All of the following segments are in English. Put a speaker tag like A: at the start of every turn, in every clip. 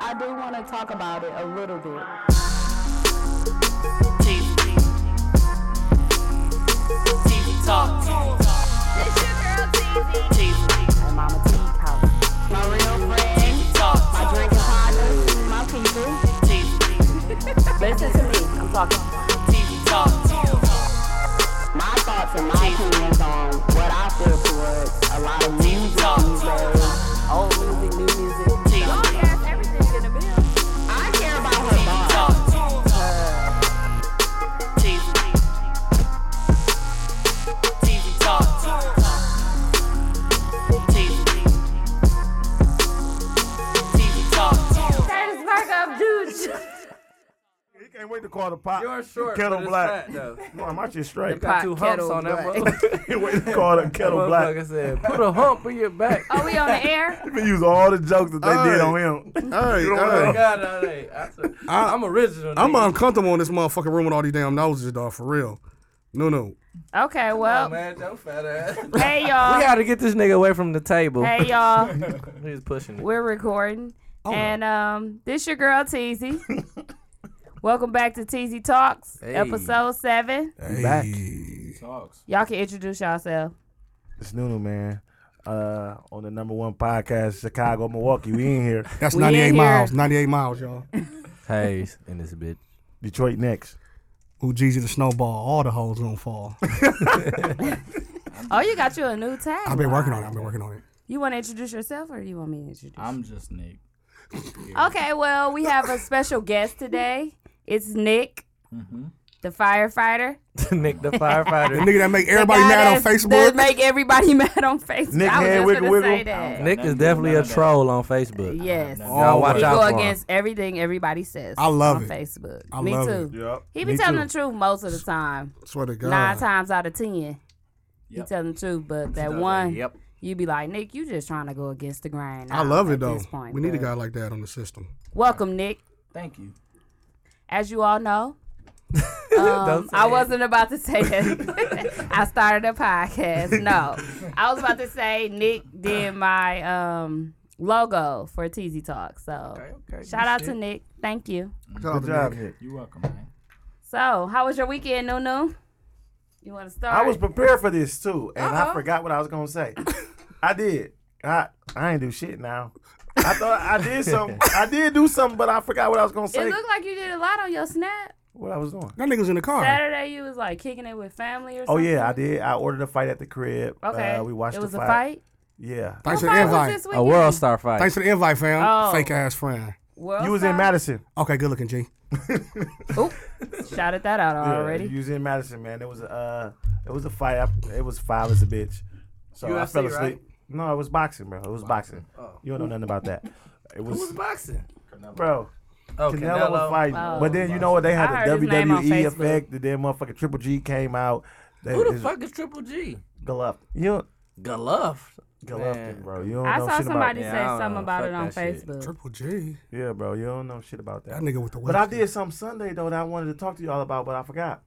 A: I do want to talk about it a little bit.
B: TV. TV talk. TV.
A: My mama T Collins. My real friend,
B: TV talk.
A: my drinking partners, my people.
B: TV.
A: Listen to me. I'm talking
B: TV talk.
A: my thoughts and my opinions on what I feel towards a lot of music these days. Old music, new music.
B: TV.
A: I care about her thoughts.
C: He can't wait to call the pot.
D: You're short,
C: Kettle
D: but it's
C: black.
D: fat, though.
C: Mom, my shit straight.
D: Got two humps on that motherfucker.
C: He wait to call the kettle black.
D: Motherfucker said, put a hump in your back.
E: Are we on the air?
C: He use all the jokes that they did on him.
F: All right, all
C: don't wanna
D: Oh,
F: right.
D: God, no, hey, I said,
F: I-
D: I'm original.
F: I'm
D: nigga.
F: uncomfortable in this motherfucking room with all these damn noses, dog. For real. No, no.
E: Okay,
D: Oh,
E: well,
D: man, don't fat ass. We
E: hey y'all.
D: gotta get this nigga away from the table.
E: Hey y'all.
D: He's pushing it.
E: We're recording. and um this your girl Teasy. Welcome back to Teasy Talks,
D: Hey.
E: episode 7.
D: Back.
E: Y'all can introduce yourself.
C: It's Nunu, man. Uh, on the number one podcast, Chicago, Milwaukee. We in here.
F: That's
E: We in
F: 98
E: here.
F: miles. 98 miles, y'all.
D: Hey, in this bitch.
C: Detroit next.
F: Who Jeezy the snowball, all the hoes gonna fall.
E: Oh, you got you a new tag.
F: I've been working on it. I've been working on it.
E: You want to introduce yourself or you want me to introduce?
G: I'm just Nick.
E: Okay, well, we have a special guest today. It's Nick,
D: Mm-hmm.
E: the firefighter.
D: Nick the
F: The
D: firefighter.
F: nigga that make everybody
E: Guy
F: mad on
E: that's- That
F: Facebook.
E: make everybody mad on Facebook.
C: Nick
E: I was
C: had
E: just
C: wiggle
E: gonna
C: wiggle.
E: say that.
D: Nick is definitely a troll on Facebook.
E: Yes.
F: Oh,
D: Y'all watch
E: he
D: out
E: go
D: for him.
E: against everything everybody says.
F: I love
E: on
F: it.
E: Facebook.
F: I
E: Me
F: love
E: too.
C: Yep.
E: He be
F: Me
E: telling
F: too.
E: the truth most of the time.
F: Swear to
E: Nine
F: God.
E: times out of ten,
G: Yep.
E: he telling the truth. But that
G: does
E: one,
G: that, yep.
E: you be like, Nick, you just trying to go against the grain.
F: I love
E: at
F: it though.
E: This point,
F: We need a
E: but-
F: guy like that on the system.
E: Welcome, Nick.
G: Thank you.
E: As you all know, um, I wasn't about to say that. I started a podcast. No, I was about to say Nick did my um, logo for TZ Talk. So shout out to Nick. Thank you.
F: Shout out
C: Good
F: to
C: job,
F: Nick.
C: Nick.
G: You're welcome, man.
E: So, how was your weekend, Nunu? You want to start?
C: I was prepared for this too, and
E: Uh-huh.
C: I forgot what I was gonna say. I did. I I ain't do shit now. I thought I did some. I did do something, but I forgot what I was gonna
E: It
C: say.
E: looked like you did a lot on your snap.
C: what I was doing.
F: That nigga's in the car.
E: Saturday, you was like kicking it with family or
C: Oh
E: something.
C: yeah, I did. I ordered a fight at the crib.
E: Okay,
C: Uh, we watched
E: It was
C: the
E: a
C: fight.
E: fight.
C: Yeah.
F: Thanks for
E: What
F: the
E: fight was
F: invite.
E: this
D: A
E: weekend?
D: world star fight.
F: Thanks for the invite, fam.
E: Oh.
F: Fake ass friend.
E: World
C: you was
E: Star?
C: in Madison.
F: Okay, good looking G.
E: Oop, shouted that out already.
C: Yeah, you was in Madison, man. It was a uh, it was a fight. I, it was five as a bitch. So I
D: UFC,
C: fell asleep.
D: right?
C: No, it was boxing, bro. It was boxing.
E: Oh.
C: You don't know nothing about that. It was,
D: boxing?
C: bro.
D: Oh,
C: Canelo, was fighting,
E: Oh.
C: but then you know what? They
E: I
C: had the
E: heard his name on
C: WWE
E: Facebook.
C: effect. The damn motherfucking Triple G came out. They,
D: Who the
C: it's
D: fuck is Triple G?
C: Golovkin. You don't,
D: Golovkin.
C: Golovkin, bro. You don't
E: I
C: know
E: saw
C: shit
E: somebody
C: about
D: Yeah,
E: say
D: I don't
E: something
D: know.
E: about
D: Fuck
E: it on
D: that shit.
E: Facebook.
F: Triple G.
C: that. Yeah, bro. You don't know shit about
F: That
C: that.
F: nigga with the
C: But I
F: Webster.
C: did something Sunday though that I wanted to talk to y'all about, but I forgot.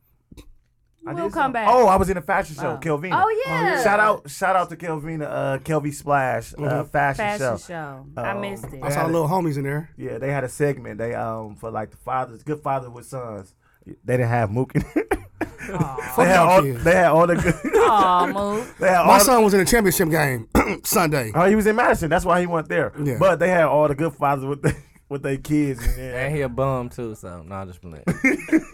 C: I
E: We'll
C: did
E: come
C: something-
E: back.
C: Oh, I was in a fashion show, Kelvina.
E: Oh, yeah.
C: Shout out, shout out to Kelvina, uh, Kelvy Splash, uh, fashion,
E: Fashion
C: show.
E: show. I
C: Um,
E: missed it.
F: I saw the little homies in there.
C: Yeah, they had a segment. They um for like the fathers, good father with sons. They didn't have Mook. in it. they had
F: y'all
C: all.
F: kids.
C: They had all the good.
E: Aw, move.
C: They had
F: My
C: all the-
F: son was in the championship game Sunday.
C: Oh, he was in Madison. That's why he went there.
F: Yeah.
C: But they had all the good fathers with the, with their kids. And
D: And
C: then,
D: he a bum too, so no, I'm just playing.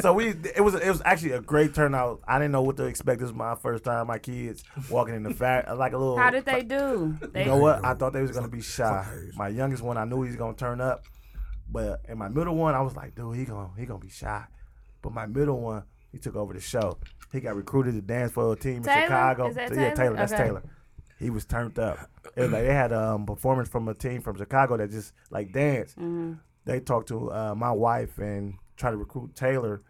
C: so we it was it was actually a great turnout. I didn't know what to expect. This was my first time. My kids walking in the fact like a little.
E: How did they do? They,
C: You know what? I thought they was gonna be shy. My youngest one, I knew he was gonna turn up, but in my middle one, I was like, dude, he gonna he gonna be shy. But my middle one, he took over the show. He got recruited to dance for a team
E: Taylor?
C: in Chicago.
E: Is that
C: Yeah,
E: Taylor?
C: Taylor. That's
E: Okay.
C: Taylor. He was turned up. It was like they had um, performance from a team from Chicago that just like danced.
E: Mm-hmm.
C: They talked to uh, my wife and tried to recruit Taylor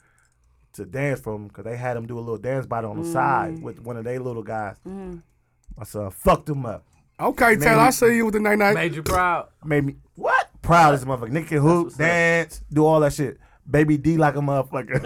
C: to dance for him because they had him do a little dance battle on the side
E: Mm.
C: with one of their little guys. My son fucked him up
F: Okay, Taylor, I see you with the night night.
D: Made you proud.
C: made me what proud as a motherfucker. Nigga can hoop, dance, do all that shit. Baby D like a motherfucker.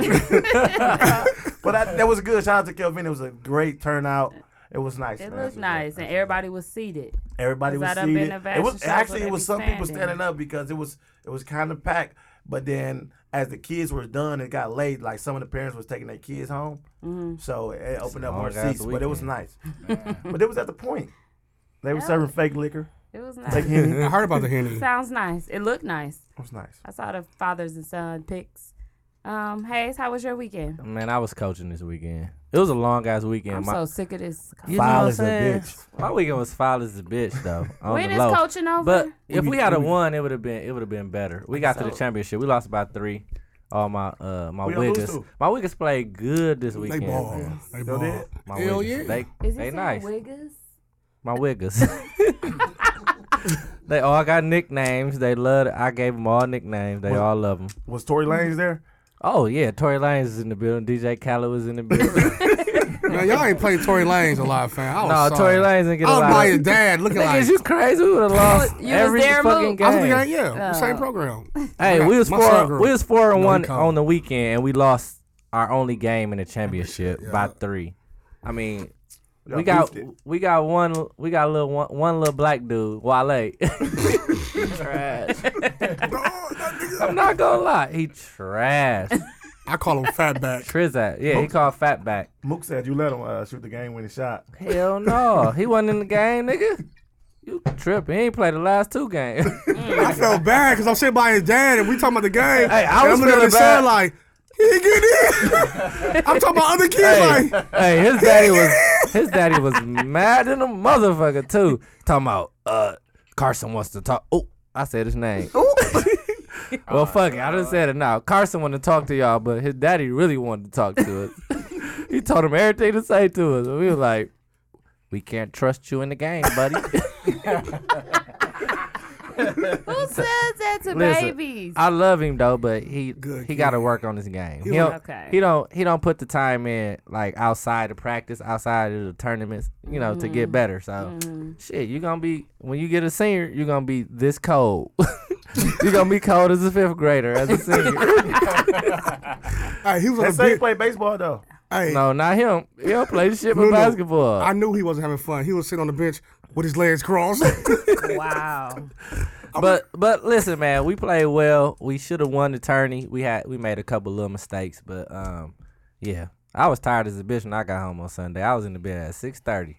C: but I, that was good. Shout out to Kelvin. It was a great turnout. It was nice.
E: It
C: man.
E: looked nice, and everybody was seated.
C: Everybody
E: 'Cause
C: was
E: I done been to
C: seated. It
E: fashion
C: was
E: shows
C: actually
E: where
C: it
E: they
C: was
E: be
C: some people
E: standing.
C: standing up because it was it was kind of packed. But then as the kids were done, it got late. Like some of the parents was taking their kids home,
E: Mm-hmm.
C: so it opened up
D: Smart
C: more
D: guys
C: seats. But it was
D: weekend.
C: nice. but it was at the point. They were
E: Yeah.
C: serving fake liquor.
E: It was
C: Fake
E: nice.
C: Henny.
F: I heard about the Henny.
E: Sounds nice. It looked nice.
C: It was nice.
E: I saw the fathers and son pics. Um, Hayes, how was your weekend?
D: Man, I was coaching this weekend. It was a long ass weekend.
E: I'm
D: My,
E: so sick of this.
D: you
C: Foul
D: what
C: as a
D: I'm saying?
C: bitch.
D: My weekend was foul as a bitch though. on
E: When
D: the
E: is
D: low.
E: coaching over?
D: But if
F: be-
D: we had
F: we
D: a
F: be-
D: one, it would have been it would have been better. We got to the
E: So-
D: championship. We lost by three. All my uh my
C: We don't lose
D: Wiggers.
C: too.
D: My Wiggers played good this
F: They
D: weekend.
F: ball.
D: man.
F: They
C: Y'all
F: ball.
C: did?
D: My
F: Hell
D: Wiggers.
F: yeah.
D: They
E: is
D: they
E: this
D: nice.
E: Wiggers?
D: My Wiggers. they all got nicknames. They love. It. I gave them all nicknames. They
C: Well-
D: all love them.
C: Was Tory Lanez there?
D: Oh yeah, Tory Lanez is in the building. DJ Khaled was in the building.
F: Man, y'all ain't played Tory Lanez a lot, fam. I was
D: no,
F: sorry.
D: Tory Lanez didn't get a
F: I was
D: lot.
F: by his
D: Of,
F: Oh, dad looking
D: niggas,
F: like.
D: you crazy? We would have lost
E: was
D: every
E: there,
D: fucking
E: Mook?
D: game.
F: I was looking at yeah, the same
E: Oh.
F: program.
D: Hey,
F: My-
D: we was
F: my
D: four.
F: son grew.
D: We was four and
F: No, he
D: one
F: called.
D: on the weekend, and we lost our only game in the championship by
F: Yeah.
D: three. I mean,
C: Y'all
D: we got
C: goofed it.
D: we got one we got a little one, one little black dude Wale. trash. I'm not gonna lie, he trash.
F: I call him Fatback.
D: Trizat, yeah, he called fatback.
C: Mook said you let him uh, shoot the game winning shot.
D: Hell no, he wasn't in the game, nigga. You tripping? He ain't played the last two games.
F: I felt bad because I'm sitting by his dad and we talking about the game.
D: Hey, I
F: And
D: was
F: I'm looking at
D: feeling
F: his son
D: bad.
F: like, he ain't get in. I'm talking about other kids
D: hey,
F: like,
D: hey, his daddy was his daddy was mad in a motherfucker too. Talking about uh Carson wants to talk. Oh, I said his name. well, fuck it. I done said it now. Carson wanted to talk to y'all, but his daddy really wanted to talk to us. he told him everything to say to us, and we were like, "We can't trust you in the game, buddy."
E: Who says that to
D: Listen,
E: babies?
D: I love him though, but he
F: Good
D: he
F: kid.
D: got to work on his game. He
E: was-
D: don't,
E: Okay.
D: he don't he don't put the time in like outside of practice, outside of the tournaments, you know, to
E: Mm-hmm.
D: get better. So shit, you gonna be when you get a senior, you're gonna be this cold.
F: Oh,
D: you're gonna be cold as a fifth grader as a senior.
F: hey, he was
C: That
F: on a
C: say he
F: big.
C: played baseball though.
F: Hey,
D: no, not him. He don't play shit but
F: No, no.
D: basketball.
F: I knew he wasn't having fun. He was sitting on the bench with his legs crossed. I
E: wow.
D: but but listen, man, we played well. We should have won the tourney. We had we made a couple little mistakes, but um, yeah, I was tired as a bitch when I got home on Sunday. I was in the bed at six thirty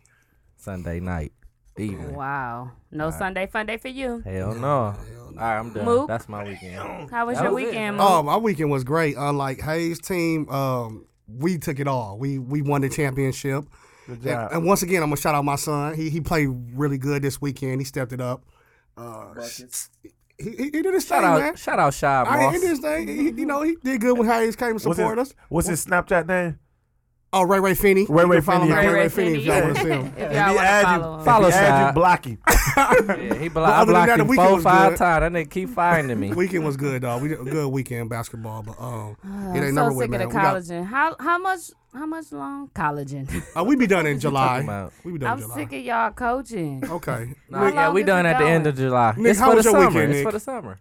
D: Sunday night, evening.
E: Wow. No Sunday fun day for you.
D: Hell no! All right, I'm done.
E: Mook?
D: That's my weekend.
E: How was
D: That
E: your
D: was it,
E: weekend?
F: Oh, my weekend was great. Uh, like Hayes' team, um, we took it all. We we won the championship.
C: Good
F: And,
C: job.
F: and once again, I'm gonna shout out my son. He he played really good this weekend. He stepped it up. Uh, he, he he did his
D: Shout
F: thing,
D: out,
F: man.
D: shout out, Shy
F: I mean,
D: Moss.
F: he did his thing. He, you know, he did good when Hayes came and
C: What's
F: supported
C: his,
F: us.
C: what's his Snapchat name?
F: Oh, Ray Ray Finney.
C: Ray Ray
F: You can follow
C: Finney.
F: him at
E: Ray
F: Ray
E: Ray
F: Ray Finney if y'all
E: Finney.
F: want to see him.
E: if y'all
C: If he
E: want to
C: add
E: follow
C: you,
E: him.
D: Follow
C: if he add
D: Shy.
C: you, block him.
D: yeah, he blo-
F: But
D: I
F: other than that,
D: blocked
F: the
D: him
F: weekend
D: four
F: was
D: five
F: good.
D: times. That nigga keep finding me.
F: Weekend was good, dog. We did a good weekend basketball, but um, it ain't
E: I'm
F: never
E: Uh, so
F: with
E: sick of
F: man.
E: the
F: We, got-
E: collagen. How how much how much long collagen?
F: uh, we be done in July.
D: about?
F: We be done
E: I'm
F: in July.
E: sick of y'all coaching.
F: Okay.
D: Nah, yeah,
E: long
D: we
E: is
D: done
E: it
D: at the end of July.
F: Nick,
D: it's
F: how
D: for
F: was
D: the
F: your
D: summer.
F: weekend,
D: it's for
F: Nick?
D: the summer.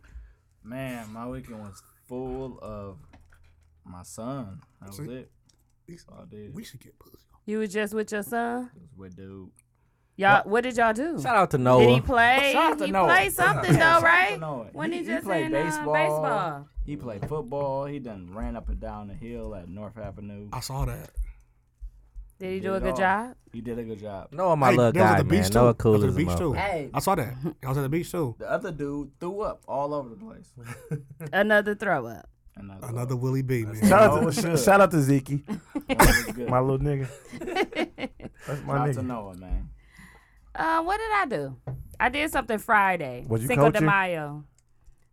G: Man, my weekend was full of my son. That was
F: See?
G: it. That's all I did.
F: We should get pussy.
E: You was just with your son.
G: It was with dude.
E: Y'all, what did y'all do?
D: Shout out to
E: Did he
D: Noah.
E: play?
G: Shout out to
E: he
G: Noah.
E: played something though,
G: Shout out to
E: right?
G: Noah.
E: When he,
G: He- he
E: just
G: played
E: in uh,
G: baseball.
E: baseball.
G: He played football. He done ran up and down the hill at North Avenue.
F: I saw that.
E: Did he
G: Did
E: do a
G: it
E: good
G: all.
E: job?
G: He did a good job.
D: Noah, my
F: Hey,
D: little
F: they was at
D: guy,
F: the
D: man.
F: beach too.
D: Noah
F: They was
D: cool
F: at
D: as a
F: the beach too.
D: motherfucker.
G: Hey.
F: I saw that. I was at the beach too.
G: The other dude threw up all over the place.
E: Another throw up.
G: And I thought,
F: Another Willie B, man.
C: Shout out,
G: Oh,
C: to,
G: shit.
C: shout out to Zeke,
G: that was good.
C: my little nigga. That's my
G: Shout out to
C: nigga.
G: Noah, man.
E: Uh, what did I do? I did something Friday.
C: Was you
E: Cinco de
C: coaching?
E: Mayo.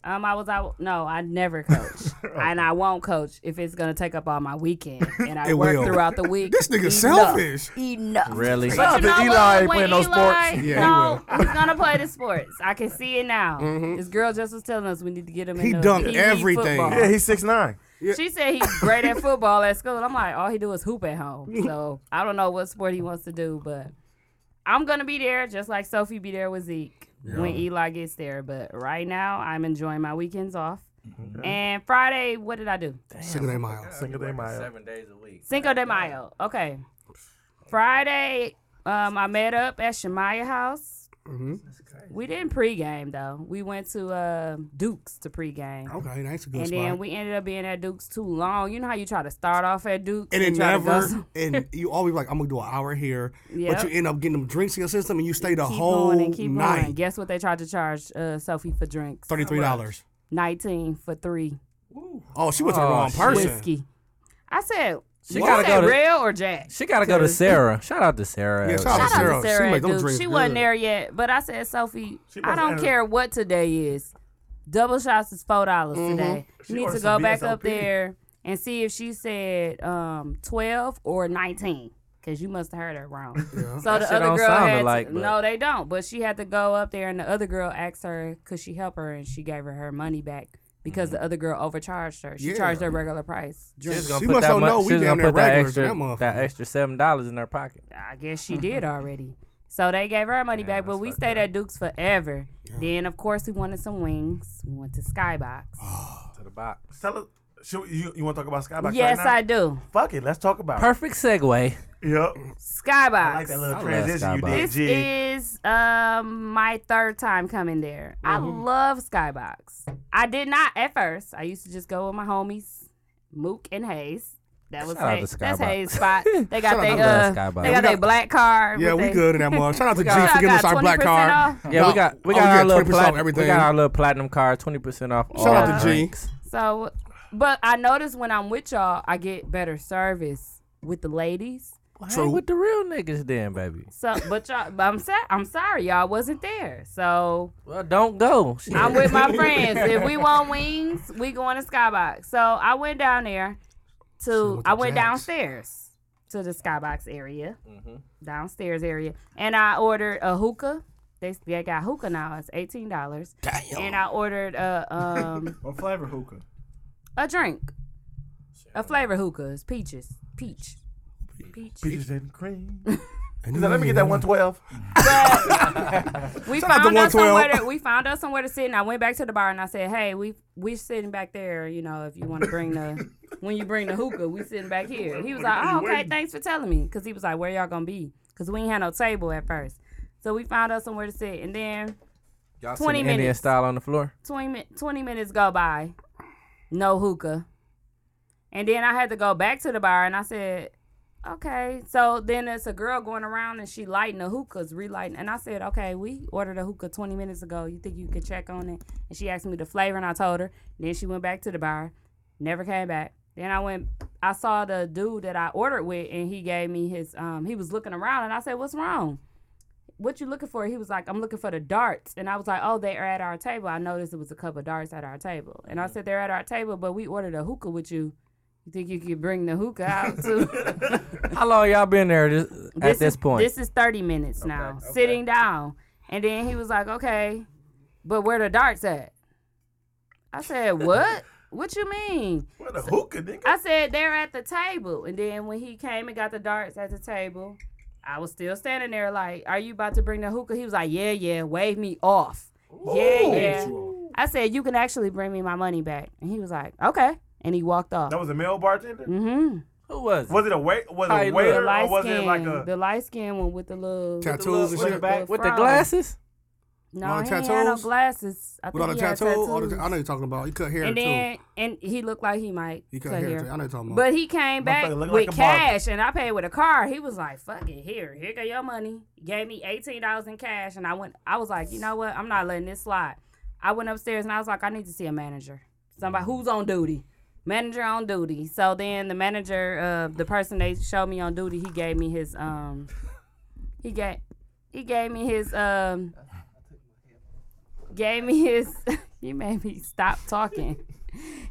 E: Um, I was out. No, I never coach, and I won't coach if it's gonna take up all my weekend, and I
F: It
E: work
F: will.
E: throughout the week.
F: This nigga
E: Enough.
F: selfish.
E: Enough.
D: Really?
E: But
C: Shout
E: you
C: out
E: know
C: to Eli,
E: what?
C: ain't
E: When
C: playing no
E: Eli-
C: sports.
F: Yeah,
E: no,
F: he
E: he's gonna play the sports. I can see it now. This girl just was telling us we need to get him.
F: Mm-hmm. He
E: in
F: dunked
E: the Pee Wee
F: everything.
E: football.
C: Yeah, he's six nine.
E: She said he's great at football at school. I'm like, all he do is hoop at home. So I don't know what sport he wants to do, but I'm gonna be there just like Sophie be there with Zeke when Eli gets there. But right now, I'm enjoying my weekends off. And Friday, what did I do?
F: Single name miles.
C: Single day mile.
D: days a week.
E: Cinco de Mayo. Okay. Friday, Um, I met up at Shemaya House.
F: hmm
E: We didn't pregame though. We went to uh, Duke's to pregame.
F: Okay, that's a good
E: And
F: spot.
E: then we ended up being at Duke's too long. You know how you try to start off at Duke's
F: and it
E: try to go
F: never,
E: some-
F: and you always like, I'm gonna do an hour here,
E: Yep.
F: but you end up getting them drinks in your system, and you stay the
E: keep
F: whole
E: going and keep
F: night.
E: going. Guess what they tried to charge uh, Sophie for drinks?
F: Thirty-three dollars.
E: Nineteen for three
F: Oh, she went to the
D: Oh,
F: wrong person.
E: whiskey. I said,
D: She
E: you
D: gotta
E: said
D: go to-
E: real or Jack?
D: She gotta go to Sarah. Shout out to Sarah.
F: Yeah, shout out
E: Shout out
F: Sarah,
E: to
F: she
E: Sarah.
F: make
E: at
F: them
E: Duke.
F: drinks
E: she wasn't
F: good.
E: there yet, but I said, Sophie,
C: She
E: I
C: must
E: don't
C: have-
E: care what today is. Double shots is four dollars today. You need to
C: ordered
E: go
C: some
E: back up
C: VSOP.
E: there and see if she said um, twelve or nineteen. Cause you must have heard her wrong. So the
D: shit
E: other
D: don't
E: girl
D: sound
E: had to-
D: alike, but-
E: no, they don't. But she had to go up there, and the other girl asked her, could she help her, and she gave her her money back because the other girl overcharged her. She
F: Yeah.
E: charged her regular price.
D: She's gonna
F: She
D: put
F: must
D: that,
F: don't
D: mu-
F: know we down
D: she's gonna
F: there
D: put that
F: regulars, that
D: extra, that
F: motherfucker.
D: extra seven dollars in her pocket.
E: I guess she did already. So they gave her money back, but we stayed at Duke's forever. Then of course we wanted some wings. We went to Skybox.
D: To the box.
C: Tell us, should, you, you want to talk about Skybox?
E: yes,
C: right now?
E: I do.
C: Fuck it, let's talk about it.
D: Perfect segue.
C: Yep.
E: Skybox.
C: I like that little
D: I love
C: transition you
D: Skybox.
C: did,
E: this
C: G.
E: is um my third time coming there.
F: Mm-hmm.
E: I love Skybox. I did not at first. I used to just go with my homies, Mook and Hayes. That was
D: Shout out
E: Hayes.
D: to
E: That's
D: Skybox.
E: Hayes spot. They got
D: out
E: they
D: to
E: uh,
D: Skybox.
E: they
D: Yeah,
E: got
F: we
E: their
F: got-
E: black card.
F: Yeah,
E: with
F: we
E: they-
F: good in that mug. Shout out to G
E: got- I
F: for giving us
E: got
F: our black
E: 20%
F: card.
E: off.
D: Yeah,
F: No.
D: we got we
F: Oh,
D: got
F: yeah,
D: our little
F: 20% off
D: platinum. We
F: everything.
D: got our little platinum card. Twenty percent off. all
F: out to G.
D: drinks.
E: So, but I notice when I'm with y'all, I get better service with the ladies.
D: Well,
F: True.
D: hang with the real niggas, then, baby.
E: So, but y'all, but I'm sad. I'm sorry, y'all wasn't there. So
D: Well, don't go. Shit.
E: I'm with my friends. If we want wings, we going to Skybox. So I went down there to.
F: with the
E: I went
F: Jacks.
E: downstairs to the Skybox area, downstairs area, and I ordered a hookah. They, they got hookah now. It's eighteen dollars. And I ordered a um
G: What flavor hookah?
E: a drink, a flavor hookah. It's peaches, peach, peach.
C: Peaches and cream. He's like, let me get that 112.
E: we
F: out to
E: found out
F: 112.
E: somewhere to, we found out somewhere to sit and I went back to the bar and I said, Hey, we we sitting back there, you know, if you want to bring the when you bring the hookah, we sitting back here. He was like, Oh, okay, thanks for telling me. Cause he was like, Where y'all gonna be? Cause we ain't had no table at first. So we found out somewhere to sit and then
D: Y'all
E: 20
D: seen Indian
E: minutes.
D: style on the floor.
E: 20, mi- 20 minutes go by, no hookah. And then I had to go back to the bar and I said, okay. So then it's a girl going around and she lighting the hookahs, relighting. And I said, okay, we ordered a hookah 20 minutes ago. You think you could check on it? And she asked me the flavor and I told her. Then she went back to the bar, never came back. Then I went, I saw the dude that I ordered with and he gave me his, um, he was looking around and I said, what's wrong? what you looking for? He was like, I'm looking for the darts. And I was like, oh, they are at our table. I noticed it was a couple of darts at our table. And I said, they're at our table, but we ordered a hookah with you. You think you could bring the hookah out too?
D: How long y'all been there this, at this
E: is,
D: point?
E: This is 30 minutes now, sitting down. And then he was like, okay, but where the darts at? I said, what? what you mean?
C: What a hookah, nigga.
E: I said they're at the table, and then when he came and got the darts at the table, I was still standing there like, "Are you about to bring the hookah?" He was like, "Yeah, yeah, wave me off." Yeah, yeah. I said, "You can actually bring me my money back," and he was like, "Okay," and he walked off.
C: That was a male bartender?
E: Mm-hmm.
D: Who was it?
C: Was it a wait? Was
D: How
C: it
D: you
C: a
D: look?
E: The
C: waiter or
E: light
C: was
E: skin,
C: it like a?
E: the light skin one with the little
F: tattoos and
C: Look
F: shit.
C: back.
E: the
D: With the
E: fro-
D: glasses?
E: No,
F: All the
E: he ain't had no
F: tattoos?
E: glasses. I
F: With all the
E: think he had
F: tattoo, all the,
E: tattoos.
F: I know you're talking about. You cut hair
E: and
F: too.
E: then and he looked like he might
F: You cut
E: cut
F: hair
E: hair.
F: too. I know you're talking about.
E: But he came back
C: Motherfucker
E: with
C: look like a barber.
E: cash, and I paid with a card. He was like, "Fuck it, here, here go your money." He gave me eighteen dollars in cash, and I went. I was like, "You know what? I'm not letting this slide." I went upstairs, and I was like, "I need to see a manager, somebody who's on duty." Manager on duty. So then the manager, uh, the person they showed me on duty, he gave me his um, he gave he gave me his um, gave me his. he made me stop talking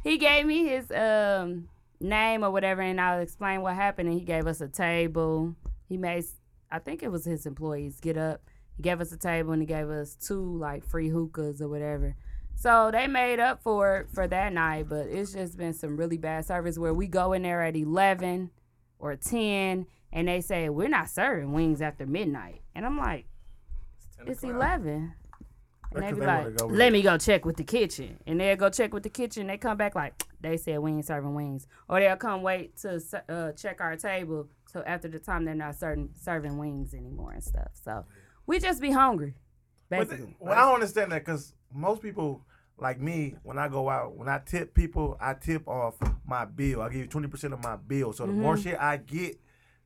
E: he gave me his um name or whatever, and I'll explain what happened. And he gave us a table. He made, I think it was his employees get up. He gave us a table and he gave us two like free hookahs or whatever. So they made up for it for that night, but it's just been some really bad service where we go in there at eleven or ten, and they say we're not serving wings after midnight, and I'm like, it's eleven. And they
C: That's
E: be
C: 'cause they wanna
E: like,
C: go with
E: let me go check with the kitchen. And they'll go check with the kitchen. They come back like, they said we ain't serving wings, or they'll come wait to ser- uh, check our table. So after the time, they're not certain, serving wings anymore and stuff. So we just be hungry,
C: But
E: basically.
C: th- well, I don't understand that because most people like me, when I go out, when I tip people, I tip off my bill. I give you twenty percent of my bill.
E: Mm-hmm.
C: So the more shit I get,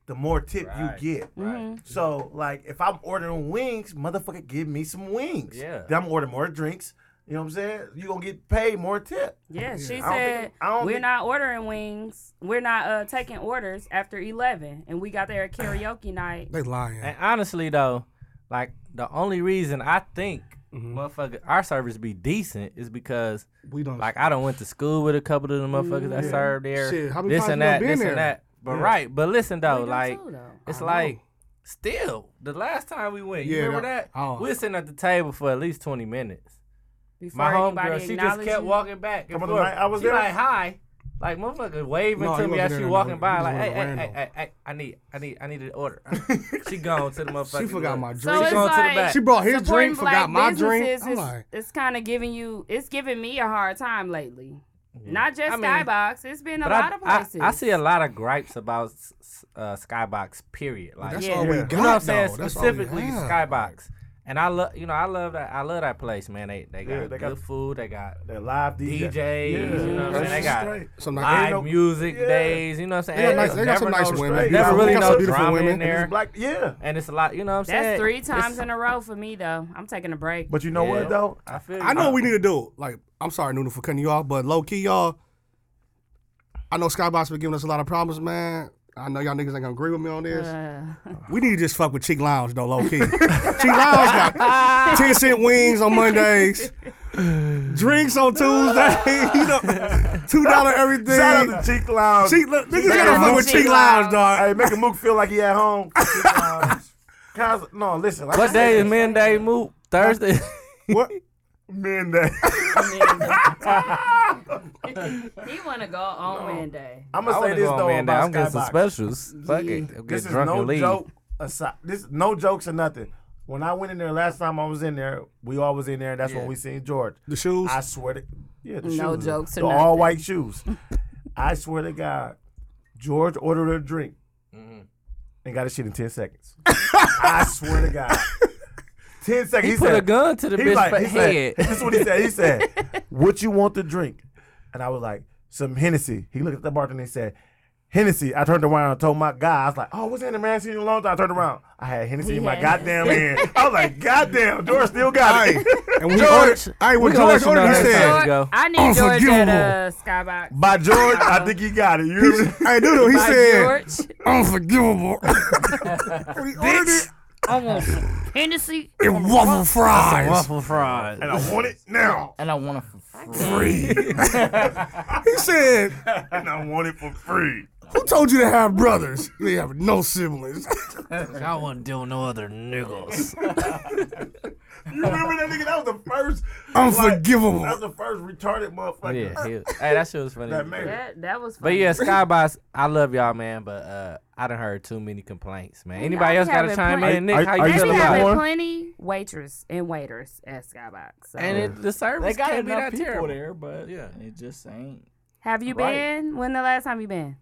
C: the more tip
G: Right,
C: you get.
E: Mm-hmm.
G: right.
C: So like, if I'm ordering wings, motherfucker, give me some wings.
D: Yeah.
C: Then I'm ordering more drinks. You know what I'm saying? You gonna get paid more tip.
E: Yeah, she
C: I don't
E: said
C: think- I don't
E: we're
C: think-
E: not ordering wings. We're not uh, taking orders after eleven, and we got there at karaoke night.
F: They lying.
D: And honestly though, like the only reason I think motherfucker our service be decent is because
F: Mm-hmm. we don't.
D: like I don't went to school with a couple of the motherfuckers that served there.
F: Shit, how many
D: this
F: times
D: and
F: you done
D: that,
F: been
D: this
F: there?
D: and that. But right, but listen though,
E: We do
D: like
E: too, though.
D: it's
F: I
D: like
F: know.
D: still the last time we went, you
F: Yeah,
D: remember that?
F: that- oh.
D: We were sitting at the table for at least twenty minutes.
E: Before
D: My homegirl,
E: anybody
D: she just
E: acknowledged
D: kept
E: you.
D: walking back. And
C: Come on,
D: forth.
C: tonight, I was
D: she
C: there.
D: like hi, like motherfucker waving
F: No,
D: to
F: you
D: me
F: wasn't
D: as
F: there
D: she
F: no
D: walking
F: more.
D: by,
F: You
D: like
F: just
D: hey,
F: went
D: hey, hey,
F: random.
D: hey, hey, I need, I need, I need an order. she gone to the motherfucker.
F: She forgot my
E: So
F: drink.
E: it's
D: going to the
E: like
D: back.
F: she brought his
E: supporting
F: drink,
E: black
F: forgot my drink.
E: businesses
F: I'm
E: is-
F: like,
E: it's kind of giving you, it's giving me a hard time lately. Not just
D: I mean,
E: Skybox, it's been a
D: But
E: lot
D: I,
E: of places.
D: I, I see a lot of gripes about s- s- uh, Skybox. Period. Like
F: that's
E: Yeah.
F: all we
E: You
F: got.
D: you know what I'm saying?
F: though. That's all we
D: Specifically
F: have.
D: Skybox. And I love, you know, I love that. I love that place, man. They they got
C: Yeah, they
D: good
C: got-
D: food. They got
C: That live DJ.
D: DJs. You know what I'm saying? They got
F: So like,
D: live
C: no-
D: music
C: Yeah.
D: days. You know what I'm
F: They got
D: saying?
F: nice- they got some
D: Never
F: nice
D: no-
F: women.
D: Never
C: Beautiful-
D: really
C: got
D: no
C: some
F: beautiful
D: drama in
F: women.
C: It's
D: there.
C: black, yeah.
D: And it's a lot. You know what I'm saying?
E: That's three
D: It's-
E: times in a row for me, though. I'm taking a break.
C: But you know
D: Yeah.
C: what though?
D: I feel.
F: I know
D: you.
F: what we need to do. Like, I'm sorry, Nunu, for cutting you off, but low key, y'all. I know Skybox been giving us a lot of problems, man. I know y'all niggas ain't gonna agree with me on this.
E: Uh,
F: We need to just fuck with Cheek Lounge though, low key. Cheek Lounge got ten cent wings on Mondays, drinks on Tuesdays, you know, two dollar everything.
C: Shout out to Cheek Lounge.
F: Cheek, look, niggas
E: Shout
F: gotta
E: out
F: fuck with
E: to
F: Cheek
E: Cheek Lounge.
F: Lounge, dog.
C: Hey, make a mook feel like he at home. Cheek Lounge. Cause, no, listen. Like
D: What
C: I said,
D: day is Men Day move? Thursday.
C: What? Man, that.
E: he want to go on Monday.
C: I'm
D: I
C: gonna say
D: wanna
C: this
D: go on
C: though
D: Man Day.
C: about
D: I'm getting some
C: Skybox.
D: specials. Fuck it. Get
C: This is
D: drunk
C: no
D: and leave.
C: joke. Aside, this no jokes or nothing. When I went in there last time, I was in there. We all was in there. That's when we seen George.
F: The shoes.
C: I swear to yeah, the
E: No
C: shoes.
E: jokes or
C: the
E: nothing.
C: all white shoes. I swear to God, George ordered a drink
D: Mm-hmm.
C: and got his shit in ten seconds. I swear to God, ten seconds. He,
D: He put
C: said,
D: a gun to the
C: He
D: bitch
C: like,
D: fa-
C: he
D: head.
C: said, this is what he said. He said, "What you want to drink?" And I was like, "Some Hennessy." He looked at the bartender and he said, "Hennessy." I turned around and told my guy, "I was like, oh, what's in it, man? I seen you in a long time." I turned around, I had Hennessy in my
E: had
C: goddamn hand. I was like, "Goddamn, George still got
F: Hey,
C: it."
F: and when
D: George,
F: George, hey, when
D: we gonna let
F: George
D: you know
F: ordered, he
D: next
F: said,
D: time. you go.
E: I need George at
F: Unforgivable.
E: uh, Skybox.
C: By George, I think he got it. You hear me?
F: "Hey, Doodle," he
E: By
F: said,
E: George,
F: "Unforgivable." When he ordered it,
E: I want Hennessy.
F: it waffle fries.
D: Waffle fries.
C: and I want it now,
G: And I want to for free.
F: He said,
C: and I want it for free.
F: "Who told you to have brothers? You have no siblings."
D: I wouldn't deal with no other niggas.
C: You remember that nigga? That was the first.
F: Unforgivable.
C: That was the first retarded motherfucker.
D: Oh, yeah, he was- hey, that shit was funny.
C: That man.
E: That, that was
D: But
E: funny.
D: yeah, Skybox, I love y'all, man. But uh, I done heard too many complaints, man.
E: I
D: Anybody else got to
E: haven't
D: chime
E: played-
D: in? Nick,
C: Are-
D: how
C: are
D: you
C: you
E: They
D: feel
C: still
D: about
C: having
D: it?
E: have
C: One.
E: plenty waitress and waiters at Skybox. So.
D: And it, the service
G: They got
D: can't be
G: enough
D: that
G: people
D: terrible.
G: there, but yeah, it just ain't
E: Have you
D: Right.
E: been? When the last time you been?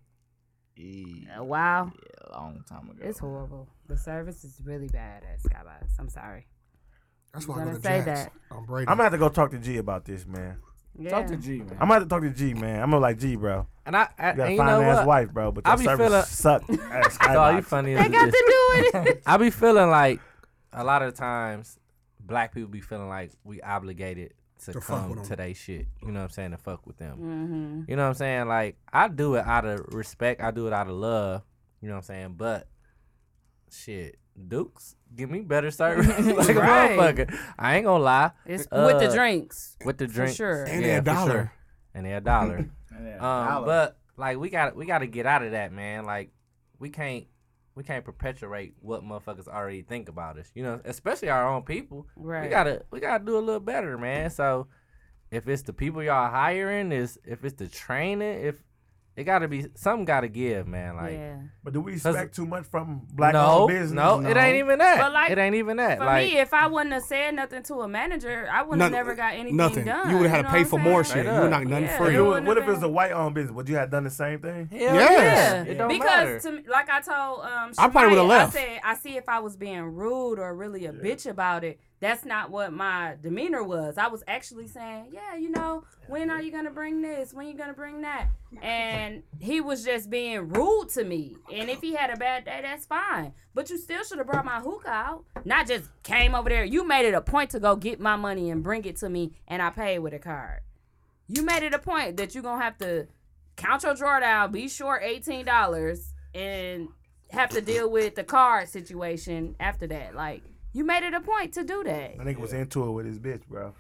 G: eh,
E: Uh, wow,
G: a long time ago.
E: it's horrible. The service is really bad at Skybox. I'm sorry.
F: That's why
E: You
F: I go
E: gotta
F: to
E: say
F: Jack's.
E: that.
F: I'm Brady.
C: I'm gonna have to go talk to G about this, man.
E: Yeah.
G: Talk to G, man.
C: I'm gonna have to talk to G, man. I'm gonna like G, bro.
D: And I, I
C: You got
D: and
C: a
D: you
C: fine
D: know
C: ass
D: what?
C: wife, bro, but
D: I
C: your
D: be
C: service
D: feeling-
C: sucked at
D: Oh, you
C: Skybox.
D: funny as
E: They
D: a
E: got
D: bitch.
E: to do it.
D: I be feeling like a lot of times black people be feeling like we obligated to,
F: To fuck
D: come
F: with
D: to
F: 'em.
D: they shit. You know what I'm saying? To fuck with them.
E: mm-hmm.
D: You know what I'm saying? Like I do it out of respect. I do it out of love. You know what I'm saying? But shit, Dukes, give me better service like
E: Right.
D: a motherfucker. I ain't gonna lie.
E: It's
D: Uh,
E: with the drinks.
D: With the drink,
E: sure.
F: And they a dollar.
D: and they a dollar.
G: Yeah.
D: Um, but like we got we got to get out of that, man. Like we can't we can't perpetuate what motherfuckers already think about us. You know, especially our own people. We
E: Right.
D: gotta we gotta do a little better, man. So if it's the people y'all hiring, is if it's the training, if It gotta be something. Gotta give, man. Like
E: yeah.
C: But do we
D: That's-
C: expect too much from black
D: no,
C: owned business?
D: no, it ain't even that.
E: But, like,
D: it ain't even that.
E: For
D: Like
E: me, if I wouldn't have said nothing to a manager, I wouldn't have
F: Nothing-
E: never got anything
F: nothing.
E: done.
F: You would have
E: you
F: had to
E: know
F: pay
E: what
F: for
E: I'm
F: more
E: saying?
F: shit.
D: Right
F: You would
D: up.
F: not nothing
E: Yeah.
C: If
F: free.
C: it
E: You
C: was-
E: wouldn't
C: what
E: have
C: if it's
E: been-
C: a white owned business? Would you have done the same thing?
D: Hell
F: Yes.
D: yeah. It don't matter.
E: because to me, like I told um,
F: I probably
E: Shamaya,
F: would've left.
E: I said I see if I was being rude or really a bitch about it. That's not what my demeanor was. I was actually saying, yeah, you know, when are you gonna bring this? When you gonna bring that? And he was just being rude to me. And if he had a bad day, that's fine. But you still should have brought my hookah out, not just came over there. You made it a point to go get my money and bring it to me, and I paid with a card. You made it a point that you're gonna have to count your drawer down, be short eighteen dollars, and have to deal with the card situation after that. Like you made it a point to do that,
C: I think it was into it with his bitch, bro.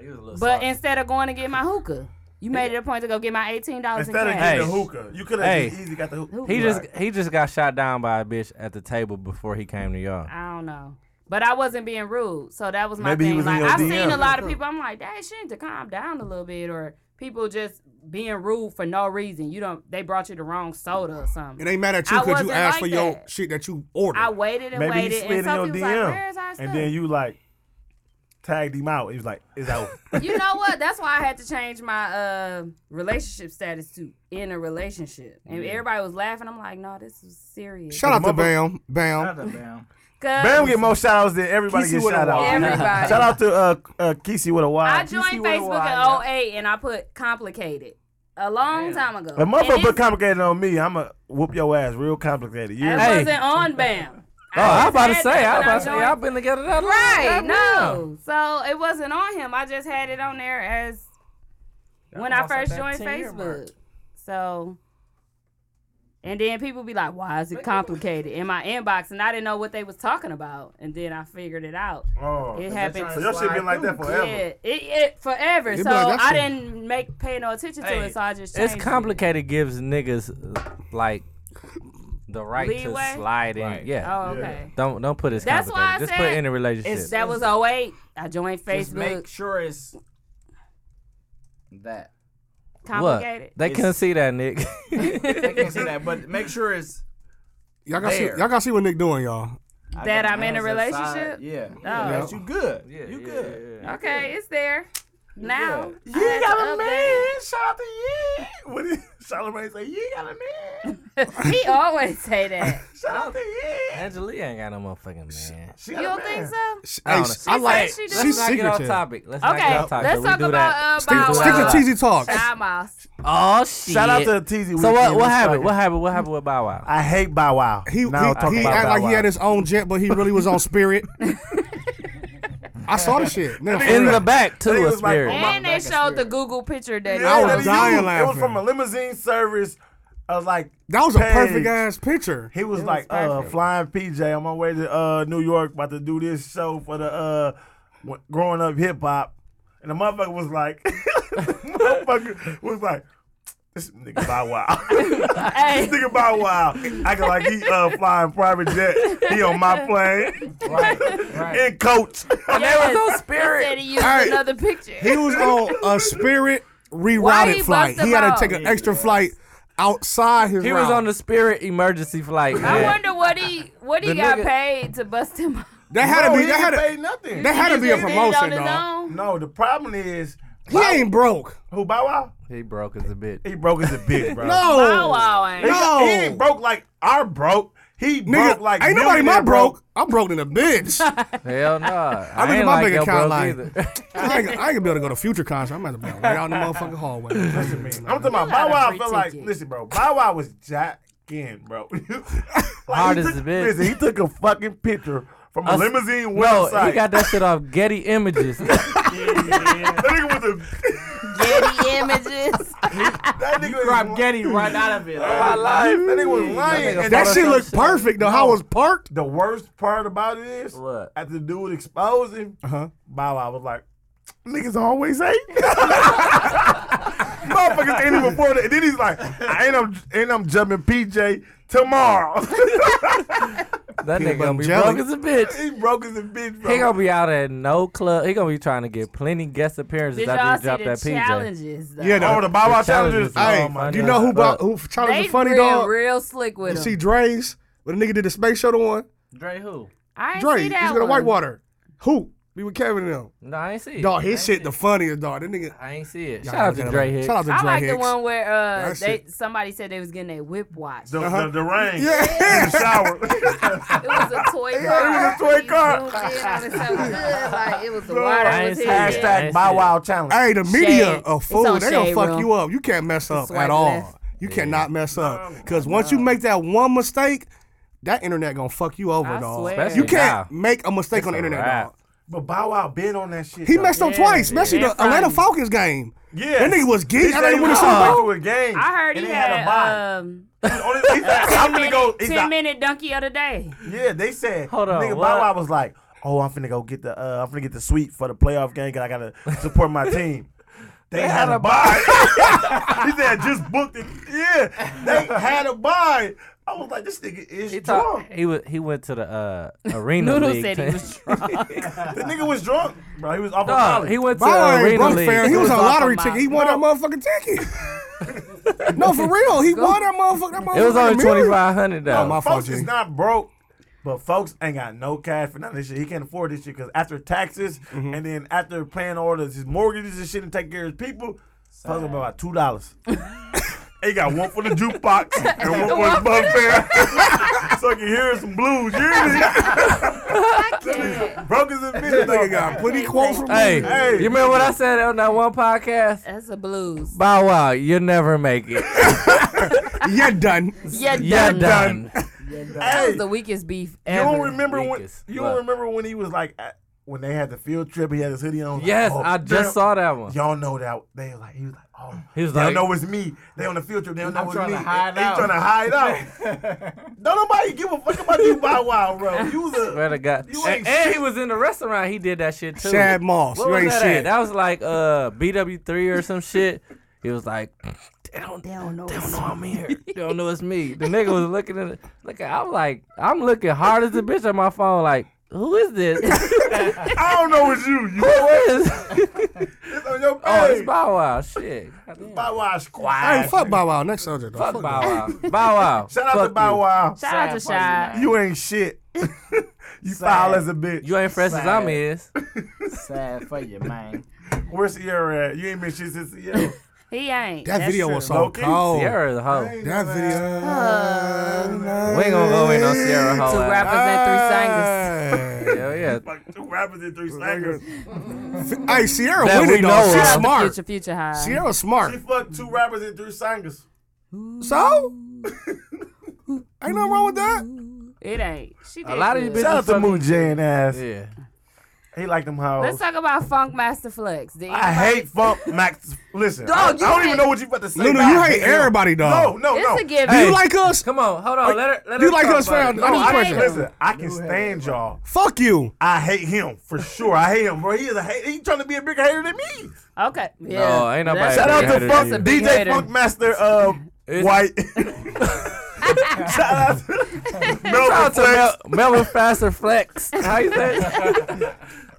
G: It was a little
E: but
G: salty.
E: instead of going to get my hookah, you made it a point to go get my eighteen dollars in
C: Instead of
E: cash.
C: getting the
D: Hey.
C: hookah, you could have
D: Hey.
C: just easily got the hookah.
E: Hookah.
D: He just he just got shot down by a bitch at the table before he came to y'all.
E: I don't know. But I wasn't being rude, so that was my
C: Maybe he
E: thing.
C: was in
E: like
C: your
E: I've
C: DM.
E: seen a lot of people. I'm like, dang, she need to calm down a little bit, or people just being rude for no reason. You don't. They brought you the wrong soda or something.
F: And they mad at you
E: I
F: because you
E: wasn't
F: asked
E: like
F: for your
E: that.
F: shit that you ordered.
E: I waited and
C: Maybe he
E: waited,
C: slid
E: and
C: in your
E: Sophie was like,
C: DM,
E: "Where's our stuff?"
C: and then you like tagged him out. He was like, "It's out."
E: you know what? That's why I had to change my uh, relationship status to in a relationship. And everybody was laughing. I'm like, no, this is serious.
F: Shout out to
C: Mother-
F: Bam. Bam.
G: Another bam.
E: 'Cause
C: Bam get more shout outs than everybody
G: Kesey
C: get
G: with a
C: shout out.
G: Y.
E: Everybody.
C: Shout out to uh, uh Kesey with a Y.
E: I
C: You see
E: joined
C: what it
E: Facebook in 08 and I put complicated a long time ago.
C: A motherfucker
E: And
C: put
E: it's-
C: complicated on me. I'ma whoop your ass real complicated. You hear
E: it
C: me?
D: Hey.
E: wasn't on Bam.
D: Oh, I was about to
E: had
D: say,
E: that
D: I
E: when
D: was about to say,
E: joined
D: y'all been together that long.
E: Right.
D: God
E: No. So it wasn't on him. I just had it on there as when I
D: almost at
E: first
D: that
E: joined
D: 10-year mark.
E: Facebook. So and then people be like, "Why is it complicated?" in my inbox, and I didn't know what they was talking about, and then I figured it out.
C: Oh,
E: It
C: so
E: happened.
C: So your shit been like that forever.
E: Yeah, it, it forever.
F: They be
E: so
F: like, that's
E: I
F: a-
E: didn't make pay no attention to
G: Hey,
E: it, so I just
D: damn. It's
E: changed it.
D: complicated. Gives niggas uh, like the right
E: Leeway?
D: to slide in.
G: Right.
D: Yeah.
E: Oh, okay.
D: Don't don't put it.
E: That's why I
D: complicated. Just put
E: said
D: in a relationship.
G: it's-
E: That was 08. I joined
G: Just make
E: Facebook.
G: sure it's that.
D: what?
E: Complicated.
D: They couldn't
G: It's-
D: see that, Nick.
G: I can't say that, but make sure it's
F: Y'all gotta, see,
G: There.
F: y'all gotta see what Nick doing, y'all.
E: That
G: got
E: I'm
G: my
E: in a
G: hands outside.
E: relationship?
G: Yeah. Oh.
E: Yeah.
G: you good. you good.
E: Okay, it's there. Now
G: good.
E: I had to update
C: Shout out to you. What did Charlamagne say? You got a man.
E: it. he always say that.
C: Shout out to you.
D: Angelia ain't got no motherfucking man.
C: She
E: You
C: got
E: don't
C: a
E: think
C: man.
E: so?
F: Sh-
D: I
F: hey,
D: don't know.
F: sh- I
E: She
F: like.
E: said she
F: She's
E: does.
D: Let's not get off
F: secretive.
D: topic. Let's not
E: Okay,
D: get off topic.
E: let's
D: we
E: talk
D: do that.
E: about uh,
F: Stick,
E: Bow
F: stick
E: Wow.
F: to TZ Talks.
E: Bow Wow.
D: Oh shit.
C: Shout out to Teezy.
D: So
C: We
D: what?
C: did
D: What
C: this
D: happened?
C: fucking-
D: What happened? What happened with Bow Wow?
C: I hate Bow Wow.
F: He, he, he
C: now I'm talking
F: acted
C: about Bow
F: like he
C: Wow.
F: had his own jet, but he really was on Spirit. I saw the shit. No, for
D: in
F: real.
D: the back
C: They
D: too. A
C: was like,
D: spirit.
C: oh
E: And they showed the Google picture that
C: Yeah,
F: I was
C: that he
F: dying
C: used. It was
F: laughing.
C: from a limousine service. I was like,
F: that was a
C: Page.
F: perfect ass picture.
C: He was, like, uh, flying PJ on my way to uh, New York, about to do this show for the uh, w- growing up hip hop, and the motherfucker was like, motherfucker was like, this nigga Bow Wow, this
E: Hey,
C: nigga Bow Wow, acting like he uh, flying private jet, he on my plane,
G: Right. Right.
C: in coach.
E: yes.
D: no
E: He
D: spirit.
E: said he used
F: All right.
E: another picture.
F: He was on a Spirit
E: Why
F: rerouted
E: he
F: flight.
E: bust
F: He had
E: about?
F: to take an extra flight outside his.
D: He was
F: route.
D: on the Spirit emergency flight.
E: I
D: man.
E: wonder what he what he
D: The
E: got
D: nigga-
E: paid to bust him. out.
F: That had
C: Bro,
F: to
C: he
F: be. That
C: ain't
F: had to.
C: paid nothing.
F: That had to
E: He
F: be a
E: just did it on
F: promotion,
E: his
F: dog.
E: own?
C: no, the problem is
F: He ain't broke.
C: who Bow Wow?
D: He broke as a bitch.
C: He broke as a bitch, bro.
E: Bow
F: No,
E: Wow ain't.
C: He-
F: No.
C: He ain't broke like our broke. He
F: nigga,
C: broke like
F: ain't nobody my
C: millionaire
F: broke. I'm broke than a bitch.
D: Hell no. I,
F: look at
D: ain't
F: my
D: like
F: bank
D: your
F: account
D: broke
F: like-
D: either.
F: I ain't, I ain't gonna be able to go to future concert. I'm gonna be way out in the motherfucking hallway. Listen, man,
C: I'm talking
E: got
C: about Bow
E: a
C: Wow. I
E: free
C: feel like
E: ticket.
C: listen, bro. Bow Wow was jacking, bro. Like,
D: Hard
C: he
D: as
C: took-
D: a bitch.
C: Listen, he took a fucking picture from a
D: Us-
C: limousine
D: No,
C: website.
D: he got that shit off Getty Images. that
C: that nigga with the
E: Getty images.
C: that nigga
G: Drop
C: was,
G: Getty right out of it.
C: That nigga was lying.
F: that
C: And
D: nigga photo-
C: that's
F: shit
D: some
F: looked
D: shit.
F: perfect though. How I was parked.
C: the worst part about it is
D: What?
C: after the dude exposed him,
F: Uh huh.
C: Bow Wow was like, niggas always hate. Motherfuckers ain't even for that. And then he's like, I ain't I'm, ain't I'm jumping PJ tomorrow.
D: That
F: Peanut butter
D: nigga gonna be
F: jelly.
D: broke as a bitch.
C: He broke as a bitch,
D: He
C: bro.
D: gonna be out at no club. He gonna be trying to get plenty guest appearances
E: Did
D: after
E: y'all
D: he dropped
E: see the
D: that PJ.
E: challenges? Though?
F: Yeah, the-
C: Oh, the Bow Wow
D: The challenges
C: challenges.
D: is-
F: Hey,
D: Oh, my
F: do you
D: God.
F: know who bought,
D: Look.
F: who Charlie
E: they
F: the funny
E: real,
F: dog?
E: real slick with
F: You
E: them.
F: see Dre's when the nigga did the space shuttle one.
G: Dre who?
E: I ain't
F: Dre,
E: see
F: he's
E: that
F: gonna
E: one.
F: Whitewater. Who? Be with Kevin and them.
D: No, I ain't see it.
F: Dog,
D: I ain't
F: his shit
D: see
F: the
D: it.
F: funniest dog. That nigga.
D: I ain't see it.
F: Y'all
D: Shout out
F: gotta
D: to
F: look
D: Dre
F: that up.
D: Hicks.
F: Shout out to
E: I
F: Dre
E: like
F: Hicks.
E: the one where uh,
F: That
E: they
F: shit.
E: somebody said they was getting their whip watch.
C: The,
F: Uh-huh.
C: the, the rain.
F: Yeah.
C: In the shower.
E: It was a toy car.
C: it was a toy car.
E: He zoomed in on it so good, like it was the
D: I
E: water
D: ain't
E: was
D: see
E: his.
D: it. I
C: Hashtag
D: ain't
C: Bow
D: see
C: Wow challenge.
F: Hey, the media
E: Shade.
F: a
E: It's
F: fool.
E: on
F: They gonna
E: Shade
F: fuck
E: Room.
F: you up. You can't mess up at
E: swipe
F: all.
E: left.
F: You cannot mess up. Cause once you make that one mistake, that internet gonna fuck you over,
E: I
F: dog.
E: swear.
D: Especially
F: You can't
D: now.
F: make a mistake on the
D: a
F: internet,
D: wrap.
F: dog.
C: But Bow Wow been on that shit.
F: He
C: though.
F: messed up
E: Yeah,
F: twice, especially
E: yeah.
F: the Atlanta
E: Front.
F: Falcons game.
C: Yeah.
F: That nigga was geeked.
C: He
F: I
C: said
F: didn't
C: he
F: win
C: was
F: a Super
C: all
F: Bowl.
C: over games.
E: I heard
C: and
E: he
C: they had,
E: had
C: a bye.
E: um,
C: He's only- he's like, I'm gonna go. He's
E: ten
C: like,
E: minute donkey of the day.
C: yeah, they said.
D: Hold on,
C: nigga,
D: what?
C: Bow Wow was like, "Oh, I'm finna go get the, uh, I'm finna get the suite for the playoff game because I gotta support my team." They had a buy. he said, "Just booked it." Yeah, they had a buy. I was like, "This nigga is
D: He,
C: drunk."
D: talk, he, was, he went to the uh, arena
E: Noodle
D: league.
E: said he
D: team.
E: was drunk.
C: The nigga was drunk, bro. He was off
D: Dog,
C: on
D: he went to
F: Bro,
D: the
F: ain't
D: arena
F: broke,
D: league.
F: fam. He was a
E: off
F: lottery
E: my-
F: ticket. He won that motherfucking ticket. no, for real. He won that motherfucker. That
D: it was
F: motherfucking
D: only
F: million.
D: twenty five hundred though.
F: Oh, my fault,
C: Folks
F: G.
C: is not broke, but folks ain't got no cash for none of this shit. He can't afford this shit because after taxes
D: Mm-hmm.
C: and then after paying all of his mortgages and shit and taking care of his people, talking about about two dollars. he got one for the jukebox and one for his bug fair, so I can hear some blues. You hear me? Broke as a bitch.
F: That nigga
C: Nigga
F: got plenty quotes from
D: hey,
F: me.
C: Hey.
D: you remember what I said on that one podcast?
E: That's a blues.
D: Bow Wow, you never make it.
F: You're done.
E: Yeah,
D: You're done.
E: That
C: Hey,
E: was the weakest beef
C: you
E: ever.
C: don't remember when?
D: Weakest.
C: You
D: What?
C: don't remember when he was like uh, at- when they had the field trip? He had his hoodie on.
D: Yes,
C: Oh,
D: I
C: damn.
D: just saw that one.
C: Y'all know that they like he was like, oh,
D: He was
C: they
D: like-
C: don't know it's me. They on the field trip. They don't know
G: I'm
C: it's
G: trying
C: me.
G: to hide
C: They
G: out.
C: trying to hide out. don't nobody give a fuck about you, Bow Wow, bro. You was
D: Swear
C: a
D: to God.
C: You ain't
D: And, and
C: shit.
D: he was in the restaurant. He did that shit too.
F: Shad Moss.
D: What
F: you
D: was
F: ain't
D: that at?
F: shit.
D: That was like uh BW3 or some shit. He was like, they don't, they don't know, they don't know I'm here. they don't know it's me. The nigga was looking at it. Look, at- I'm like, I'm looking hard as a bitch at my phone. Like, who is this?
C: I don't know it's you. You
D: who is?
C: it's on your
D: Oh,
C: page.
D: it's Bow Wow. Shit. Goddamn.
C: Bow Wow
F: Hey,
C: squad.
F: fuck Bow Wow. Next subject. dog.
D: Fuck Bow Wow. Bow Wow.
C: Shout out
D: Fuck
C: to Bow
D: you.
C: Wow.
E: Shout out to
G: Sad
E: Shy.
G: pussy,
C: You ain't shit. you foul as a bitch.
D: You ain't fresh as I'm
G: Sad.
D: is.
G: man. Sad for you, man.
C: Where's Sierra at? You ain't been shit since Sierra.
E: He ain't.
F: That
E: That's
F: video
E: true.
F: was so
C: Low-key,
F: cold.
D: Sierra is a hoe.
F: That video.
D: We ain't gonna go in on Sierra hoe.
E: To
D: ass.
E: represent
F: Hey.
D: Hell yeah.
C: like two rappers and three slangers.
F: Hey, Sierra
D: That we
F: winning
D: know
F: though.
D: of.
E: three
F: She's
E: singers.
F: smart.
E: Future, future high.
F: Sierra's
C: She
F: smart.
C: fucked two rappers and three singers.
F: So? Ain't nothing wrong with that.
E: It ain't. She did
D: A lot of these
E: good.
D: bitches-
C: Shout out to
D: fucking-
C: Moon Jan ass.
D: Yeah.
C: He like them hoes.
E: Let's talk about Funk Master Flex. Did
C: I
E: anybody-
C: hate funk Max. Listen, I-
E: Dog,
C: I,
E: you
C: don't even
E: hate-
C: know what you about to say.
F: Luna,
C: but
F: you
C: I
F: hate
C: him.
F: everybody,
C: No,
F: dog.
C: no,
E: It's
C: no.
E: a given.
F: Do
D: Hey.
F: you like us?
D: Come on, hold on. Let her. Let
F: do you
D: her
F: like
D: talk
F: us,
D: about
F: fam?
D: it.
F: I
C: No,
F: just
C: I,
F: question.
C: listen, I can stand y'all.
F: Fuck you.
C: I hate him for sure. I hate him, bro. He is a hate. He trying to be a bigger hater than me.
E: Okay. Yeah.
D: No, ain't nobody-
E: That's-
C: Shout out
D: hater
C: to
D: than
C: Funk
D: you.
E: Big
C: DJ
E: hater.
C: Funkmaster uh,
D: It's-
C: White. Shout out to
D: Shout out
C: Melvin Flex.
D: to Mel- Melvin Faster Flex. How you say? it?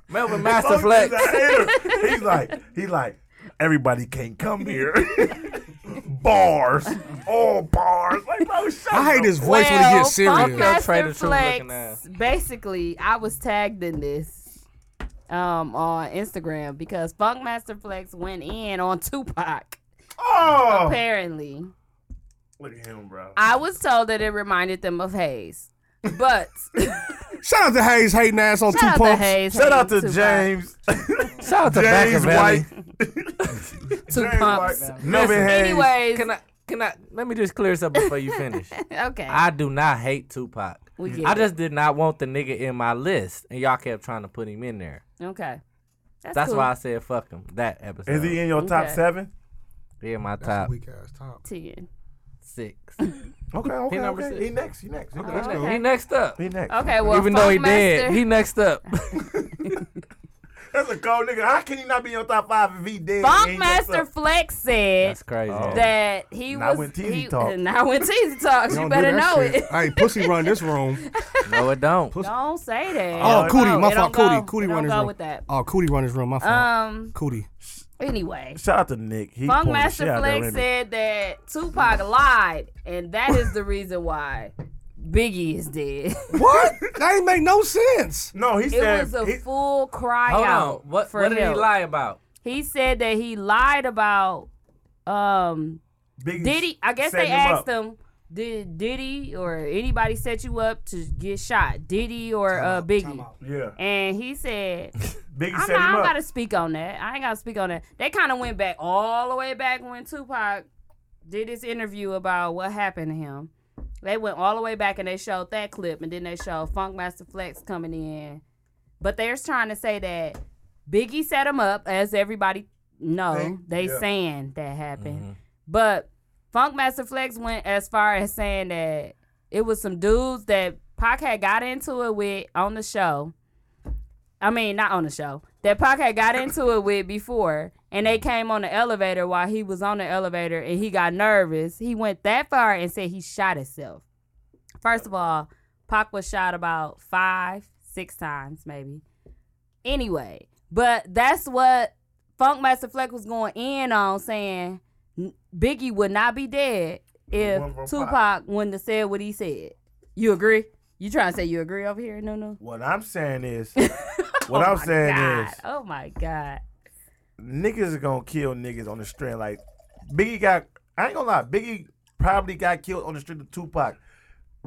D: Melvin
C: Funk
D: Master
C: is
D: Flex.
C: a hater. He's like, he's like, everybody can't come here. bars, all bars. Like, bro, shut
F: I hate
C: the
F: his
C: fuck
F: voice when he
E: Funk
F: gets serious.
E: Master
D: Trader Truth looking
E: Flex. Basically, I was tagged in this um, on Instagram because Funk Master Flex went in on Tupac.
C: Oh,
E: Apparently,
C: look at him, bro.
E: I was told that it reminded them of Hayes, but
F: Shout out to Hayes hating ass on two
E: shout out to
F: pumps.
E: Hayes.
C: Shout out to
E: Hayes, Tupac.
C: James.
D: Shout out to
C: James
D: Machiavelli.
C: White.
E: Two
C: James
E: pumps.
C: White. Melvin Hayes.
E: Anyways,
D: Can I? Can I? Let me just clear this up before you finish.
E: okay.
D: I do not hate Tupac. Mm-hmm.
E: we get
D: I
E: it.
D: just did not want the nigga in my list, and y'all kept trying to put him in there.
E: okay. That's,
D: That's
E: cool.
D: why I said fuck him. That episode.
C: Is he in your top
E: Okay.
C: seven?
D: He in my top
F: Weak ass top.
E: Ten.
D: six.
C: Okay, okay,
D: number
C: okay.
D: six.
C: He next. He next. He next.
E: Oh, Okay.
D: He next up.
C: He next.
E: Okay. Well,
D: Even though he
E: Funkmaster-
D: dead, he next up.
C: That's a cold nigga. How can he not be in your top five if he dead? and he just
E: Funkmaster
C: suck?
E: Flex said
D: That's crazy.
C: Oh.
E: that he
C: Not
E: was.
C: when Teezy
E: he,
C: talk.
E: Not when Teezy talks. you
F: Oh. Don't do
E: better
F: that
E: know
F: shit.
E: it.
F: Hey, pussy run this room.
D: No, it don't.
E: Don't say that.
F: Oh,
E: It don't
F: cootie,
E: go.
F: my
E: It don't
F: fault. Cootie,
E: go.
F: cootie
E: It don't
F: run this
E: go
F: room.
E: with that.
F: Oh, cootie run this room. My fault.
E: Um.
F: cootie.
E: Anyway,
C: Shout out to Nick. He
E: Funk
C: pouring the shit
E: Master
C: out that
E: Flex
C: Remy.
E: said that Tupac lied, and that is the reason why Biggie is dead.
F: What? that ain't make no sense.
C: No, he
E: It
C: said.
E: was a
C: he-
E: full cry
D: Hold on.
E: out
D: What,
E: for Uh,
D: what did he
E: help.
D: lie about?
E: He said that he lied about um
C: Biggie
E: did he I guess
C: setting
E: they asked
C: up.
E: him, did did he or anybody set you up to get shot? Did he or uh Biggie?
C: Yeah,
E: And he said,
C: Biggie
E: I'm
C: set
E: not, I
C: him
E: don't
C: up.
E: gotta speak on that. I ain't gotta speak on that. They kinda went back all the way back when Tupac did his interview about what happened to him. They went all the way back and they showed that clip and then they showed Funk Master Flex coming in. But they're trying to say that Biggie set him up, as everybody know.
C: Think?
E: They
C: Yeah.
E: saying that happened. But Funk Master Flex went as far as saying that it was some dudes that Pac had got into it with on the show. I mean, not on the show. That Pac had got into it with before, and they came on the elevator while he was on the elevator, and he got nervous. He went that far and said he shot himself. First of all, Pac was shot about five, six times, maybe. Anyway, but that's what Funk Master Flex was going in on, saying "N- Biggie would not be dead if
C: One from
E: Tupac
C: Pac.
E: wouldn't have said what he said. You agree? You trying to say you agree over here? No, no.
C: What I'm saying is, what I'm saying
E: Oh God.
C: is,
E: Oh my God.
C: niggas is gonna kill niggas on the street. Like Biggie got, I ain't gonna lie, Biggie probably got killed on the street of Tupac,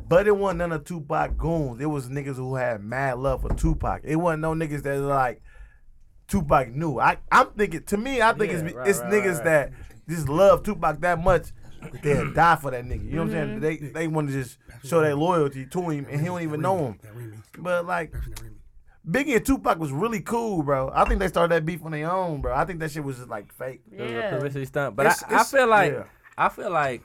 C: but it wasn't none of Tupac goons. It was niggas who had mad love for Tupac. It wasn't no niggas that like Tupac knew. I I'm thinking to me, I think
G: Yeah,
C: it's
G: right,
C: it's
G: right,
C: niggas
G: right,
C: that just love Tupac that much. that They'll die for that nigga. You know what I'm saying? They they want to just show their loyalty to him, and he don't even know him. But like, Biggie and Tupac was really cool, bro. I think they started that beef on their own, bro. I think that shit was just like fake.
D: It was
E: Yeah.
D: a publicity stunt. But
C: It's-
D: I, I
C: it's-
D: feel like
C: yeah.
D: I feel like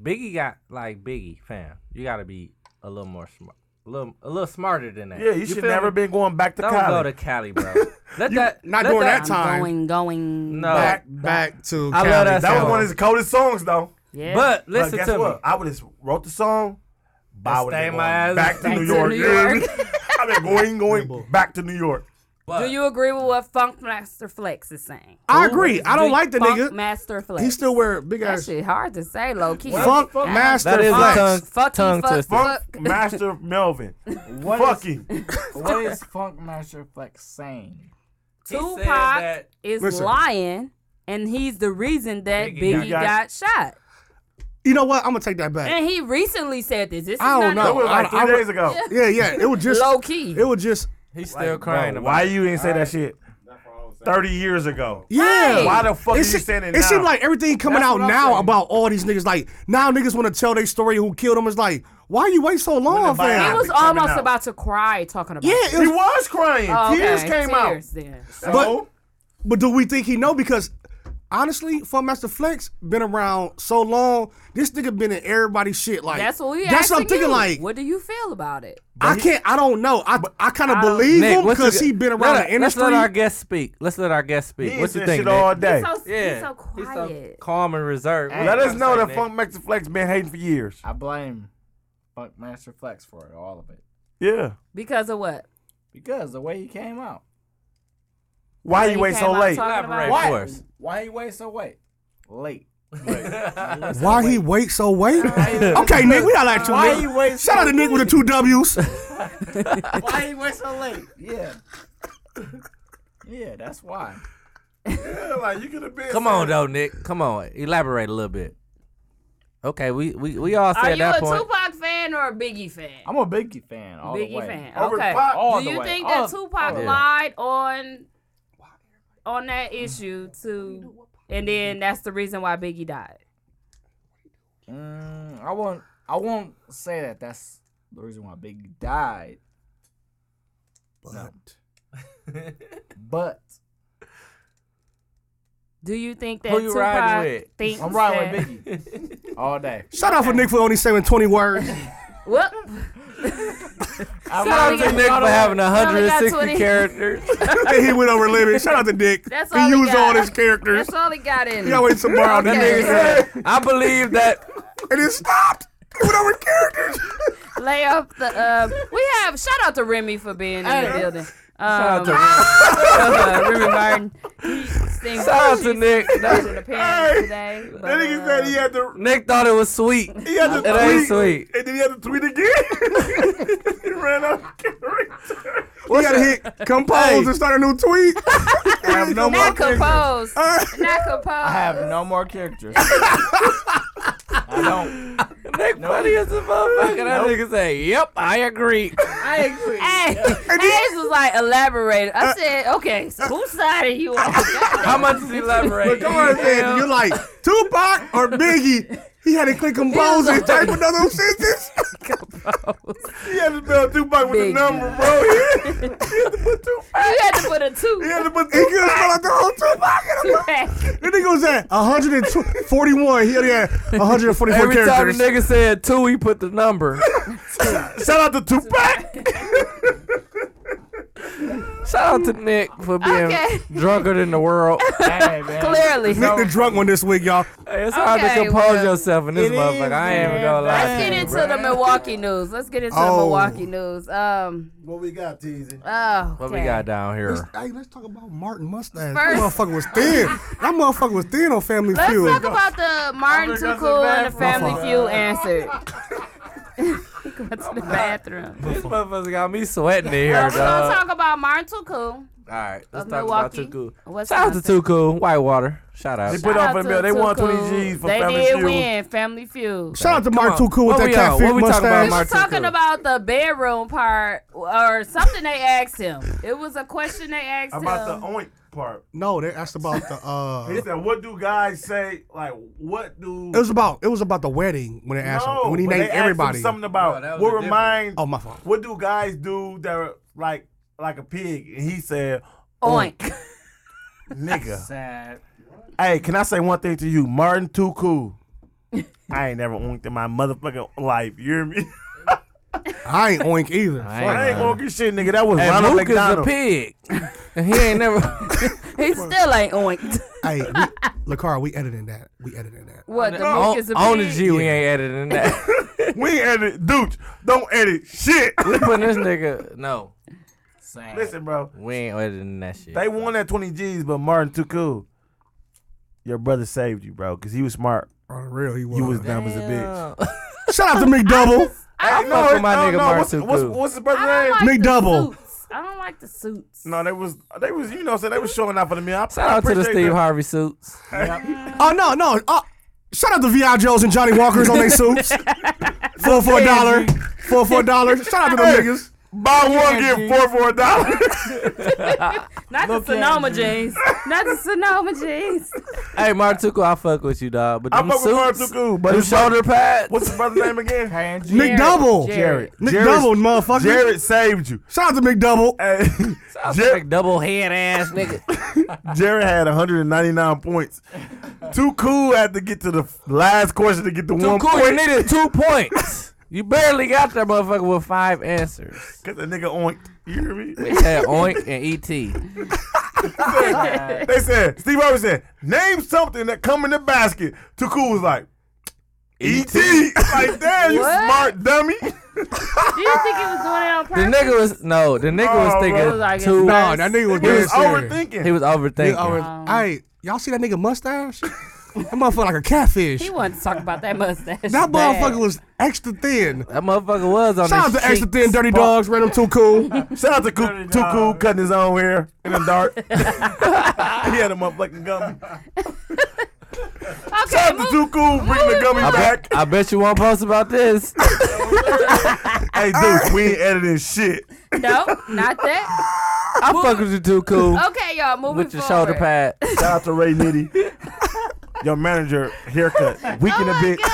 D: Biggie got like Biggie, fam. You gotta be a little more smart. A little, a little smarter than that.
C: Yeah, you, should
D: feel
C: never
D: me?
C: been going back to
D: Don't go to
C: college.
D: Cali, bro. Let that
F: not
D: let
F: during that
E: I'm
F: time.
E: going, going.
D: No.
F: Back, back to.
D: I love
F: Cali.
D: that
C: that was
D: song.
C: one of his coldest songs, though.
E: Yeah.
D: But
C: But
D: listen
C: guess
D: to
C: what?
D: me.
C: I would just wrote the song. But I
D: And
C: would
D: stay
C: have been
D: my
C: going
D: ass
C: back to
E: back
C: New
E: to
C: York.
E: New
C: yeah.
E: York.
C: I've been going, going back to New York.
D: But-
E: Do you agree with what Funk Master Flex is saying?
F: I agree. I don't like the
E: Funk
F: nigga.
E: Master Flex.
F: He still wear big
E: that
F: ass.
E: shit hard to say, low key.
F: Funk Master
D: That is
F: Flex.
D: tongue-
E: Fuck,
D: tongue
E: fuck,
D: twister.
E: fuck.
C: Fuck Master Melvin.
G: What is-
C: Fucking.
G: what is Funk Master Flex saying?
D: He said
E: Tupac
D: that-
E: is
F: Listen.
E: lying, and he's the reason that Biggie,
D: Biggie
E: got,
C: got-
E: shot.
F: You know what? I'm gonna take that back.
E: And he recently said this. This is
F: I don't
E: not
C: That
F: know.
C: was like
F: I-
C: three
F: I-
C: days ago.
F: Yeah, yeah. It was just.
E: low key.
F: It was just.
D: He's still crying
C: Bro,
D: about
C: why
D: it.
C: you didn't say that shit 30 years ago?
F: Yeah.
E: Right.
C: Why the fuck
F: It
C: are you
F: se-
C: saying it
F: It
C: now?
F: seemed like everything coming
G: That's
F: out
G: what I'm
F: now
G: saying.
F: about all these niggas. Like now, niggas want to tell their story who killed them. It's like, why you wait so long,
C: When the
E: He
F: fam?
C: biopic-
E: was
C: coming
E: almost
C: out.
E: about to cry talking about
F: yeah,
E: it.
F: it
C: he
F: was-
C: was crying.
E: Oh, okay.
C: Tears came out.
E: Tears Then.
C: So,
F: But- but do we think he know? Because honestly, Fun Master Flex been around so long. This nigga been in everybody's shit. Like
E: That's what we.
F: That's what I'm
E: asking
F: thinking.
E: you.
F: Like
E: What do you feel about it?
F: I can't. I don't know. I I kind of
E: I don't-
F: believe him
D: what you
F: because
D: got-
F: he been
D: let
F: around
D: our-
F: the industry.
D: Let's let our guest speak. Let's let our guest speak.
C: he
D: what
C: ain't
D: you
C: said
D: think?
C: shit all
D: Nick?
C: day.
E: He's so,
D: yeah,
E: he's so quiet.
D: calm and reserved.
G: Hey,
C: Let us
G: I'm
C: know
G: saying
C: that
G: that.
C: Funk Max and Flex been hating for years.
G: I blame Funk Master Flex for it, all of it.
C: Yeah.
E: because of what?
G: Because the way he came out.
C: Why
E: When
C: you
E: he
C: wait
E: came
C: so
E: out
C: late?
E: talking about
D: Elaborate
E: it?
D: Why? for us.
G: Why he wait so wait? Late.
F: Why he wait so wait? okay, Nick, we not like you.
G: Why
F: Nick.
G: he wait
F: Shout
G: so
F: out to Nick with the two W's.
G: Why he went so late? Yeah. yeah, that's why.
C: Yeah, like you could have been.
D: Come on though, Nick. Come on, elaborate a little bit. Okay, we we, we all
E: Are
D: said
E: you a
D: that point.
E: Tupac fan or a Biggie fan?
G: I'm a Biggie fan all the
E: Biggie
G: way.
E: fan.
C: Over
E: okay.
C: Pac.
G: All
E: do
G: the
E: you
G: way.
E: think
G: All-
E: that Tupac
G: all the way.
E: lied on on that issue too? And then that's the reason why Biggie died.
G: Mm, I won't. I won't say that. That's the reason why Biggie died. But
E: Do you think that
D: Who you riding
E: Tupac
D: with?
E: thinks
G: I'm riding
E: that-
G: with Biggie all day.
F: Shout out for Nick for only saying 20 words.
E: Whoop.
D: Shout out to Nick for having
E: We only
D: 160
E: got
D: characters.
F: And he went over Libby. Shout out to Nick.
E: That's
F: he
E: all he
F: used
E: got.
F: all his characters.
E: That's all he got in.
F: He
E: it.
F: always borrowed
D: That
E: Okay.
F: that
D: nigga said, I believe that.
F: nigga. And it stopped. He went over characters.
E: Lay up the. Uh, we have shout out to Remy for being in the building. Um,
D: Shout out to Remy.
E: uh, Remy Martin. He sings-
D: Shout out
E: she
D: to Nick.
E: sings an appearance
F: Hey,
E: today, but,
F: That nigga
E: uh,
F: said he had to.
D: Nick thought it was sweet.
F: He had to
D: It ain't
F: tweet.
D: sweet.
F: And then he had to tweet again. he ran out of characters. He
D: What's
F: got to
D: that?
F: hit compose
D: Hey.
F: and start a new tweet. I have no
E: Not composed. Not composed.
G: I have no more characters. I don't.
D: Nick funny as a motherfucker. That nigga say, yep, I agree.
G: I agree.
E: Hey, Hayes was like elaborated. I said, okay, so whose side are you on?
D: How much is he elaborate?
F: But come on, man. You're like Tupac or Biggie. He had to click compose and type another sentence. he had to spell Tupac with
E: Biggie.
F: the number, bro. He had to put Tupac.
E: you had to put a
F: He
E: two.
F: had to put. He could have spelled out the whole Tupac. in a- The nigga was at 141. He only had 144
D: Every time the
F: characters.
D: nigga said two, he put the number.
F: Shout out to Tupac.
D: Shout out to Nick for being
E: Okay.
D: drunker than the world.
G: Hey, man.
E: Clearly.
F: Nick the drunk one this week, y'all.
D: Hey, it's hard to
E: Okay,
D: compose
E: well,
D: yourself in this
G: it is,
D: motherfucker. I ain't even
G: man.
D: gonna lie.
E: Let's get into the Milwaukee news. Let's get into the
F: Oh.
E: Milwaukee news. Um,
H: What we got, teasing?
E: oh,
D: What we
E: okay.
D: got down
F: Let's,
D: here?
F: hey, let's talk about Martin Mustache.
E: First-
F: That motherfucker was thin. That motherfucker was thin on Family
E: Let's
F: Feud.
E: talk about the Martin
G: gonna
E: Tuchel
G: go to the
E: and the Family
F: bathroom.
E: Feud answer. go to the bathroom.
D: This motherfucker got me sweating in here,
E: We're gonna
D: dog.
E: talk about Martin Tuchel.
D: All right, let's
E: of
D: talk
E: Milwaukee,
D: about Tuku. Shout out to
E: Wisconsin.
D: Tuku, Whitewater. Shout out.
C: They put on for the bill. They won 20 G's for
E: They
C: Family
E: did
C: Feud.
E: win Family Feud.
F: Shout out to
D: Come
F: Mark
D: on.
F: Tuku with
D: What
F: that
D: we on? What
F: catfish
D: we talking about,
F: mustache.
E: We was
D: Martin
E: talking
D: Tuchel.
E: about the bedroom part or something they asked him. It was a question they asked
C: About
E: him.
C: the oink part.
F: No, they asked about the. Uh,
C: He said, "What do guys say? Like, what do?"
F: it was about it was about the wedding when they asked him when he
C: but
F: named
C: they asked him
F: everybody.
C: something about
D: that was a
C: what
D: different-
C: remind.
F: Oh my fault.
C: What do guys do that are like like a pig? And he said,
E: Oink.
C: "Nigga,
G: Sad.
C: hey, can I say one thing to you, Martin? Too cool. I ain't never oinked in my motherfucking life. You hear me?
F: I ain't oink either.
D: I
C: I ain't
D: ain't gonna.
C: oinking shit, nigga. That was
D: And
C: Ronald
D: Luke is a
C: McDonald.
D: pig, and he ain't never.
E: He still ain't oinked.
F: hey, we, Lakara, we editing that. We editing that.
E: What the
D: on,
E: book is a
D: on the
E: pig?
D: G, we ain't editing that.
C: We ain't edit, dude. Don't edit shit.
D: we putting this nigga. No,
G: Sad.
C: Listen, bro.
D: we ain't editing that shit.
C: They won that 20 G's, but Martin too cool. Your brother saved you, bro, because he was smart.
D: Oh,
F: On the real, he was.
C: You was dumb as a bitch.
D: Damn.
F: Shout out to McDouble.
D: I
C: No,
D: fuck with my
C: no,
D: nigga
C: no,
D: Martin
C: what's, what's,
D: Tuku.
C: what's his brother's
E: I
C: name?
E: don't like
F: McDouble.
E: The suits. I don't like the suits.
C: No, they was they was you know so they was showing out for the meal. I,
D: Shout
C: I
D: out to the
C: appreciate
D: Steve
C: that.
D: Harvey suits.
F: Oh no, no. Uh, shout out to Vi Joes and Johnny Walkers on their suits. Four for a dollar. Four for a dollar. Shout out to them niggas.
C: Buy one get four for a dollar.
E: Not the Sonoma jeans. Not the Sonoma jeans.
D: Hey, Martuko, I fuck with you, dog. But
C: I
D: them
C: fuck with Martin
D: suits,
C: Tuku, but
D: them
C: his brother-
D: shoulder pads.
C: What's his brother's name again?
G: Hey, and you.
E: Jared,
F: McDouble.
E: Jared.
F: McDouble, motherfucker.
C: Jared saved you.
F: Shout out to McDouble.
C: Hey, Jared,
D: Like double head ass nigga.
C: Jared had 199 points. Too cool had to get to the last question to get the
D: Too
C: one
D: cool. You
C: point.
D: needed two points. You barely got that motherfucker with five answers.
C: Cause the nigga oinked. You hear me?
D: They had Oink and E ET.
C: they said Steve Harvey said name something that come in the basket. Too cool was like.
D: E
C: E.T. like, damn, you
E: What?
C: smart dummy.
E: Do you think he was doing it on
D: The
E: purpose?
D: nigga was no. The nigga was
C: Oh,
D: thinking
C: bro.
E: Like,
D: too.
F: No, that nigga was
C: He
F: dead
C: was
F: serious.
C: overthinking.
D: He was overthinking.
C: Um,
F: Hey, y'all see that nigga mustache? That motherfucker like a catfish.
E: He wanted to talk about that mustache. bad.
F: That motherfucker was extra thin.
D: that motherfucker was on
F: Shout out
D: the
F: to Extra Thin
D: streets.
F: Dirty Dogs, Random Too Cool.
C: Shout out to Cool, Too Cool cutting his own hair in the dark. he had a motherfucking gummy.
E: Okay,
C: The
E: move-
C: Too Cool bringing the gummy
D: I
C: back.
D: bet, I bet you won't post about this.
C: hey, dude, we ain't editing shit.
E: no, not that.
D: I fuck with you too cool
E: Okay, y'all, Uh, moving
D: with your
E: forward.
D: shoulder pad.
C: Shout out to Ray Nitty. Your manager haircut, weak in a
E: Oh my
C: bit.
E: God.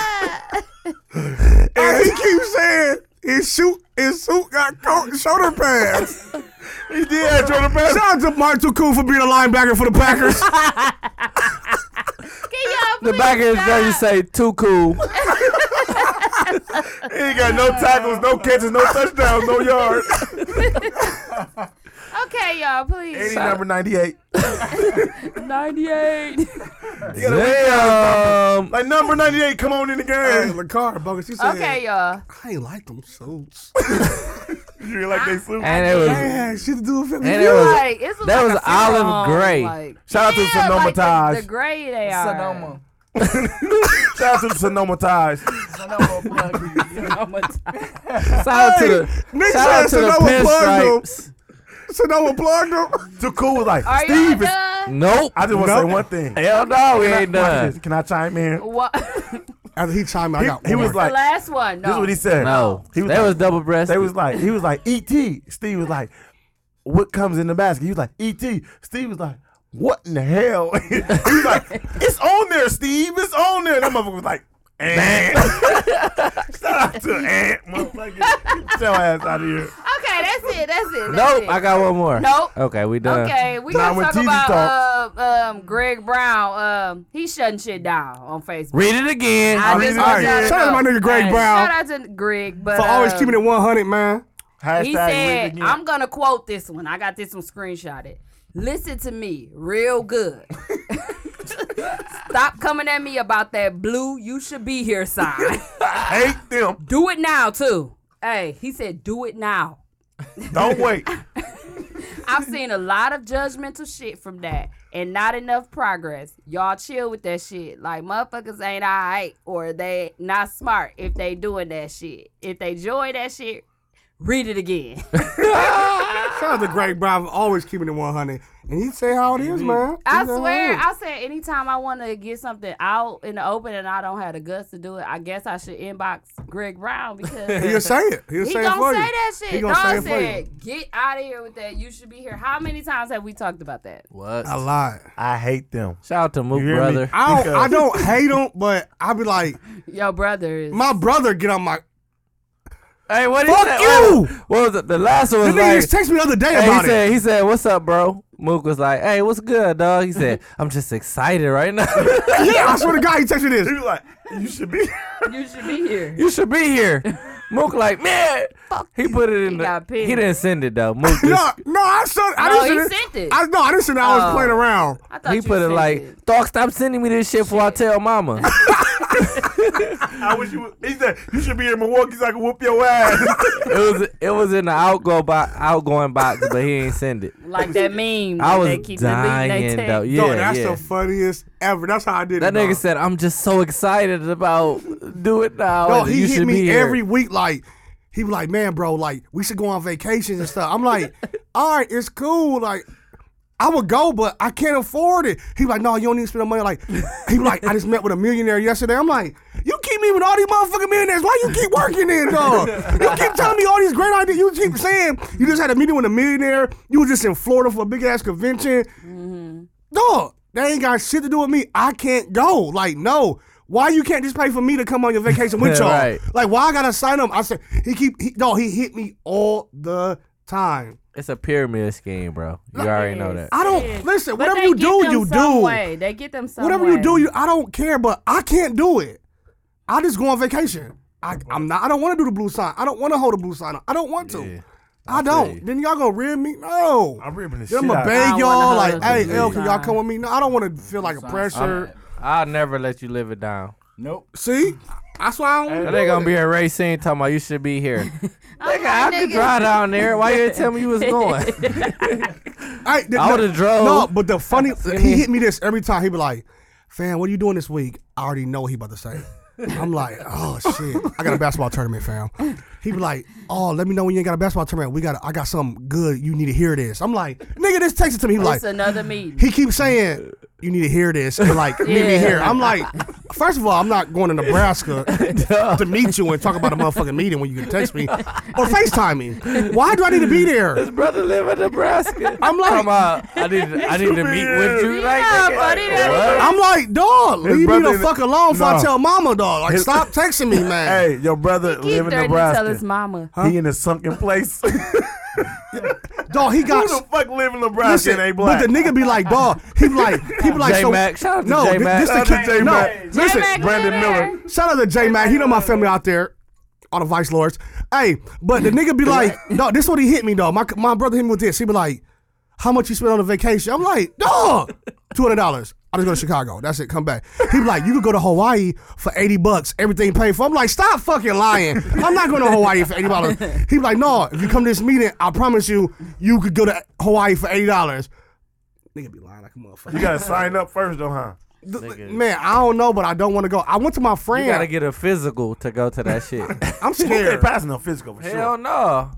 F: And he keeps saying his shoot, his suit got co- shoulder pads.
C: He did have shoulder pads.
F: Shout out to Mark Too Cool for being a linebacker for the Packers.
E: Can y'all
D: The
E: please
D: back of his
E: stop?
D: jersey say too cool.
C: He ain't got no tackles, no catches, no touchdowns, no yards.
E: Okay, y'all,
C: Any
E: please.
C: number 98.
E: 98.
D: Damn.
C: Like, number 98, come on in the
F: Hey,
C: game.
F: LaCar, Bogus, she said,
E: Okay, y'all.
F: I ain't like them suits.
C: You ain't like they suit.
D: And it
F: I ain't
D: was.
F: had shit to do with
D: And
F: it.
D: it was.
E: Like, it's
D: that
E: like
D: was
E: a
D: olive
E: serum,
D: gray.
E: like-
C: Shout out to
E: Yeah,
C: Sonoma
E: like the-
C: Ties.
E: The gray they are.
G: Sonoma.
C: Shout out to the Sonoma Ties.
G: Sonoma plug.
E: Sonoma Ties.
D: Shout out to the.
F: Nick said
D: Shout out to the
F: Sonoma plugged them.
D: pinstripes.
F: Sonoma plugged them.
C: Too cool was like,
E: Are y'all
C: Steve is.
E: done?
D: Nope.
C: I just want to
F: Nope.
C: say one thing.
D: Hell no, we
C: Can I-
D: ain't
C: watch
D: done.
C: this. Can I chime in?
E: What?
F: After he chimed, I
C: He-
F: got
C: he
F: one
C: was
F: more.
C: like-
E: the last one. No.
C: This is what he said.
D: No,
C: He was
D: that
C: like-
D: was double breasted.
C: They was like, he was like, E.T. Steve was like, what comes in the basket? He was like, E.T. Steve was like, what in the hell? he was like, it's on there, Steve. It's on there. And that motherfucker was like, Ant. Shout out to Ant, motherfucker. Get your ass out of here.
E: Okay, that's it. That's it. That's
D: nope.
E: it.
D: I got one more.
E: Nope.
D: Okay, we done.
E: Okay, we
C: Nah,
E: gonna
C: when
E: talk
C: TZ
E: about uh, um, Greg Brown. Um, he shutting shit down on Facebook.
D: Read it again.
E: I just
F: All
E: want
F: right,
E: y'all to
F: shout out to my
E: know.
F: nigga Greg
E: Hey,
F: Brown.
E: Shout out to Greg, but
F: For always
E: um,
F: keeping it 100, man.
C: Hashtag
E: He
C: leave
E: said,
C: again.
E: I'm going to quote this one. I got this one screenshotted. Listen to me real good. Stop coming at me about that blue you should be here sign.
C: hate them.
E: do it now, too. Hey, he said, do it now.
C: Don't wait.
E: I've seen a lot of judgmental shit from that and not enough progress. Y'all chill with that shit. Like motherfuckers ain't all right or they not smart if they doing that shit. If they join that shit, read it again.
F: Shout out to Greg Brown for always keeping it 100. And he say how it is, man.
E: I
F: He say how it
E: swear,
F: is.
E: I said anytime I want to get something out in the open and I don't have the guts to do it, I guess I should inbox Greg Brown
F: He'll
E: because
F: say it. He'll
E: he
F: say it for
E: gonna say
F: you.
E: that shit.
F: He
E: Dog
F: gonna say it for you.
E: said, "Get out of here with that. You should be here." How many times have we talked about that?
D: What?
F: I lied.
C: I hate them.
D: Shout out to Mook
C: hear me?
D: brother.
F: I don't,
C: Because-
F: I don't hate him, but I be like,
E: Your brother is
F: my brother get on my.
D: Hey, what
F: Fuck
D: said-
F: you!
D: What, what was it? The last one
F: The
D: was
F: nigga
D: like.
F: just texted me the other day
D: Hey, he
F: about it.
D: said, he said, what's up, bro? Mook was like, hey, what's good, dog? He said, I'm just excited right now.
F: Yeah, I swear to God, he texted me this.
C: He was like, you should be.
E: you should be here.
D: you should be here. Mook like, man. He put it in
E: He
D: the.
E: got pissed.
D: He didn't send it, though. Mook just,
F: No, no, I saw. I
E: No,
F: didn't
E: he
F: see
E: sent it.
F: I no, I didn't see that. I was
E: Oh.
F: playing around.
E: I thought
D: he
E: you
D: put it
E: said
D: like, dog, stop sending me this shit before I tell mama.
C: I wish you. would- He said, you should be in Milwaukee so I can whoop your ass.
D: it was it was in the outgo box, outgoing box, but he ain't send it.
E: like that meme.
D: I
E: that
D: was
E: they keep
D: dying
E: deleting they
D: though.
E: text.
D: Yeah,
F: no, that's
D: yeah.
F: the funniest ever. That's how I did
D: that
F: it. dog.
D: nigga said, "I'm just so excited about do it now."
F: No,
D: and
F: he
D: you
F: hit
D: should be
F: me
D: here."
F: every week. Like he was like, "Man, bro, like we should go on vacations and stuff." I'm like, "All right, it's cool." Like I would go, but I can't afford it. He was like, "No, you don't need to spend the money." Like he was like, "I just met with a millionaire yesterday." I'm like, "You keep me with all these motherfucking millionaires. Why you keep working in, dog? You keep telling me all these great ideas. You keep saying you just had a meeting with a millionaire. You was just in Florida for a big ass convention." dog, that ain't got shit to do with me. I can't go. Like, no. Why you can't just pay for me to come on your vacation with y'all? all
D: Right.
F: Like, why I gotta sign up? I said he keep he, no, he hit me all the time.
D: It's a pyramid scheme, bro. You already know that.
F: I don't
E: Yes.
F: listen.
E: But
F: whatever
E: they
F: you
E: get
F: do,
E: them
F: you
E: some
F: do.
E: Way. They get them some
F: Whatever you
E: way.
F: do, you I don't care. But I can't do it. I just go on vacation. I, I'm not. I don't want to do the blue sign. I don't want to hold the blue sign. up. I don't want to. I, don't. Then y'all gonna rib me? No.
C: I'm ripping this shit
F: Then I'ma
C: out.
E: I
F: beg
E: don't
F: y'all
E: wanna
F: like,
E: hug
F: hey,
E: the
F: El,
E: blue
F: can y'all
E: sign.
F: come with me? No, I don't want to feel like a pressure.
D: I'll never let you live it down.
G: Nope.
F: See, that's why I don't.
D: That
F: do
D: ain't
F: it.
D: gonna be a racing talking about you should be here.
E: I'm
D: nigga, I
E: like,
D: could
E: nigga,
D: drive down there. Why you didn't tell me you was going?
F: I, th-
D: I
F: no-
D: would've drove.
F: No, but the funny, he hit me this every time. He be like, "Fam, what are you doing this week?" I already know what he about to say. I'm like, "Oh shit, I got a basketball tournament, fam." He be like, "Oh, let me know when you ain't got a basketball tournament. We got, I got something good. You need to hear this." I'm like, "Nigga, this text it to me." He like,
E: It's another meeting.
F: he keeps saying, "You need to hear this," and like, "Meet me
E: Yeah.
F: here." I'm like, first of all, I'm not going to Nebraska to meet you and talk about a motherfucking meeting when you can text me or Facetime me. Why do I need to be there?
D: Brother live in Nebraska.
F: I'm like-
D: Come on, I need I need to meet with you. Like,
E: Yeah,
D: nigga,
E: buddy, that-
D: what?
F: I'm like, dog, leave me
C: brother
F: the
C: in-
F: fuck alone before I
C: Nah.
F: tell mama, dog. Like,
C: His-
F: stop texting me, man.
C: Hey, your brother
E: Keep
C: live in
E: threatening to tell his
C: Nebraska.
E: mama.
C: He in a sunken place. Who
F: Dog, he got.
C: the fuck live in Nebraska
F: Listen,
C: and ain't
F: but
C: black?
F: the nigga be like, dog. He be like, he be like, so
D: J-Mac. Shout out to
F: no, thi-
D: J-Mac.
F: this the
C: Shout out to
F: kid.
C: J-Mac.
F: No, listen,
E: J-Mac,
C: Brandon
E: get in there.
C: Miller.
F: shout out to J Mac. He know my family out there. all the vice lords. Hey, but the nigga be like, no, this what he hit me though. My my brother hit me with this. He be like, how much you spent on a vacation? I'm like, dog, two hundred dollars. I just go to Chicago. That's it. Come back. He be like, you could go to Hawaii for eighty bucks. Everything paid for. I'm like, stop fucking lying. I'm not going to Hawaii for eighty dollars. He be like, no, if you come to this meeting, I promise you, you could go to Hawaii for eighty dollars. Nigga be lying like a motherfucker.
C: You gotta sign up first though, huh?
F: Th-
D: Nigga.
F: Man, I don't know, but I don't want to go. I went to my
D: You gotta
F: friend.
D: get a physical to go to that shit.
F: I'm
C: You ain't
F: scared.
C: passing no physical for
D: Hell
C: sure.
D: no,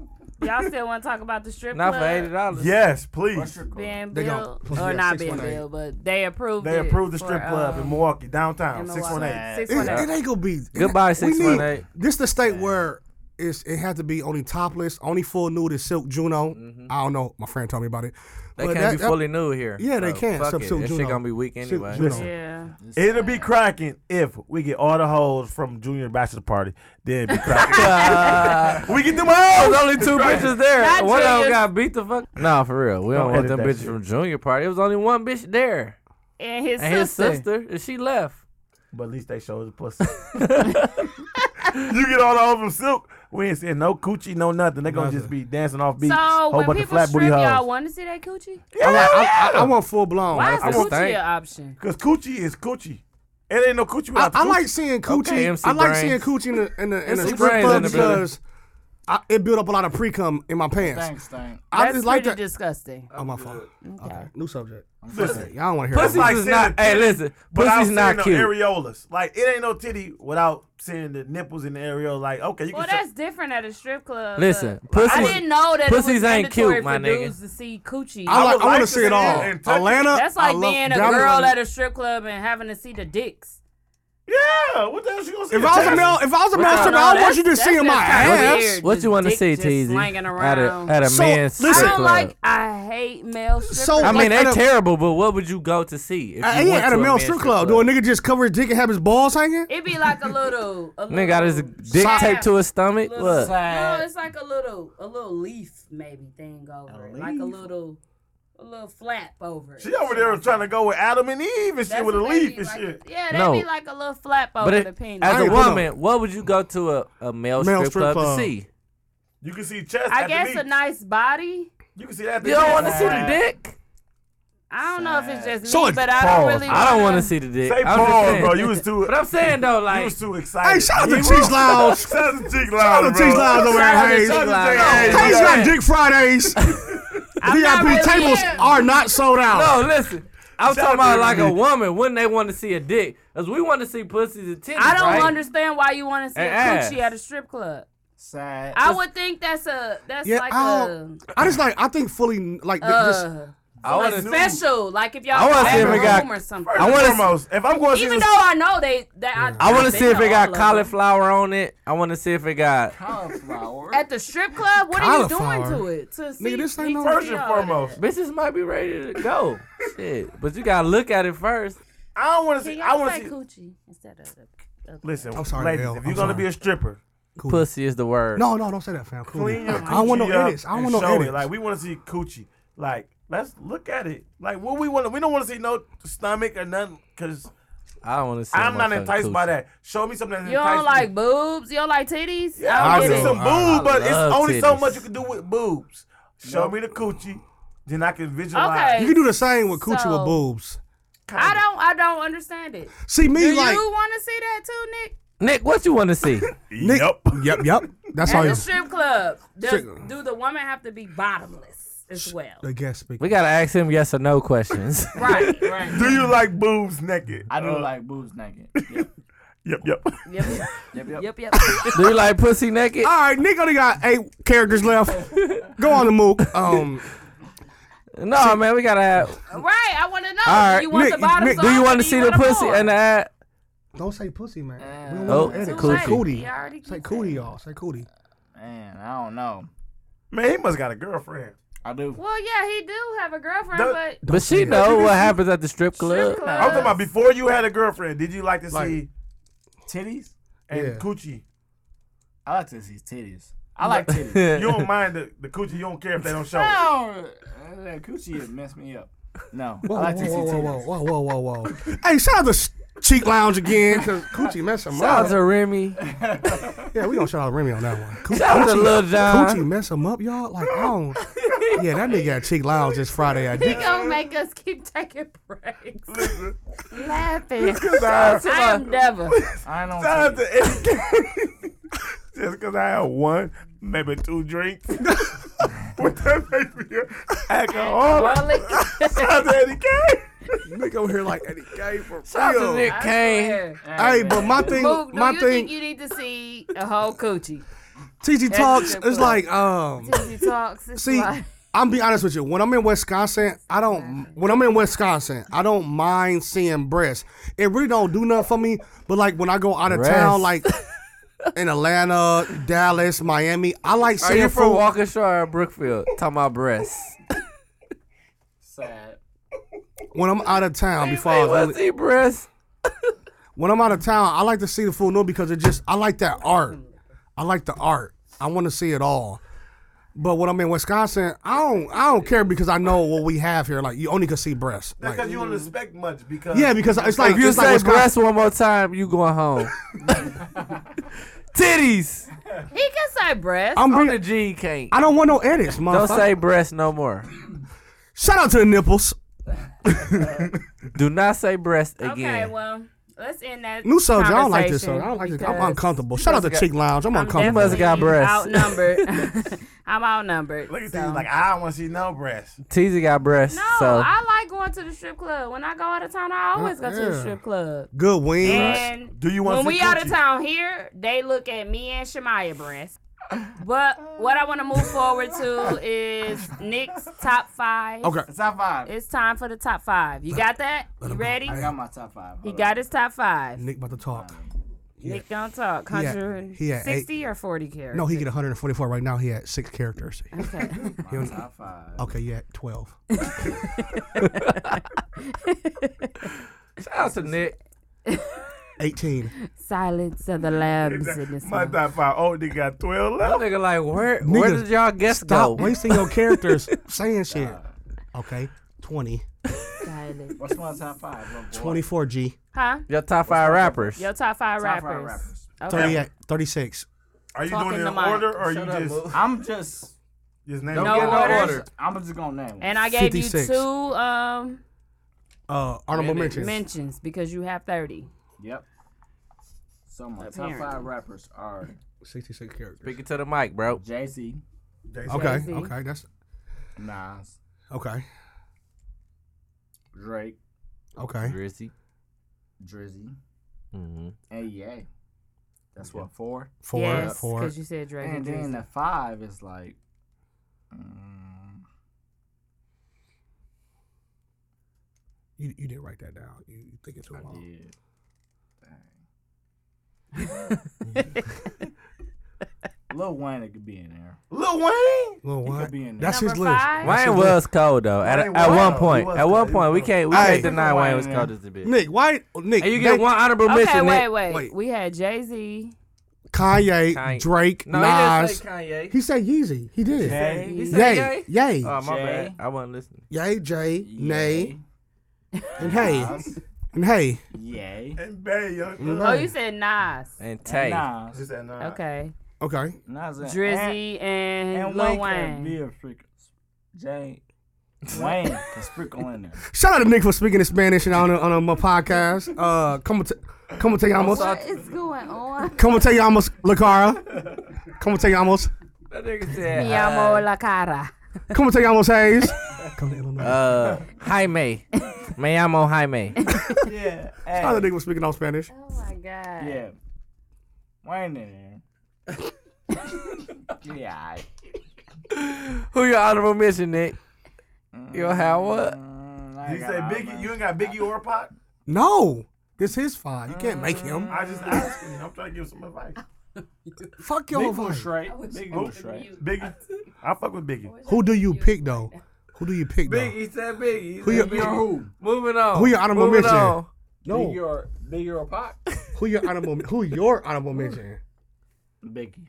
E: Y'all still want to talk about the strip
D: not
E: club
D: for eighty dollars.
C: Yes, please.
E: being
F: They gon-
E: built or
F: Yeah,
E: not being
F: 618.
E: built, but they approved.
C: They
E: it
C: approved the
E: for,
D: uh,
C: strip club
E: um,
C: in Milwaukee downtown,
E: in
C: six one eight.
E: Milwaukee.
F: It, it
E: 618.
F: ain't gonna be.
D: Goodbye,
F: we need-
D: 618.
F: This the state where it's, it had to be only topless, only full nude is silk Juno. I don't know. My friend told me about it.
D: They
F: But
D: can't
F: that-
D: be
F: that-
D: fully nude here.
F: Yeah, they
D: So,
F: can't,
D: Fuck
F: except
D: it.
F: Silk
D: That shit
F: Juno.
D: gonna be weak
F: Silk
D: anyway.
F: Juno.
E: Yeah.
C: It'll be cracking if we get all the hoes from junior bachelor party. Then it'd be cracking.
D: Uh,
C: we get them hoes.
D: There's only two bitches there.
E: Not
D: one of them
E: Junior's.
D: got beat the fuck. Nah, for real. We don't,
C: Don't
D: want
C: edit
D: them
C: that
D: bitches
C: shit.
D: from junior party. It was only one bitch there.
E: And his
D: And his
E: sister.
D: sister, and she left.
C: But at least they show the pussy. you get all the hoes from silk. We ain't seeing no coochie, no nothing. They gonna just be dancing off beats.
E: So
C: whole
E: when
C: bunch of
E: people
C: flat
E: strip,
C: booty
E: y'all
C: hoes.
E: want to see that coochie?
F: I'm like, I, I, I want full blown.
E: Why
F: Like,
E: is
D: that's
E: coochie
D: the thing.
E: an option?
C: Cause coochie is coochie. It ain't no coochie
F: I,
C: without the
F: I
C: coochie.
F: like seeing coochie.
D: Okay, MC
F: I like
D: Brain.
F: seeing coochie in the in the, in the
D: MC
F: strip
D: Brain's
F: club
D: in the building.
F: because I, it built up a lot of pre cum in my pants.
G: Thanks, thanks.
F: I
E: That's
F: just like
E: pretty
F: that.
E: disgusting.
F: oh my fault. Okay. new subject.
C: Listen.
F: Y'all don't want to hear
D: Pussy's
F: that.
C: like
D: is
C: seeing
D: not.
C: a
D: Hey,
C: titty,
D: listen.
C: But I'm
D: Pussy's
C: seeing
D: not
C: the
D: cute.
C: areolas. Like it ain't no titty without seeing the nipples in the areola. Like okay, you
E: Well,
C: can.
E: that's different at a strip club.
D: Listen,
E: but
D: pussies-
E: I didn't know that
D: pussies
E: it was
D: ain't
E: mandatory
D: cute, my
E: for
D: nigga.
E: dudes to see coochie.
F: I like.
C: would
F: I want to
C: like
F: see it
C: to
F: all.
C: see it in Turkey.
F: Atlanta.
E: That's like
F: I love-
E: being a
F: Dallas-
E: girl at a strip club and having to see the dicks.
C: yeah. What the hell she gonna see?
F: If I was a male, if I was a male stripper, I want you to see
E: in
F: my ass.
D: What you want to see, Teasy?
E: Slanging
D: At a,
E: around.
D: at a
F: So,
D: man's strip
F: listen-
E: I
D: club.
E: don't like. I hate male strippers.
F: So-
D: I mean,
F: like,
D: they
F: at a-
D: terrible, but what would you go to see? If
F: I
D: you
F: ain't
D: went
F: at
D: to
F: a male strip club. Do a nigga just cover his dick and have his balls hanging?
E: it be like a little. A
D: Nigga got his
E: little-
D: dick
E: Side-
D: taped to his stomach.
E: little-
D: Look,
E: No, it's like a little, a little leaf maybe thing over it, like a little, a little flap over it.
C: she over there trying to go with Adam and Eve and shit
E: That's
C: with a
E: what they
C: leaf
E: be
C: and
E: like-
C: shit.
E: Yeah, that
D: No.
E: be like a little flap over
D: but
E: the
D: it,
E: penis.
D: as
F: I
D: a
F: ain't put
D: woman, what would you go to a, a male, strip, club, to see?
C: You can see chest.
E: I
C: at the
E: guess a
C: knee.
E: nice body.
C: You can see that. at the
D: You don't
C: knee.
D: want to see the dick?
E: I don't know if it's just me,
F: So it's
E: but I don't
C: pause.
E: really.
D: I don't want
E: wanna-
D: to see the dick.
C: Say
D: I'm just
C: Paul,
D: saying.
C: bro. You was too.
D: But I'm saying though,
C: you
D: like,
C: was too excited.
F: Hey, shout out to
C: You-
F: Cheese Lounge.
C: Shout out to Cheek
F: Shout
C: Lounge,
F: out to Cheese Lounge over
E: Shout out
F: at
E: to
F: Hayes.
E: Cheese Lounge.
C: Cheek
F: Hayes got
C: Lounge.
F: Dick Fridays.
E: not
F: VIP
E: really
F: tables
E: in.
F: are not sold out.
D: no, listen. I'm
C: Shout out
D: talking about
C: to
D: like a
C: everybody.
D: woman. Wouldn't they want to see a dick? Cause we want to see pussies and titties.
E: I don't
D: right?
E: understand why you want to see a
D: And
E: coochie
D: ass.
E: at a strip club.
D: Eh,
G: Sad.
E: I would think that's a that's
F: Yeah,
E: like
F: I
E: a
F: don't. I just like. I think fully like th- just.
E: uh,
D: I
E: like
D: wanna-
E: special. Like if
D: I
E: y'all
D: wanna
E: got
D: see
E: a
D: if it got-
E: room or something.
C: I
D: I
C: want
D: wanna
C: to most. If I'm going to see
E: Even
C: this,
E: though I know they that I,
D: I want to
E: they
D: see if
E: know
D: it got
E: all of them.
D: cauliflower on it. I want to see if it got.
G: Cauliflower.
E: at the strip club. What are you doing
F: Cauliflower.
E: to it? To see,
F: this ain't
E: see-
F: no-
E: see
C: first and
E: all of that.
C: foremost,
D: Bitches might be ready to go. Shit, but you gotta look at it first.
C: I don't want to
E: Can
C: see.
E: y'all
C: I want
E: say
C: to see.
E: coochie instead of the. of the-
C: Listen,
F: I'm Oh, sorry,
C: ladies,
F: Bill.
C: if
F: I'm
C: you're gonna
F: sorry.
C: be a stripper,
D: Pussy is the word.
F: No, no, don't say that, fam. Cool.
C: clean your
F: I don't want no
C: coochie up
F: edits. I don't
C: and
F: want no
C: show it.
F: edits.
C: Like we want to see coochie. Like let's look at it. Like what we want. to We don't want to see no stomach or nothing because
D: I don't want to see.
C: I'm
D: a
C: not
D: motherfucking
C: enticed by
D: coochie.
C: that. Show me something that's
E: You don't
C: enticing.
E: like boobs. You don't like titties.
C: Yeah,
E: I don't
C: I want
E: get
C: to
E: it.
C: see some
D: I- I
C: boobs, but
D: love
C: it's only so
D: titties.
C: much you can do with boobs. Show me the coochie, then I can visualize.
E: Okay.
F: you can do the same with coochie
E: So-
F: with boobs.
E: I don't. I don't understand it.
F: See me
E: Do
F: like.
E: you want to see that too, Nick?
D: Nick, what you want to see?
F: Nick-
C: Yep.
F: Yep, yep. That's all.
E: At
F: you
E: the strip club, does,
F: Strip-
E: do the woman have to be bottomless as well?
F: The guest speaker.
D: we gotta ask him yes or no questions.
E: Right, right.
C: Do you like boobs naked?
G: I do
C: Uh,
G: like boobs naked. Yep,
C: Yep, yep.
E: Yep,
G: yep, yep.
E: yep, yep.
D: Do you like pussy naked?
F: All right, Nick only got eight characters left. Go on the mook. Um,
D: No, man, we gotta have.
E: right, I want to know.
D: All right,
E: do you want
F: Nick,
E: the bottoms
F: Nick,
E: off
D: Do you
E: or
D: want to see the
E: want 'em
D: pussy
E: on?
D: and the ass?
F: don't say pussy, man. We
D: Oh,
F: don't want no edits.
D: coochie.
F: Say
E: He
F: cootie.
E: already
F: Say
E: keep
F: cootie,
E: saying.
F: y'all. Say cootie.
G: Man, I don't know.
C: Man, he must got a girlfriend.
G: I do.
E: Well, yeah, he do have a girlfriend,
C: Don't-
E: but
D: But she know what happens at the strip club.
E: strip
C: I'm talking
E: club.
C: about before you had a girlfriend. Did you like to
F: Like-
C: see
G: Titties?
C: and
F: Yeah.
C: coochie?
G: I like to see titties. I like titties.
C: You don't mind the, the coochie. You don't care if they don't show. it.
G: Oh, that coochie it messed me up. No,
F: Whoa,
G: I like
F: whoa,
G: to see
F: whoa,
G: titties.
F: whoa, whoa, whoa, whoa, whoa, whoa. hey, shout out to S- Cheek lounge again. 'cause Coochie messed him
D: Shout out
F: up.
D: to Remy.
F: Yeah, we gonna shout out Remy on that one. Coo-
D: Shout out to
F: Coochie-
D: Lil Jon.
F: Coochie mess him up, y'all. Like, I don't. Yeah, that nigga at Cheek Lounge this Friday. I
E: He
F: did.
E: gonna make us keep taking breaks. Laughing.
C: Shout
E: I am never.
G: I don't.
C: out
G: Take it.
C: to Eddie Just because I had one, maybe two drinks. What that make me a alcoholic?
E: Rolling.
C: Shout out to Eddie K.
F: Nigga over here like Eddie Gay for
D: Shout out to Nick
E: I
D: Kane.
E: swear.
F: Oh. Hey, but my thing,
E: Mook, do
F: my
E: you
F: thing,
E: think you need to see a whole coochie?
F: TG talks.
E: Extra
F: It's
E: foot.
F: like, um,
E: Coochie talks. It's
F: see,
E: like,
F: I'm be honest with you. When I'm in Wisconsin, I don't. When I'm in Wisconsin, I don't mind seeing breasts. It really don't do nothing for me. But like when I go out of town, like in Atlanta, Dallas, Miami, I like
D: Are
F: seeing
D: you from
F: food.
D: Walker Shore or Brookfield? Talking about breasts.
G: Sad.
F: when I'm out of town before I
D: Hey,
F: was really-
D: what's he breasts?
F: when I'm out of town, I like to see the full nude because it just I like that art. I like the art. I want to see it all. But when I'm in Wisconsin, I don't I don't care because I know what we have here. Like you only can see breasts. Like,
C: Because you
G: Mm-hmm.
C: don't expect much. Because
F: yeah, because it's like
D: If you
F: it's
D: say
F: like
D: breasts one more time, you going home. Titties.
E: he can say breast.
F: I'm
D: On
F: bringing,
D: the G can't.
F: I don't want no edits, motherfucker.
D: Don't say breasts no more.
F: Shout out to the nipples.
D: Do not say breasts
E: Okay,
D: again.
E: well, let's end that.
F: New soldier. I don't like this. Song.
E: conversation
F: I don't like this. I'm
E: because
F: uncomfortable. Shout out to Cheek Lounge. I'm
E: I'm
F: uncomfortable.
D: Must got
E: definitely
D: breasts.
E: Outnumbered. I'm outnumbered.
C: Look at
E: so.
C: these like I don't want to see no breasts.
D: Teasy got breasts.
E: No,
D: so
E: I like going to the strip club. When I go out of town, I always go to the
G: Uh-uh.
F: yeah.
E: strip club.
F: Good wings.
E: And
C: Do you want
E: when
C: to see
E: we out of
C: coochie?
E: town here, they look at me and Shemaya breasts. But what I want to move forward to is Nick's top five.
F: Okay.
G: Top five.
E: It's time for the top five. You got that? You ready?
G: I got my top five.
E: He
G: Hold
E: got his top five.
F: Nick about to talk.
E: Nick don't talk.
F: had-
E: 160
F: he had
E: or 40 characters.
F: No, he get 144 right now. He had six characters.
E: Okay.
G: on. My top five.
F: Okay, yeah, 12.
D: shout out to Nick.
F: 18.
E: Silence of the lambs in this
C: My
E: one.
C: top five. Oh, they got twelve
D: That
C: left.
D: nigga like where where
F: Niggas,
D: did y'all guess
F: Stop
D: go?
F: wasting your characters saying shit. Okay, 20.
E: Silence.
G: What's my top five? little boy?
F: 24 G.
E: Huh?
D: Your top five rappers.
E: Your top five
G: Top five
E: rappers. Oh,
G: rappers.
E: Okay.
F: 38, 36.
C: Are you
E: Talking
C: doing it
E: to
C: in
E: Mike.
C: order, or are you
D: Shut up,
C: just
D: Lil.
G: I'm just.
C: just name?
G: Don't
E: No
G: get no
E: orders.
G: order. I'm just gonna name. them.
E: And I gave you
F: 56.
E: two um,
F: Uh, honorable mentions.
E: mentions because you have 30.
G: Yep. So my
E: Apparently.
G: top five rappers are
F: 66 characters.
D: Speaking to the mic, bro.
G: Jay Z,
F: Okay,
E: Jay-Z.
F: okay, that's
G: Nas,
F: okay,
G: Drake,
F: okay.
D: Drizzy.
G: Drizzy,
D: Mm-hmm.
G: AEA. That's what four.
F: Four,
E: yes,
F: four.
E: because you said Drake
G: And
E: and Drizzy.
G: then the five is like. mm,
F: You, you didn't write that down. You, you think it's too
G: I
F: long.
G: did. Dang. Lil Wayne it could be in there.
C: Lil Wayne.
F: Well,
G: He
F: what?
G: could be in there.
F: That's his
E: Number
F: list.
E: five?
F: That's his
D: Wayne was cold though. At,
C: Wayne
D: at
C: was
D: one
C: cold. He
D: point,
C: was
D: at one
C: cold.
D: point, we can't we
F: Hey.
D: can't deny
G: Wayne,
D: Wayne was
G: man.
D: cold as a bitch.
F: list. Nick, why? Nick,
D: And you get
F: they-
D: one honorable
E: Okay,
D: mention.
E: wait,
D: Nick.
E: wait,
F: Wait.
E: We had Jay Z.
F: Kanye,
D: Kanye.
F: Drake,
D: No,
F: Nas.
D: he didn't say
F: He said Yeezy. He did.
G: Jay.
D: Kanye. He said
F: Yay,
D: Jay.
F: yay,
D: Oh my
G: Jay.
D: bad. I wasn't listening.
F: yay, Jay, nay,
G: Yay.
F: and hey,
G: Nas.
F: and hey.
G: Yay.
C: And Bay Young.
F: and
E: Oh,
F: hey.
E: you said Nas.
D: And Tay.
G: And Nas.
C: Just that nah.
E: Okay.
F: Okay.
G: Nas and-
E: Drizzy and,
G: And
E: Lil
G: Wayne,
E: Wayne.
G: can be a freak. Jay Wayne can sprinkle in there.
F: Shout out to Nick for speaking in Spanish and on on my podcast. Uh, como te, como te llamas?
E: What is going on?
F: Como te llamas, Lacara? Como te llamas?
D: That nigga said.
E: Me
D: uh,
E: llamo La Cara.
F: Como te llamas, Hayes? Come to Illinois.
D: uh, Jaime. Me llamo Jaime.
G: Yeah.
F: Shout out to
G: Hey,
F: Nick for speaking all Spanish.
E: Oh my God.
G: yeah. Wayne in there. yeah. alright.
D: Who your honorable mention, Nick? You don't have what?
G: Mm, I
C: You
G: got
C: say
G: all
C: Biggie?
G: mine.
C: You ain't got Biggie or Pac?
F: No, this his five. You can't make him.
C: I just asking. I'm trying to give some advice.
F: Fuck your
G: Biggie was
F: advice.
G: straight. Biggie was straight.
C: Biggie. I fuck with Biggie.
F: Who do you pick though? Who do you pick though?
D: said Biggie.
F: Who your
G: Who?
D: Moving on.
F: Who your honorable
D: Moving
F: mention?
D: on.
F: no?
G: Biggie or Biggie or Pac?
F: Who your honorable? Who your honorable mention?
G: Biggie.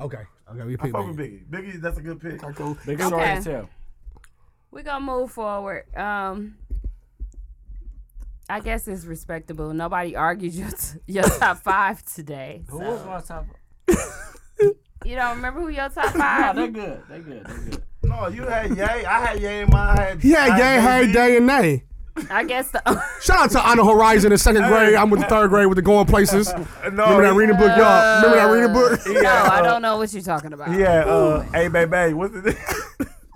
F: Okay. Okay, we
C: I
F: pick.
C: fuck with
F: Biggie.
C: Biggie. Biggie, that's a good pick.
G: Biggie
E: Okay.
G: okay. too.
E: We're gonna move forward. Um I guess it's respectable. Nobody argued your, t- your top five today.
G: Who was my top?
E: You don't remember who your top
G: Nah,
E: five?
G: they good. They good. They good.
C: No, you had Ye. I had Ye in mine. I had,
F: He had
C: I
F: Yang, Hey,
C: Jay-Z.
F: Day, and Nay.
E: I guess the
F: Shout out to On the Horizon in second grade. I'm with the third grade with the going places.
C: No,
F: Remember that
C: he-
F: reading book, y'all? Remember that reading book?
E: no, I don't know what you're talking about.
C: Yeah, uh, hey, baby, what's it?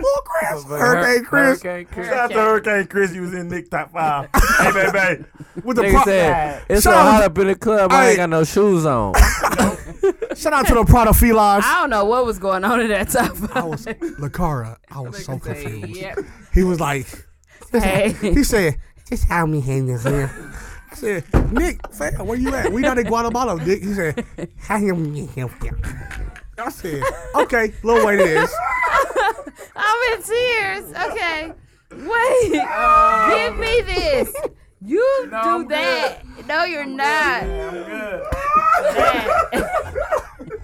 F: Oh, Chris. Hurricane Chris.
D: Hurricane Chris.
C: Shout out to Hurricane Chris. You was in Nick top five. hey, baby,
F: With the
D: Nigga
F: pro-
D: said, it's so
F: Shout out
D: hot
F: to-
D: up in the club, I
F: Hey.
D: ain't got no shoes on.
F: Shout out to the Prada Felines.
E: I don't know what was going on in that top
F: I
E: five.
F: was Lakara. I was so confused.
E: yeah.
F: He was like,
E: Hey,
F: he said, just how me hanging here. I said, Nick, fam, where you at? We not in Guatemala, Nick. He said, how him you help you? I said, okay, little way it is.
E: I'm in tears. Okay, wait. Give me this. You do that. No, you're not. That.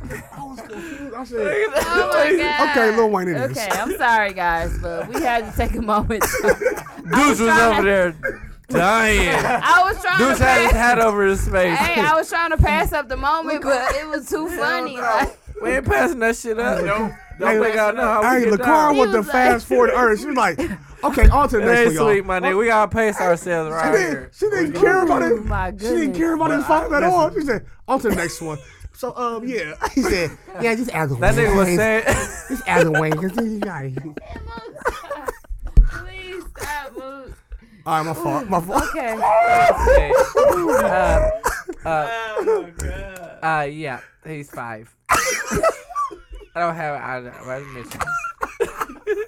F: I said,
E: Oh my god.
F: okay, Lil Wayne it is.
E: Okay, I'm sorry guys, but we had to take a moment. to-
D: Deuce was
E: trying
D: over
E: to-
D: there dying.
E: I was trying
D: Deuce
E: to
D: had
E: pass.
D: his hat over his face.
E: Hey, I was trying to pass up the moment, but it was too funny. Like,
D: we ain't passing that shit up. "Oh,
G: Don't,
D: Hey,
G: don't
D: look out now.
F: Hey, Lakara
E: He
F: went the
E: was like-
F: fast forward earth. She was like, okay, on to the
D: That
F: next
D: ain't
F: one,
D: sweet,
F: y'all.
D: my nigga. We gotta pace ourselves
F: She
D: right here.
F: didn't, she didn't care about
E: Oh
F: it.
E: my
F: She didn't
E: goodness.
F: care about his fight at all. She said, on to the next one. So, um, yeah. He said, yeah, just add the
D: That nigga was saying,
F: Just add the wing. Just, you got it.
E: Please stop, Moot.
F: All right, my fault. My fault.
E: Okay.
D: Hey, uh, uh, uh, yeah, he's five. I don't have I don't I didn't miss him.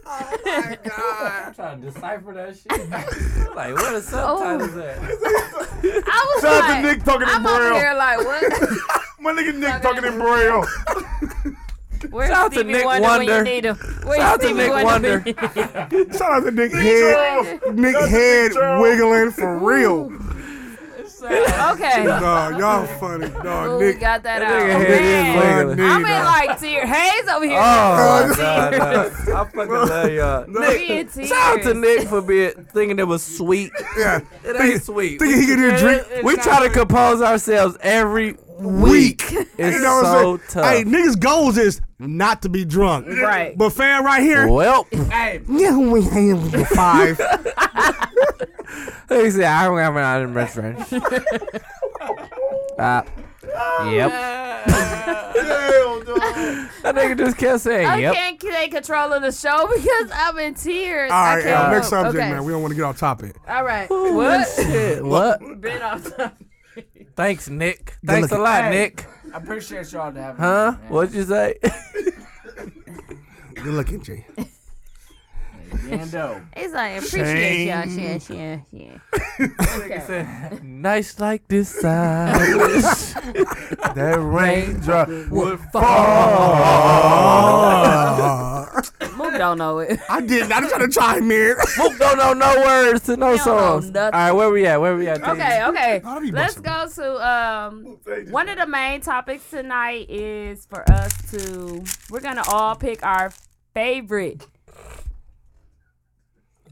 D: Oh, I'm trying to decipher that shit. like, what is subtitles at?
E: Oh. I was
C: shout out to
E: like,
C: Nick talking in
E: I'm over
C: braille.
E: here like, what?
C: My nigga Nick talking in braille.
E: Where's
D: Shout out to
E: Stevie
D: Nick
E: Wonder,
D: Wonder.
E: when you need him? Where's
D: Shout out to
E: Stevie
D: Nick
E: Wonder?
D: Wonder.
E: when you-
F: Shout out to Nick Head. Nick Head
C: Charles.
F: wiggling for real.
E: okay.
F: Dog, y'all funny.
E: Ooh,
F: Dog,
E: we
F: Nick.
E: got that,
D: nigga
E: out.
D: head is
E: Man.
F: Funny,
D: wiggling.
E: I'm in
F: dog.
E: like tears. Hayes over here.
D: Oh my
E: Tears.
D: god, no. I fucking love y'all.
E: We
D: Nick,
E: in tears.
D: shout out to Nick for being thinking it was sweet.
F: yeah.
D: It ain't sweet.
F: Thinking he could do a drink.
D: we try to compose ourselves every
F: Weak.
D: week. It's
F: You know what
D: so
F: I'm
D: tough.
F: saying? Hey, niggas' goals is not to be drunk.
E: Right.
F: But fan right here.
D: Well,
F: Yeah, we ain't with the five.
D: he said, I don't have an item best friend. uh, yep.
C: Hell, dog.
D: That nigga just kept
E: I
D: saying, yep.
E: can't take control of the show because I'm in tears.
F: All
E: I
F: right,
E: can't
F: uh, next
E: help.
F: subject,
E: Okay.
F: man. We don't want to get off topic.
E: All right. What?
D: Shit, what?
E: Been off topic.
D: Thanks, Nick. Thanks a lot,
G: Hey.
D: Nick.
G: I appreciate y'all to have me.
D: Huh?
G: man.
D: What'd you say?
F: Good looking, Jay.
G: Yando.
E: It's like appreciate y'all. Yeah, yeah, yeah. Okay.
D: nice like this side.
C: That raindrop would
E: Mook don't know it.
F: I didn't. I just trying to chime in.
D: Mook don't know no words to no
E: He don't know
D: songs. All
E: nothing.
D: right, where we at? Where we at?
E: Okay, okay.
F: Gotta be
E: Let's go to
C: Oh,
E: um one of the main topics tonight is for us to we're gonna all pick our favorite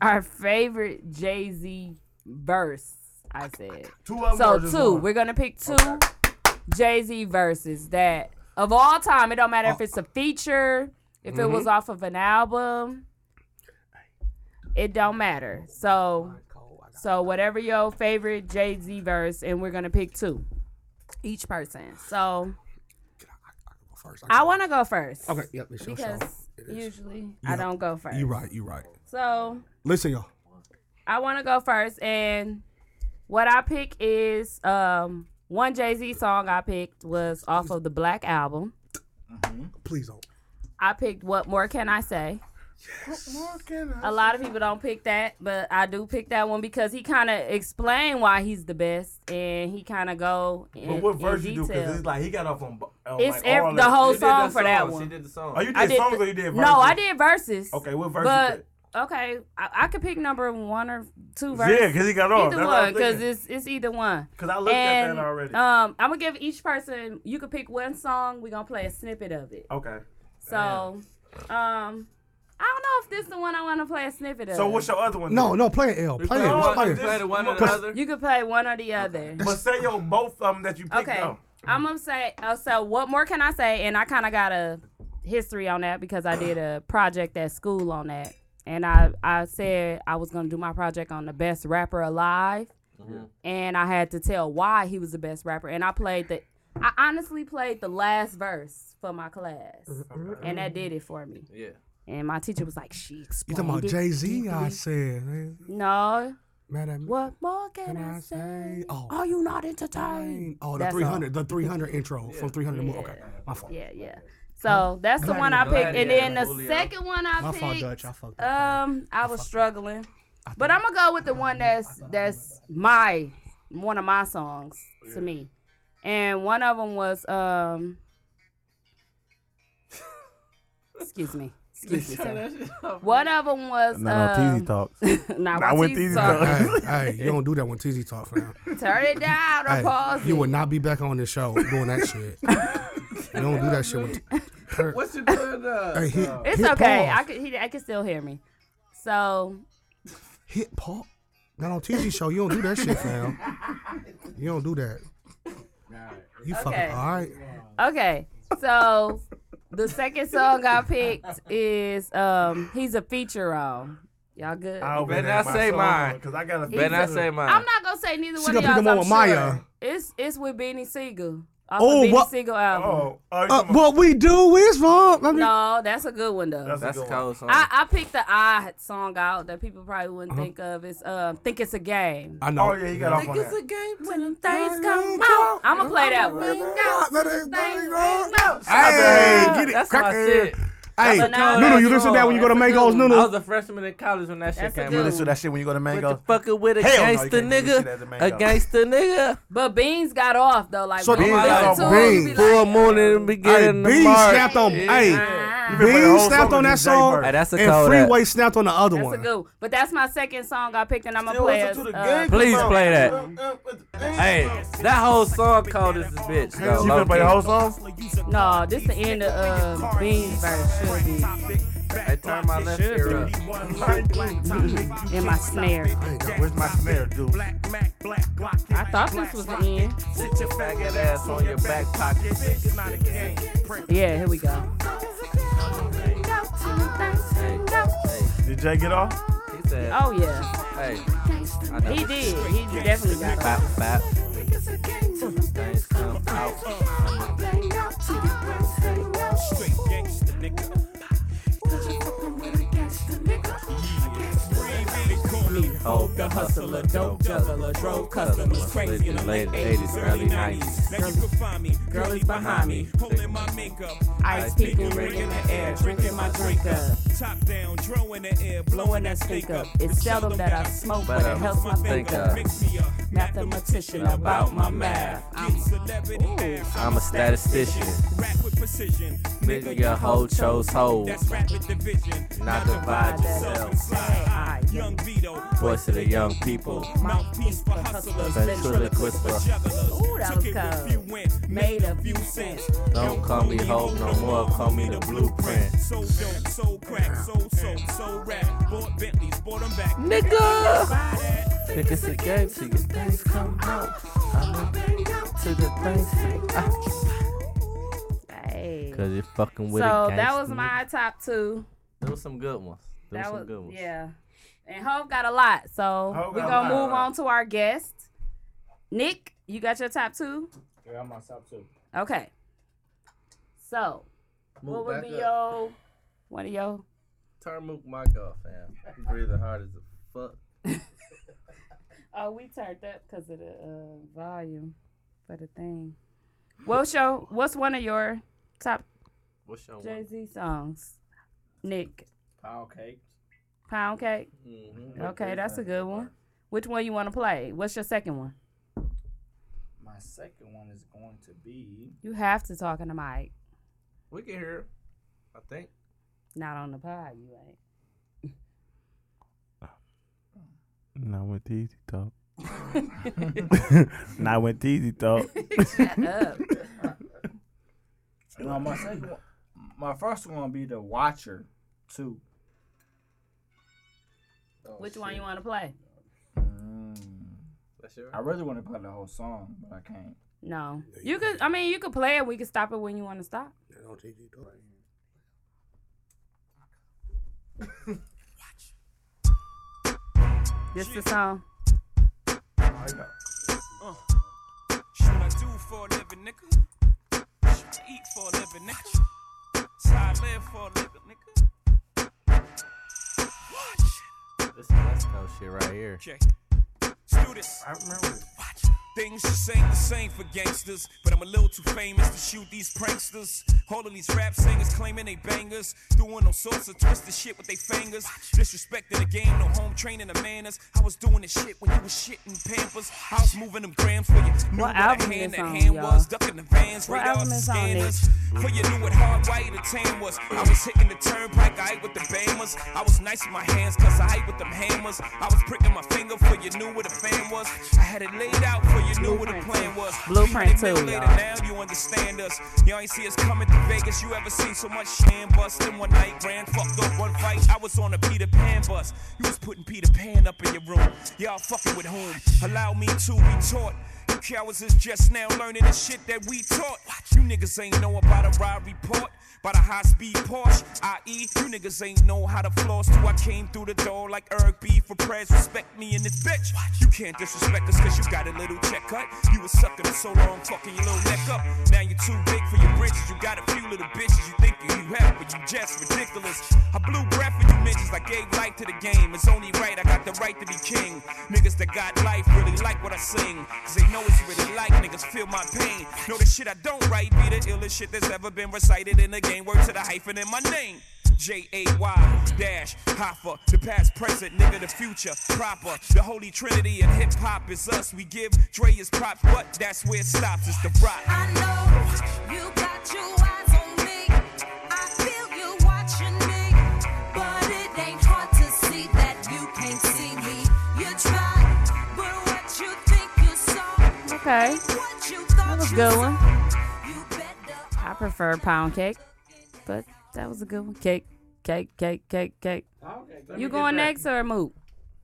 E: our favorite Jay Z verse. I said
C: Two of
E: so
C: them are just
E: two.
C: one.
E: We're gonna pick two Jay Z verses that of all time. It don't matter
F: Oh.
E: if it's a feature, if it
F: Mm-hmm.
E: was off of an album. It don't matter. So so whatever your favorite Jay Z verse, and we're gonna pick two, each person. So I want to go first.
F: Okay, yep, it's your show.
E: Because usually I don't go first.
F: You right, you right.
E: So
F: Listen, y'all.
E: I want to go first, and what I pick is um one Jay Z song I picked was off of the Black album.
F: Please don't.
E: I picked "What More Can I Say."
C: Fucking-
E: A lot of people don't pick that, but I do pick that one because he kind of explained why he's the best, and he kind of go. In,
C: But what
E: in
C: verse you do?
E: detail.
C: Because it's like he got off on. bu- on
E: It's
C: like
E: ev-
C: all
E: the
C: of-
E: whole
C: You did
E: song
C: that
E: for that
C: song.
E: one.
D: She did the song.
C: Oh, you did
E: I did
C: songs
E: th-
C: or you did verses?
E: No, I did verses.
C: Okay, what verse? you
E: But
C: pick?
E: okay, I, I could pick number one or two
C: yeah,
E: verses.
C: because he got off.
E: either one, because it's it's either one.
C: because I looked at
E: And
C: that already.
E: um, I'm gonna give each person. You could pick one song. We're gonna play a snippet of it.
C: okay.
E: So, um, I don't know if this is the one I want to play a snippet of.
C: So what's your other one?
F: No,
C: then?
F: no, play it, L.
E: Oh,
F: Play it.
D: Play the
F: Let's
D: one-
F: play
D: play the
F: it.
D: one or the
F: Cause-
D: other.
E: You could play one or the other.
C: But say your both of them that you picked
E: Okay.
C: up.
E: I'm gonna say. Uh, so what more can I say? And I kind of got a history on that because I did a project at school on that, and I I said I was gonna do my project on the best rapper alive, and I had to tell why he was the best rapper, and I played the. I honestly played the last verse for my class,
F: Mm-hmm.
E: and that did it for me.
D: Yeah.
E: And my teacher was like, "She
F: You
E: explained
F: talking about
E: it
F: Jay Z? I
E: deeply."
F: said, man,
E: No.
F: mad at me.
E: What more can,
F: Can
E: I,
F: I
E: say?
F: say? Oh.
E: Are you not entertained?
F: Oh, the
E: That's all.
F: 300, the 300 intro from 300 more. Okay, my fault.
E: Yeah, yeah. So that's the one I picked, and then the second one I
F: My
E: picked.
F: fault, Dutch. I fucked up.
E: Um, I was struggling, but I'm gonna go with the one that's that's my one of my songs
G: Oh,
E: to me, and one of them was um. Excuse me. Excuse me. sir. One of them was um,
C: talks.
E: nah,
C: Nah,
E: my
C: with
E: teasy
C: Teasy
E: talk.
C: Talk.
F: hey, hey, you don't do that when TZ talk, fam.
E: Turn it down or
F: Hey,
E: pause
F: you
E: it.
F: would not be back on this show doing that shit. you don't do that shit with. Turn-
G: What you doing? Uh,
F: Hey, hit,
G: uh,
E: It's
F: hit
E: okay.
F: Pause.
E: I could he, I could still hear me. So
F: hit pause. Not on TZ show. You don't do that shit, fam. You don't do that. You
E: Okay.
F: fucking all right.
E: okay, so the second song I picked is um he's a feature on. Y'all good?
F: Oh
C: I
D: Better not say mine.
C: because I got a.
D: Better not say mine.
E: I'm not gonna say neither
F: She
E: one of
F: gonna
E: y'all.
F: pick the one with Maya.
E: It's it's with Benny Siegel. Off
F: Oh,
E: oh, Benny
F: what-
E: Siegel album.
C: Oh, oh, you
F: Uh,
C: talking about-
F: what we do is wrong. I mean,
E: No, that's a good one though.
C: that's,
D: That's
C: a
D: a
C: good one.
D: cold song.
E: I, I picked the odd song out that people probably wouldn't think of. It's um, think it's a game.
F: Uh-huh. I know.
C: Oh yeah, you got off on that.
E: When them things come out, I'ma play that one.
F: Hey, get it.
D: That's
F: Crack
D: my
F: it.
D: shit.
F: Hey,
E: That's a cold
F: Nunu, you
E: ass
F: listen to that when you go to
E: song. That's a
F: Mango's,
E: good one.
D: I
F: Nunu?
D: was a freshman in college when that shit
E: That's a
D: came
E: good
D: out.
E: one.
C: Listen to that shit when you go to
D: What the
C: Mango.
D: fucker with a
C: Hell no, you
D: gangster
C: can't do this shit as a
D: nigga?
C: man,
D: A
C: though.
D: gangster nigga?
E: But Beans got off though. Like
F: So
E: when you
C: Beans
E: listen
C: got
E: to
C: off.
E: him, you be
F: Beans.
E: like,
D: Full moon in the beginning.
F: Hey,
D: of
F: B
D: March.
F: snapped on. Hey,
E: ah.
C: You play the whole
F: B snapped
C: song
F: on
C: with
F: that
C: Jay
F: song.
C: Bird.
D: Hey, that's a
F: And
D: cold
F: Freeway snapped on the other
E: That's a
F: one.
E: good one. But that's my second song I picked, and I'm gonna play as, uh,
D: Please play that. Hey, that whole song called is this bitch. Though,
C: You gonna play the whole song?
E: No, this the end of uh, Beans verse should
D: I turned my left uh, ear up.
E: be in my snare.
C: Where's my snare, dude?
E: I thought this was the end.
D: Sit your faggot ass on your back pocket.
E: Yeah, here we go.
C: Did Jay get off?
D: He said,
E: Oh yeah,
D: hey, I know.
E: he did. He definitely got off.
D: Bap, bap. Things come out.
B: Hold the hustler, dope juggler, drove customers crazy in the late 80s, early 90s. Now you can find me, girlies behind me, holding my makeup, ice peeking, ring in the air, drinking my drink up, top down, dro in the air, blowing that stink
E: Think
B: up.
E: up. It's seldom that I smoke, but it helps my
D: um,
E: think
D: Think uh,
E: up.
D: up.
B: Mix me up, mathematician about my math. I'm celebrity, ass,
D: I'm a statistician.
B: rap with precision.
D: Nigga, your hoe chose hoes.
B: That's rapid division.
D: Not divide
B: Self
D: yourself.
B: and slide. Young Vito,
D: Voice of the young people.
B: mouthpiece for hustlers,
D: Ventriloquist
B: ventriloquist for jugglers.
E: Ooh, that
B: Took it
E: was
B: with few
E: cold.
B: wins, made a few cents.
D: Don't call me hope no more, call me the blueprint.
B: So dope, so crack, so so, so rap. Bought Bentleys, bought 'em back.
D: Nigga!
B: Buy that.
D: Think it's a game to you. Things come out. I'm to the things.
E: Hey.
D: Cause you're fucking with
E: So
D: a
E: that was
D: gangsta
E: my top two.
D: nigga. There was some good ones. There
E: That
D: was
E: was
D: some good ones.
E: yeah. And Hope got a lot, so
C: Hov
E: we're
C: got a
E: gonna
C: lot.
E: move on to our guest, Nick. You got your top two?
G: yeah,
B: ah.
G: I'm on top too.
E: Okay. So what
D: Move
E: would
D: back
E: be
D: up.
E: your one of your?
D: Turn Mook mic off, fam. You breathing hard as a fuck.
E: Oh, we turned up because of the uh, volume for the thing. What's your What's one of your top
D: What's your
E: Jay
D: one?
E: Z songs? Nick
G: Pound cake.
E: Pound Cake.
D: Mm-hmm.
E: Okay, that's a good one. Which one you want to play? What's your second one?
G: My second one is going to be.
E: You have to talk on the mic,
D: We can hear. I think.
E: not on the pod. You ain't.
C: Not with Teasy Talk. Not with Teasy Talk.
E: up.
G: No, my second one. My first one will be the Watcher, two.
F: Oh,
E: Which one you want to play?
G: I really want to play the whole song, but I can't.
E: No. You could. I mean, you could play it. We could stop it when you want to stop. This the song.
F: Oh,
B: Shoot, I do for a living, nigga. Shoot, I eat for a living, nigga. So I live for a living, nigga. Watch.
D: This is West Coast shit right here.
B: Okay. Students. I remember. Watch. Things just ain't the same for gangsters, but I'm a little too famous to shoot these pranksters. All of these rap singers claiming they bangers, doing all sorts of twisted shit with their fingers. Disrespecting the game, no home training the manners. I was doing this shit when you was shitting pampers. I was moving them grams for you. Knew
E: What
B: a
E: album
B: hand
E: this
B: that
E: on,
B: hand
E: y'all?
B: was, ducking the vans,
E: What
B: radars,
E: album
B: and
E: is on, Nick?
B: scanners. For you knew what hard way the tan was. I was hitting the turnpike, I ate with the bammers. I was nice with my hands, cause I ate with them hammers. I was pricking my finger for you knew what a fan was. I had it laid out for you knew what a plan was.
E: Blueprint
B: Few minutes
E: too,
B: later,
E: y'all.
B: now you understand us. Y'all ain't see us coming to Vegas. You ever seen so much sham bust in one night? Ran fucked up one fight. I was on a Peter Pan bus. You was putting Peter Pan up in your room. Y'all fucking with whom? Allow me to retort. You cowards is just now learning the shit that we taught. You niggas ain't know about a ride report. By the high speed Porsche, i.e., you niggas ain't know how to floss till I came through the door like Eric B. for prayers. Respect me in this bitch. You can't disrespect us cause you got a little check cut. You was sucking for so long, fucking your little neck up. Now you're too big for your britches. You got a few little bitches you think you have, but you just ridiculous. I blew breath for you bitches, I gave life to the game. It's only right, I got the right to be king. Niggas that got life really like what I sing. Cause they know it's really like niggas feel my pain. Know the shit I don't write be the illest shit that's ever been recited in the game. Word to the hyphen in my name. J A Y dash Hoffa, the past, present, nigga, the future, proper. The holy trinity and hip hop is us. We give Dre his props, but that's where it stops. It's the rock.
H: I know you got your eyes on me. I feel you watching me, but it ain't hard to see that you can't see me. You try, but what you think you saw,
E: Okay.
H: what you thought
E: That was a
H: you
E: good one.
H: saw, you better
E: I prefer pound cake, but that was a good one. Cake, cake, cake, cake, cake. You going next or Moot?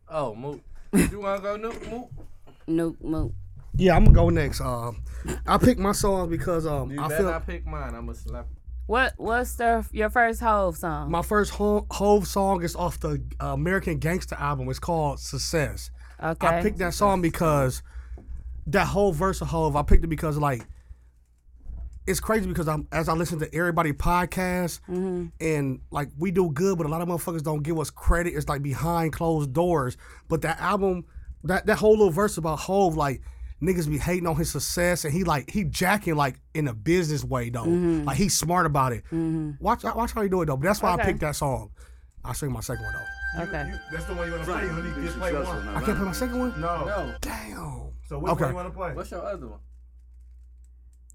D: Oh, Moot. You wanna go Moot? Moot?
E: Nope, Moot.
F: Yeah, I'm gonna go next. Um, I picked my songs because um,
D: You
F: I
D: better
F: feel
D: not pick mine. I'ma slap.
E: What What's um, the your first Hove song?
F: my first Ho- Hove song is off the uh, American Gangster album. It's called Success.
E: okay.
F: I picked that song because that whole verse of Hove, I picked it because like it's crazy because I'm as I listen to everybody podcast and like we do good, but a lot of motherfuckers don't give us credit. It's like behind closed doors. But that album, that that whole little verse about Hove, like niggas be hating on his success and he like he jacking like in a business way though. Like he's smart about it. Watch watch how he do it though. But that's why
E: Okay.
F: I picked that song. I'll sing my second one though.
E: okay.
C: That's the one you want to play. You just play one.
F: I can't play my second one?
C: No.
F: Damn.
C: So which
F: Okay.
C: one you want to play?
D: What's your other one?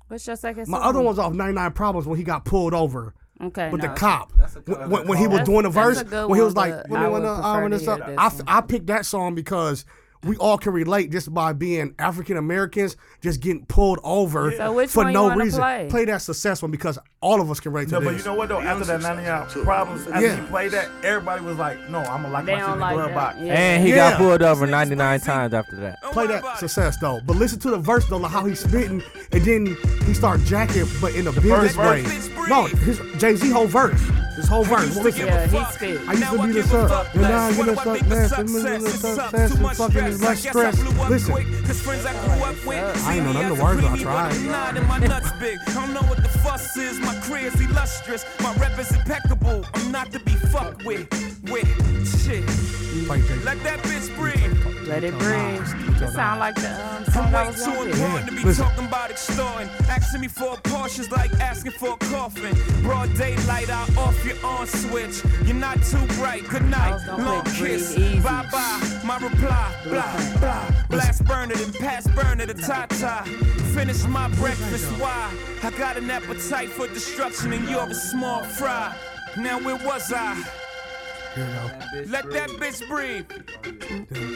E: What's your second?
F: My
E: song?
F: other one's off 99 Problems when he got pulled over
E: Okay.
F: with
E: no.
F: the cop.
D: That's a
F: When,
D: good
F: when, when he was
E: That's-
F: doing the
E: that's
F: verse,
E: a good
F: when he
E: one,
F: was like,
E: but
F: when
E: I
F: I,
E: would prefer
F: and
E: to hear
F: stuff,
E: this
F: I, f-
E: one.
F: I picked that song because we all can relate just by being African Americans, just getting pulled over
E: So which
F: for
E: one you
F: no
E: wanna
F: reason.
E: play?
F: that success one because all of us can relate to
C: No,
F: this.
C: but you know what though? After that 99 problems, after
F: Yeah.
C: he played that, everybody was like, "No, I'm gonna lock
E: They
C: my shit in
E: don't
C: the
E: like
C: glove box."
E: that. Yeah.
D: And he
F: Yeah.
D: got pulled over 99 times after that.
B: Don't
F: play
B: worry
F: that
B: about it.
F: success though, but listen to the verse though, like how he's spitting, and then he start jacking, but in a business way.
B: verse.
F: No, his Jay Z whole verse, his whole verse.
B: used to
F: Listen.
B: give
E: yeah,
B: a
E: he
B: fuck.
E: spit.
F: I used
B: Now
F: to
B: I
F: be
B: give
F: this
B: a
F: up,
B: fuck
F: and
B: less.
F: now I
B: What
F: get a
B: do I
F: fuck
B: make of
F: less, and
B: success?
F: millions of
B: It's up.
F: success,
B: Too
F: and
B: much
F: fucking
B: stress.
F: is less
B: I guess I
F: stress.
B: blew up
F: Listen.
B: quick, 'cause friends I grew up with
F: I ain't know
B: see me
F: none of the
B: as a
F: words, but I
B: greenie
F: tried.
B: with a nod and my nuts big. I don't know what the fuss is. My career's illustrious. My rep is impeccable. I'm not to be fucked with. With shit.
F: Like Jay-Z.
B: Let that bitch breathe.
E: Let it breathe. It sound like the um, song
B: I'm
E: I
B: way
E: was
B: too
E: going to.
B: important to be
F: Listen.
B: talking about extorting. Asking me for portions like asking for a coffin. Broad daylight, I off your on switch. You're not too bright. Good night.
E: was gonna
B: Long
E: play
B: kiss.
E: Breathe Easy.
B: Bye bye. My reply. Blah blah. Blast burner then pass burner to tata. Finish my breakfast. Why? I got an appetite for destruction and you're a small fry. Now where was I?
F: Here we go.
B: Let that bitch breathe.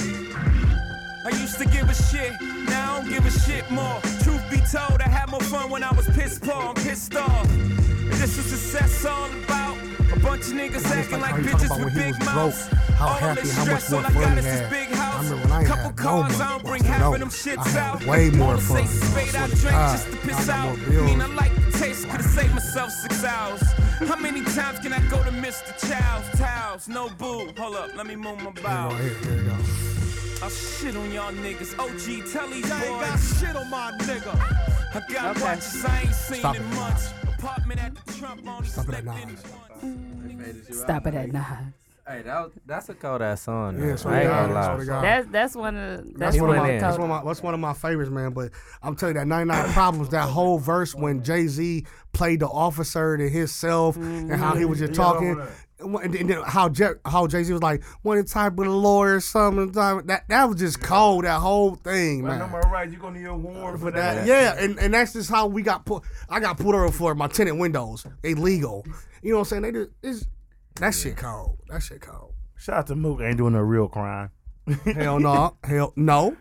B: I used to give a shit, now I don't give a shit more. Truth be told, I had more fun when I was pissed poor and pissed off. This is success all about. A Bunch of niggas
F: It's
B: acting
F: like
B: like
F: how you talk
B: bitches
F: about
B: with
F: when he
B: big
F: was
B: mouths.
F: broke, how
B: All
F: happy,
B: this
F: how much
B: stress, all
F: more
B: I
F: fun
B: got
F: he
B: is this
F: had.
B: big
F: I
B: house.
F: remember when I ain't
B: Couple
F: had no
B: cars,
F: money,
B: I don't
F: boy,
B: bring
F: so
B: half
F: no,
B: of them shits
F: I had
B: out.
F: way more
B: Wanna say
F: fun,
B: spade out
F: I swear to
B: drink
F: God.
B: just to piss
F: I got
B: out.
F: more bills.
B: Mean I like the taste, could've saved myself six hours. How many times can I go to Mr. Chow's Towels? No boo. Hold up, let me move my
F: Oh,
B: bow.
F: here, here we go.
B: I shit on y'all niggas. OG, tell these boys. I ain't got shit on my nigga. I got watches I ain't seen
F: Stop
B: in
F: it.
B: months. Apartment at the Trump on
F: Stop it at nine.
E: Stop it at nine.
D: Hey, that was, that's a cold ass song. though.
F: Yeah, swear
D: I
F: to
D: ain't
F: God,
D: gonna
F: swear to
D: lie.
F: God.
E: That's that's one of that's,
F: That's one,
E: one
F: of
E: of
F: my,
D: Yeah.
F: that's, one of my, that's one of my favorites, man. But I'm telling you, that 99 Problems, that whole verse when Jay Z played the officer to himself and how he was just talking. And wha- and then how Je- how Jay Z was like, one type of lawyer, or something. type- That that was just cold. That whole thing, man.
C: I'm alright. You gonna need a warrant for that.
F: Yeah, and, and that's just how we got put. I got pulled over for my tenant windows, illegal. You know what I'm saying? They just, it's, that shit cold. That shit cold.
C: Shout out to Mook. Ain't doing a real crime.
F: Hell no. Hell no.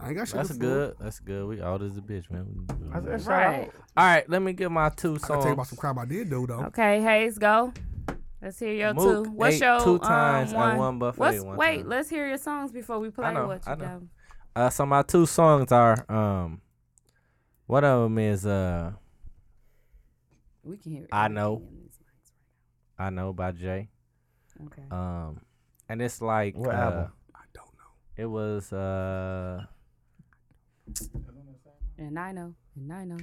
F: I ain't got shit.
D: That's
F: to fool.
D: good. That's good. We old as a bitch, man.
C: said, shout
E: Right.
C: out.
D: All right, let me get my two
F: I can
D: songs.
F: tell you about some crime I did do though.
E: Okay, Hayes, go. Let's hear your
D: Mook
E: two. What's
D: ate
E: your
D: two times
E: um, one?
D: and one buffet
E: What's,
D: one
E: wait,
D: time.
E: let's hear your songs before we play
D: know,
E: what you
D: I
E: got.
D: know. Uh, so my two songs are um, one of them is uh,
E: We can hear. it.
D: I know. I know by Jay.
E: Okay.
D: Um, and it's like
C: What
D: uh,
C: album?
F: I don't know.
D: It was uh,
E: And I know. And I know.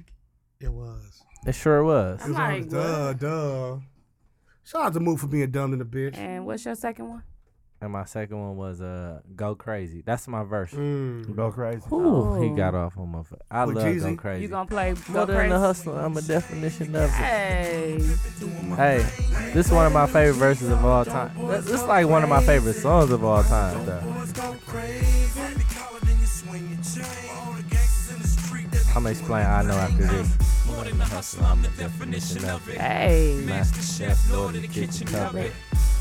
F: It was.
D: it sure was.
E: I'm like,
F: Duh,
E: what?
F: duh. Shout out to Mook for being dumb in the bitch.
E: And what's your second one?
D: And my second one was uh, go crazy. That's my verse.
F: Mm.
C: Go crazy.
D: Ooh, he
E: Oh.
D: got off on my. F- I
F: With
D: love go
F: Jeezy.
D: crazy.
E: You gonna play Go
D: Mother in the
E: Crazy?
D: hustle. I'm a definition of it.
E: Hey,
D: Hey, this is one of my favorite verses of all time. Th- This is like one of my favorite songs of all time, though. I'm gonna explain I know after this. Mother in the hustle, I'm the definition of it.
E: hey.
D: Master chef, lord of the kitchen cupboard.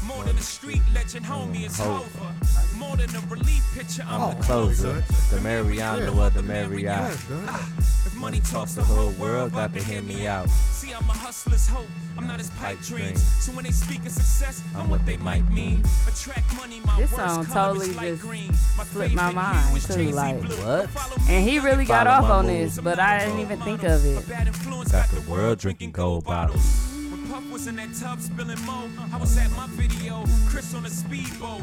B: More than a street legend, homie, it's
D: Hova.
B: over. More than a relief picture, I'm
D: I'm
B: the
D: the closer, the Mariano of the Marriott.
F: That's good.
B: Ah. If money talks
D: The whole world got to hear me out.
B: See, I'm a hustler's hope. I'm not his pipe dreams. So when they speak of success, I'm what they might mean. Attract money, my
E: This
B: worst
E: song
B: color is
E: totally
B: light
E: just
B: green. My
E: slipped my
B: favorite
E: mind,
B: hue is
E: too,
B: Jay-Z
E: like,
B: blue.
D: what?
B: Follow me,
E: And he really got
D: Follow
E: off
D: my
E: on
D: moves.
E: this, but I didn't even think of
B: A
E: it.
B: bad influence
D: Got the world drinking gold bottles.
B: When Puff was in that tub spilling mo, I was at my video, Chris on a speedboat.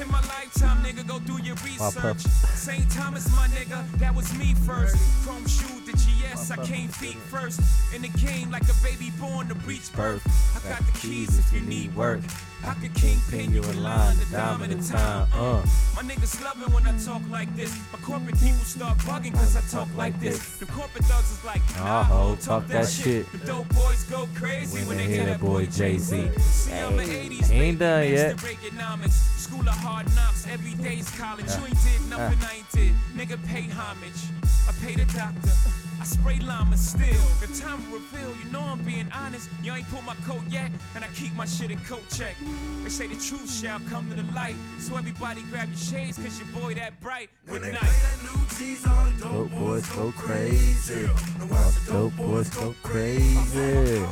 B: In my lifetime, nigga, go do your research. St. Thomas, my nigga, that was me first. Chrome shoe, the GS, I came feet first. In the game, like a baby born to breach birth. I got the keys if you need work. I could kingpin you in line, the dime at a time. Uh. My niggas love it when I talk like this. My corporate people start bugging cause I talk like this. The corporate thugs is like, nah, ho, talk that shit. The dope boys go crazy when they hear that boy Jay Z.
D: Ain't done yet.
B: School of hard knocks, every day's college. You ain't did nothing, I ain't did. Nigga, pay homage. I pay the doctor. I spray llamas still. The time will reveal, you know I'm being honest. You ain't pulled my coat yet, and I keep my shit in coat check. They say the truth shall come to the light. So everybody grab your shades, cause your boy that bright. Good night.
D: Dope boys go crazy. All dope boys go crazy.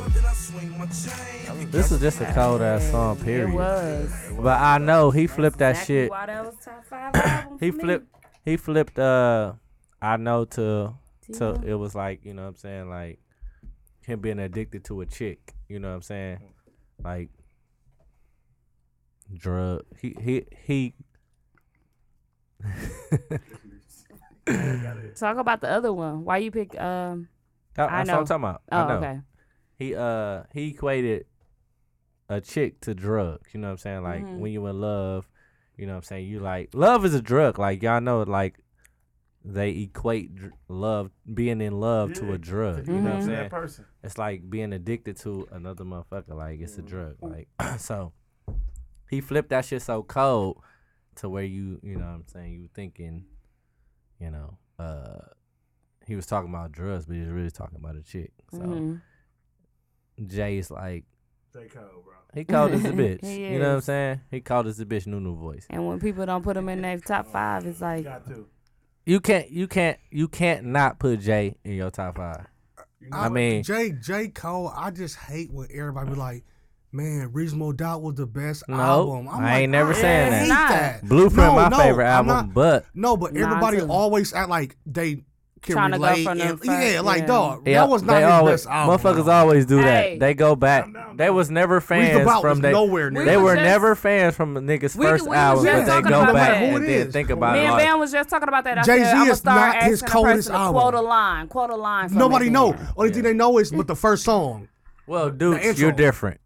D: This is just a cold ass song,
E: It
D: period.
E: was.
D: But I know he flipped that
E: Exactly
D: shit.
E: Why that was top five album
D: He
E: for me.
D: flipped. He flipped. Uh, I know to to it was like you know what I'm saying like him being addicted to a chick. You know what I'm saying like drug. He he he.
E: Talk about the other one. Why you pick? Um.
D: That,
E: I
D: that's what I'm
E: know.
D: talking about.
E: Oh,
D: I know.
E: okay.
D: he uh he equated a chick to drugs. You know what I'm saying? Like
E: Mm-hmm.
D: when you in love, you know what I'm saying. You like love is a drug. Like y'all know, like they equate dr- love being in love to a drug. You know
E: Mm-hmm.
D: what I'm saying?
C: That person.
D: It's like being addicted to another motherfucker. Like it's a
C: Mm-hmm.
D: drug. Like so, he flipped that shit so cold to where you you know what I'm saying you thinking, you know, uh, he was talking about drugs, but he was really talking about a chick. So.
E: Mhm.
D: Jay's like
C: Stay cold, bro.
D: he called us a bitch.
E: He
D: you know what I'm
E: is.
D: saying? He called us a bitch Nunu voice.
E: And when people don't put them in their top five, it's like
C: Got to.
D: You can't you can't you can't not put Jay in your top five. I mean
F: J J Cole, I just hate when everybody be like, man, Reasonable Doubt was the best
D: No,
F: album. I'm
D: I
F: like,
D: ain't never saying
F: hate
E: that.
F: that.
D: Blueprint,
F: No,
D: my
F: no,
D: favorite
F: I'm
D: album,
F: not-
D: but
F: No, but everybody
E: too.
F: always act like they can
E: Tryna go
F: relate.
E: from the
F: and-
E: front,
F: yeah, like
E: yeah.
F: dog,
D: yeah,
F: that was not
D: they
F: his
D: always,
F: best album.
D: Motherfuckers
F: dog.
D: always do that.
E: Hey.
D: They go back. They was never fans
F: About
D: from
F: was
D: they.
F: nowhere near.
D: They
E: We
D: were
E: just-
D: never fans from a nigga's
E: We-
D: first
E: we was
D: album,
E: just
D: but they
E: talking
D: go
E: about
D: back
E: that.
F: Who
D: and
F: it
D: then
F: is.
D: think about
E: Me
D: it.
E: and
D: Like,
E: Van was just talking about that. I
F: Jay-Z
E: said, I'm
F: is
E: gonna start
F: not his
E: asking a
F: coldest
E: person to
F: album.
E: Quote a line. Quote a line. from
F: Nobody
E: it.
F: know. Only thing they know is but the first song. The
D: well, dudes,
F: intro.
D: you're different.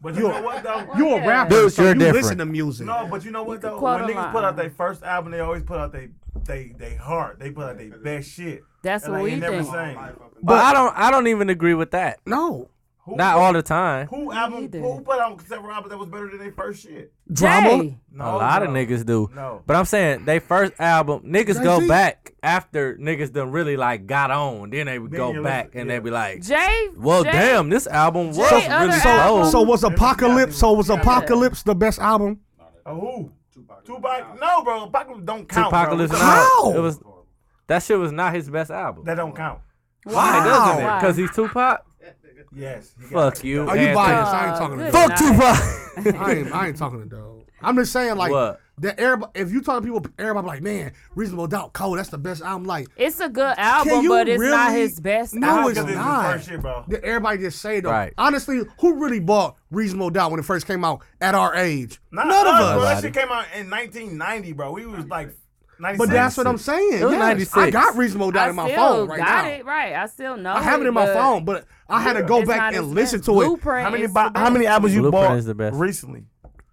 C: But you, know what though?
F: You a
E: yeah.
F: rapper,
D: Dude,
F: so
D: you're
F: you listen
D: different.
F: to music.
C: No, but you know what though?
E: quote
C: When
E: a
C: niggas
E: lot.
C: put out their first album, they always put out they they they heart. They put out their best shit.
E: That's
C: And
E: what
C: like,
E: we
C: ain't never
E: think.
C: sang.
D: But I don't. I don't even agree with that.
F: No.
C: Who,
D: Not all the time.
C: Who album?
E: either.
C: Who put out several albums that was better than their first shit?
F: Drama.
E: Jay.
C: No,
D: a lot of
C: no.
D: niggas do.
C: No.
D: But I'm saying they first album niggas go
F: Jay-Z.
D: back after niggas done really like got on. Then they would
C: Then
D: go
C: you
D: back
C: listen-
D: and
C: yeah.
D: they be like,
E: Jay.
D: "Well,
E: Jay,
D: damn, this album was
E: Jay, other
D: really
E: album-
D: old."
F: So was Apocalypse? So was Apocalypse the best album?
C: Oh, who? Tupac. No, bro. Apocalypse don't count. bro.
D: Apocalypse
C: Come
D: Now.
C: on.
F: How?
D: It was that shit was not his best album.
C: That don't count.
D: Why doesn't it?
E: Why?
D: Because he's Tupac.
C: Yes. he got-
D: Fuck you.
F: Are you
D: and
F: biased? I ain't
E: Uh,
F: talking to
E: good
F: dog.
D: Tupac. Fuck Tupac.
F: I ain't, I ain't talking to dog. I'm just saying like
D: What?
F: that. Everybody, if you talk to people, everybody like, man, Reasonable Doubt, Cole, that's the best album. Like,
E: It's a good
F: Can
E: album,
F: you
E: but it's not
F: really-
E: his best.
F: No,
E: album.
F: it's
C: Because it's
F: not.
C: his first shit, bro.
F: that everybody just say though.
D: Right.
F: Honestly, who really bought Reasonable Doubt when it first came out at our age?
C: Not
F: None of
C: us,
F: us.
C: Bro. That shit came out in 1990, bro. We was like 96.
F: But that's what I'm saying.
D: was
F: Yes,
D: 96.
F: I got Reasonable Doubt
E: I
F: in my
E: still
F: phone right
E: got
F: now.
E: it right. I still know.
F: I have it in my
E: but
F: phone, but I had to go
E: it's not
F: back
E: his
F: and listen
E: best.
F: to it.
E: Blueprint
C: How many,
E: is
C: bo-
E: the
C: how many
E: best.
C: albums you
D: Blueprint
C: bought
D: is the best.
C: recently?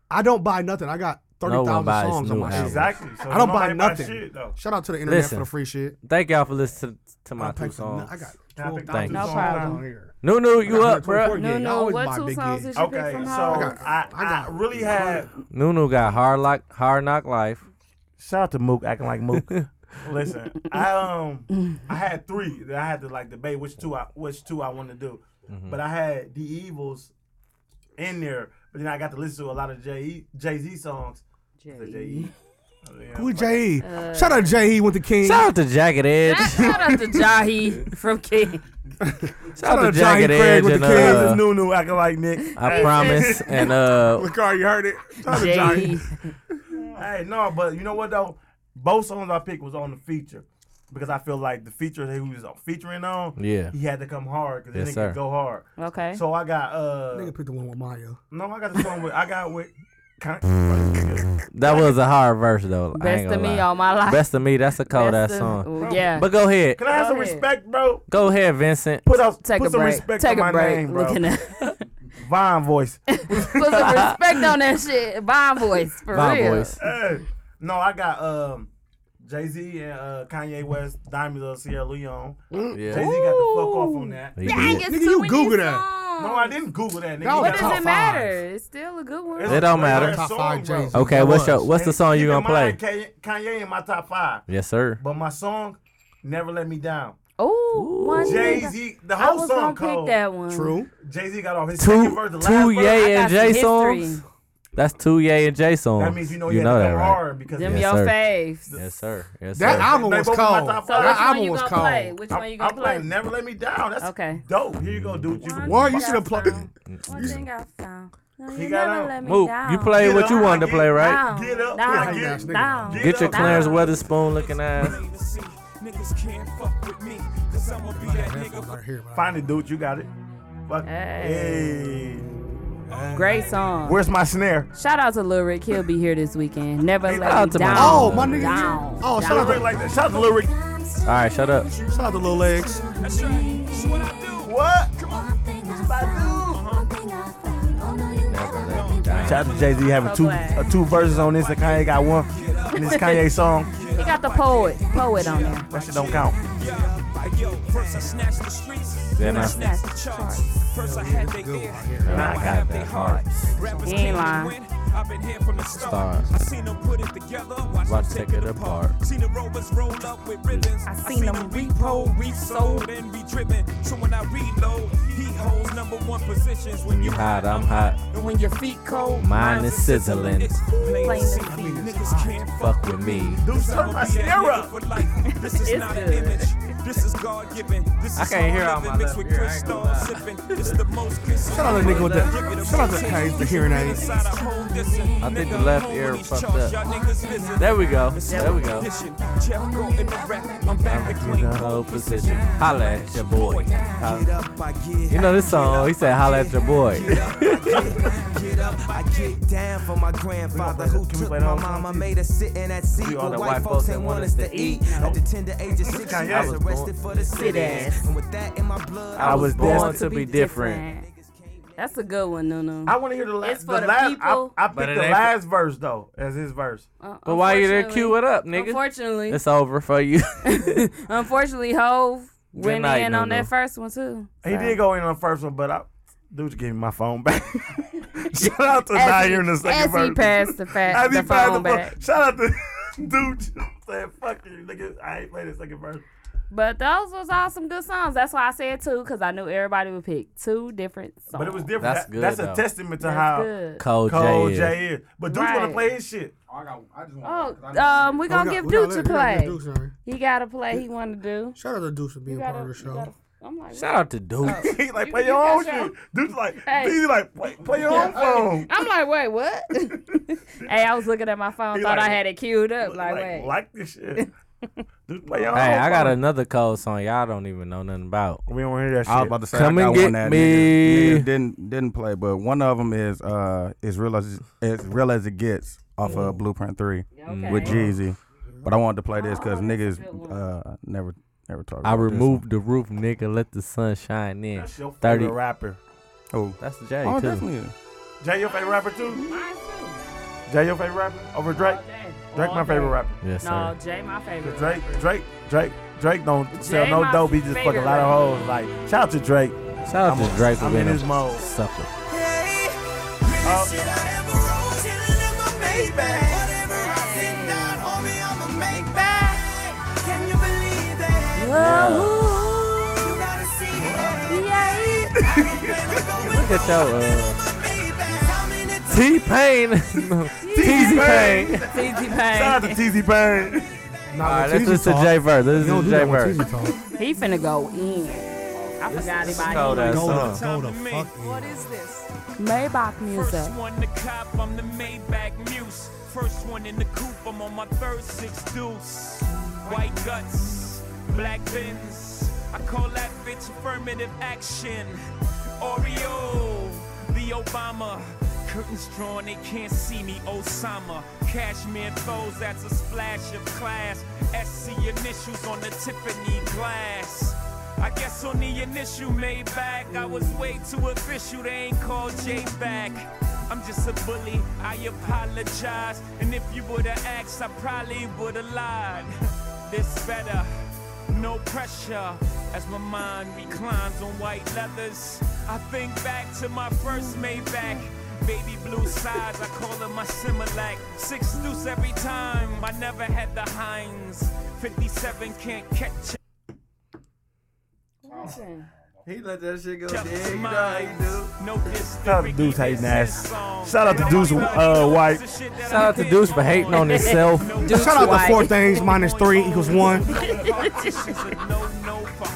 F: I don't buy nothing. I got thirty
D: No one
F: thousand
D: buys
F: songs on
D: new
F: my
D: albums.
F: shit.
C: Exactly. So
F: I don't buy
C: nobody
F: nothing.
C: Shit, though.
F: Shout out to the internet
D: Listen.
F: for the free shit.
D: Thank y'all for listening to, to
F: I
D: my
F: pay
D: two
F: for nothing.
D: songs.
F: I got
C: Can I pick
F: 12
C: out two
D: No
C: songs
E: problem.
C: now?
F: on here.
D: No, no, you up, bro?
E: No,
F: I
E: no.
F: always
E: What
F: buy
E: two
F: big
E: songs
F: hits.
E: did you pick
C: Okay,
E: from
C: so
E: Howard?
C: I, I really had
D: Nunu got hard lock, hard knock life.
C: shout out to Mook acting like Mook. Listen, I um I had three that I had to like debate which two I which two I want to do,
D: Mm-hmm.
C: but I had the Evils in there, but then I got to listen to a lot of Jay Jay Z songs. Jay
F: Who J.E.?
E: Uh,
F: Shout out J.E. with the King.
D: Shout out to Jagged Edge.
E: Shout out to Jahi from King.
D: Shout out
F: Johnny
D: to Jagged
F: Craig
D: Edge
F: with
D: and
F: the kids
D: uh,
C: Kid Nunu acting like Nick.
D: I promise and uh,
F: Lakari, you heard it. Shout out to J.E.
E: Jahi.
C: Hey, no, but you know what though? Both songs I picked was on the feature because I feel like the feature that he was featuring on,
D: Yeah.
C: he had to come hard because
D: Yes,
C: it
D: sir.
C: didn't go hard.
E: Okay.
C: So I got uh,
F: Nigga picked the one with Maya.
C: no, I got the song with I got with. Con-
D: that was a hard verse though. I ain't
E: Best of
D: gonna
E: me
D: lie.
E: all my life.
D: Best of me. That's a cold ass
E: Best of-
D: song.
E: Ooh, Yeah.
D: But go ahead,
C: Can I have
E: Go
C: some
E: ahead.
C: respect, bro?
D: go ahead, Vincent.
C: Put out
E: Take
C: put
E: a
C: some
E: break.
C: respect
E: Take
C: on
E: a
C: my
E: break.
C: name, bro.
E: Looking at.
C: Vine voice.
E: Put some respect on that shit. Bond voice. For
D: My
E: real.
D: voice.
C: Hey, no, I got um Jay Z and uh, Kanye West, Diamond of Sierra Leone. Jay Z got the
D: Yeah.
C: fuck off on that.
D: He
E: Dang,
D: did.
E: it's too
F: Mm. Nigga, you
E: many
F: Google that.
E: songs.
C: No, I didn't Google that. Nigga.
F: That was
E: What
C: It's
E: does
F: top
E: it
C: a-
F: five.
E: matter? It's still a good
C: it's
E: one.
D: It
C: a
D: don't matter.
C: great
F: Top
C: song,
F: five
C: bro.
F: Jay-Z.
D: Okay,
F: It
D: what's your
F: was.
D: what's the song you
C: Keep in
D: gonna play?
C: mind, Kanye, Kanye in my top five,
D: Yes, sir.
C: but my song "Never Let Me Down."
E: Oh, one
C: Jay
E: nigga.
C: Z, the
E: I
C: whole
E: was
C: song
E: gonna pick
C: called.
E: that one.
F: True.
C: Jay Z got off his second
D: Two
C: verse, the last
D: two
C: verse.
D: Ye
E: I
D: and
E: got
D: J
E: some
D: songs.
E: history.
D: That's two Ye and J songs.
C: That means Oh, you know you, had to
D: that,
C: go
D: right?
C: hard because
E: Them
D: Yes,
E: your
D: sir.
E: faves. So
D: Yes, sir. Yes,
F: That
D: sir.
F: album
C: They
F: was
C: both in my
F: cold.
C: top
F: That
C: five.
E: which one
F: album
E: you
F: was
E: gonna play?
F: cold.
E: Which
C: I'm,
E: one you
C: I'm
E: gonna play?
C: playing "Never Let Me Down." That's
E: Okay.
C: dope. Here you go, dude. You
F: Why you should have
E: One
F: played?
E: thing I found. One thing I found. No,
C: He
E: you
C: got
E: never
C: out.
E: let me
D: Move.
E: down.
D: You play
C: Get
D: what you
C: up,
D: wanted to
C: get-
D: play, right?
E: Down,
C: Get up.
E: Down,
C: Get
F: up.
E: down.
D: Get your
C: Down.
D: Clarence Weatherspoon looking ass.
B: Niggas can't fuck with me, cause I'ma be that nigga.
F: Right here, bro.
C: Find it, dude. You got it. Fuck. Hey.
E: Hey. Great song.
C: Where's my snare?
E: Shout out to Lil Rick. He'll be here this weekend. Never let
D: out
E: me
D: to my
E: down.
F: Oh, my nigga.
E: Down.
F: Oh, shout
C: Shout
F: out,
C: out to like that. Shout out to Lil Rick.
D: All right, shut up.
F: to- shout out to Lil Legs.
B: That's right. That's what I do.
C: What?
H: Shout
C: Shout out to Jay Z having
E: So
C: two
E: glad.
C: uh, two verses on this, and Kanye got one. And this Kanye song,
E: He got the poet, poet on there.
C: that shit don't count.
B: Yeah, yo, first I snatched the streets,
D: Then
B: then I
D: I-
B: snatched the charts. First I had they ears, now I have their hearts. Rappers
E: He ain't
B: came and
E: lying.
B: went, I've been here from the start.
D: Start.
B: I seen them put it together, watch them take it apart. Seen the rovers roll up with ribbons. I seen them repo, resold, and redriven. So when I reload, he holds number one positions. When you
D: Hot, I'm hot.
B: and when your feet cold,
D: Mine
B: mine's
D: is sizzling.
B: It's plain to
E: to
B: see. Niggas can't fuck
D: Fuck with me.
C: Dude, shut my snare up.
B: This is
E: It's
B: not an
E: good.
B: image. This is God given. This
D: I
B: is
D: can't
B: how
D: hear
B: I
D: all
B: live
D: my
B: it, mixed
D: left
B: with
D: ear, I ain't
B: crystal
D: gonna lie.
B: sipping. It's the most consuming.
F: Shout out to the nigga with the-
B: Give it a
F: shout out to
B: full
F: the cage, the
B: taste.
F: hearing aid.
B: Inside a whole distance.
D: I think the
B: Nigga,
D: left
B: I'm
D: ear
B: on these
D: fucked
B: charts,
D: up.
B: y'all niggas visit.
D: There we go.
B: It's
D: There we
B: the
D: go.
B: condition. Jeff Gordon, the rap. I'm back to clean
D: Whole
B: cold
D: position.
B: precision.
D: Holla at your boy.
B: Get up, I get
D: You know this song? He said, "Holla at your boy."
B: Get up, I get down for my grandfather who
C: Can we
B: took
C: play
B: my
C: that one more
B: mama, made us sit in that seat.
D: We all
B: But
D: the
B: white folks didn't want us to eat. At the tender age of six,
C: Kanye.
B: I was arrested for the sit
E: ass.
B: And with that in my blood,
D: I was born
C: destined
D: to be different.
E: That's a good one, Nunu.
C: I want to hear the last.
E: It's
C: The
E: for the
C: last. I,
E: people.
C: I
D: But
C: picked
D: it
C: the
D: ain't for-
C: last verse though as his verse.
E: Uh,
D: But why you there?
E: unfortunately-
D: Cue it up, nigga.
E: Unfortunately,
D: It's over for you.
E: unfortunately, Hove went
D: night,
E: in on
D: Nunu.
E: that first one too.
C: He
E: So.
C: did go in on the first one, but I dude gave me my phone back. Shout out to
E: As
C: Nair
E: he-
C: in the second
E: as
C: verse.
E: he passed the, fa-
C: As
E: the
C: he passed
E: phone
C: the phone-
E: back.
C: Shout out to dude. Saying fuck you, nigga. I ain't playing the second verse.
E: But those was all some good songs. That's why I said two, because I knew everybody would pick two different songs.
C: But it was different.
D: That's
C: That's,
D: good,
C: that's
D: though.
C: a testament to
E: That's
C: how
E: good.
D: Cold
C: cold
D: J. is.
C: Jay is. But dude want
E: Right.
C: to play his shit.
G: I got. I just
E: Oh,
G: want.
E: um, we gonna
F: We
E: give
F: we gotta
E: Deuce a
F: let- we gotta
E: play.
F: give Deuce on.
E: He got a play he want to do.
F: Shout out to Deuce for being
E: You
F: part
E: gotta,
F: of the
E: you
F: show.
E: gotta, I'm like,
D: Shout out to Duke.
C: He like
E: You-
C: play
E: you
C: your
E: got
C: own
E: your
C: shit.
E: own-
C: Dude's like,
E: Hey.
C: he's like, play, play your own phone.
E: I'm like, wait, what? hey, I was looking at my phone,
C: He
E: thought
C: like-
E: I had it queued up. Like, wait.
C: like, like this shit. Dude, play your
D: Hey,
C: own
D: I got
C: phone.
D: another cold song y'all don't even know nothing about.
C: We don't want to hear that shit.
I: I was about to say,
D: Come
I: I got
D: and get
I: one that
D: me.
I: niggas- niggas didn't didn't play, but one of them is uh is real as as real as it gets off
D: Mm.
I: of Blueprint Three
E: Okay.
I: with Jeezy. But I wanted to play this because
E: Oh, that's a good
I: niggas
E: one.
I: uh never never talk.
D: I
I: about this
D: removed the roof, nigga. Let the sun shine in.
C: That's your favorite
D: 30.
C: rapper.
I: one.
D: That's the J
I: Oh, oh,
D: too.
I: definitely.
C: Jay your favorite rapper too?
E: Mine
C: Jay your favorite rapper? Over
E: too.
C: Drake?
E: All
D: Oh,
E: day.
C: Drake my
E: All
C: favorite
E: day.
C: rapper.
D: Yes,
E: No,
D: sir.
E: Jay my favorite.
C: Drake,
E: rapper.
C: Drake, Drake, Drake don't sell
E: Jay
C: no
E: my
C: dope. He just fuck a
E: favorite
C: lot of hoes. Like shout out to Drake.
D: Shout out to
C: I'm-
D: Drake for
C: I'm
D: being
C: in
D: a
C: his mode.
D: sucker.
C: Oh.
D: Look at your uh, T Pain. T Pain.
E: TZ
C: Shout out to TZ Pain.
F: Nah,
D: All
F: but
D: right, let's
F: Teezy
D: listen to
F: talk.
D: J verse. This
F: You don't
D: is
F: do
D: J
F: that when
D: verse.
F: Teezy talk.
E: Pain. He finna go in. I forgot
D: This is
E: about
D: cold
E: him.
D: ass
F: Go
D: song.
F: the, go the fuck in.
E: Maybach music.
B: First one to cop, I'm the Maybach muse. First one in the coupe, I'm on my third six deuce. White guts, black bins. I call that bitch affirmative action. Oreo, the Obama. Curtains drawn, they can't see me. Osama, cashmere throws, that's a splash of class. SC initials on the Tiffany glass. I guess on the initial made back, I was way too official, they ain't called Jay back. I'm just a bully, I apologize. And if you would've asked, I probably would've lied. This better, no pressure. As my mind reclines on white leathers, I think back to my first Maybach. Baby blue sides, I call it my Similac. Six deuce every time, I never had the Heinz. 57 can't catch
E: Listen.
G: He let that shit go.
B: Shout out to Deuce hating ass.
C: Shout out to Deuce, uh, White.
B: Shout
D: Shout out to Deuce for hating on himself.
E: Deuce
F: Shout out to
E: White.
F: four things minus three equals one.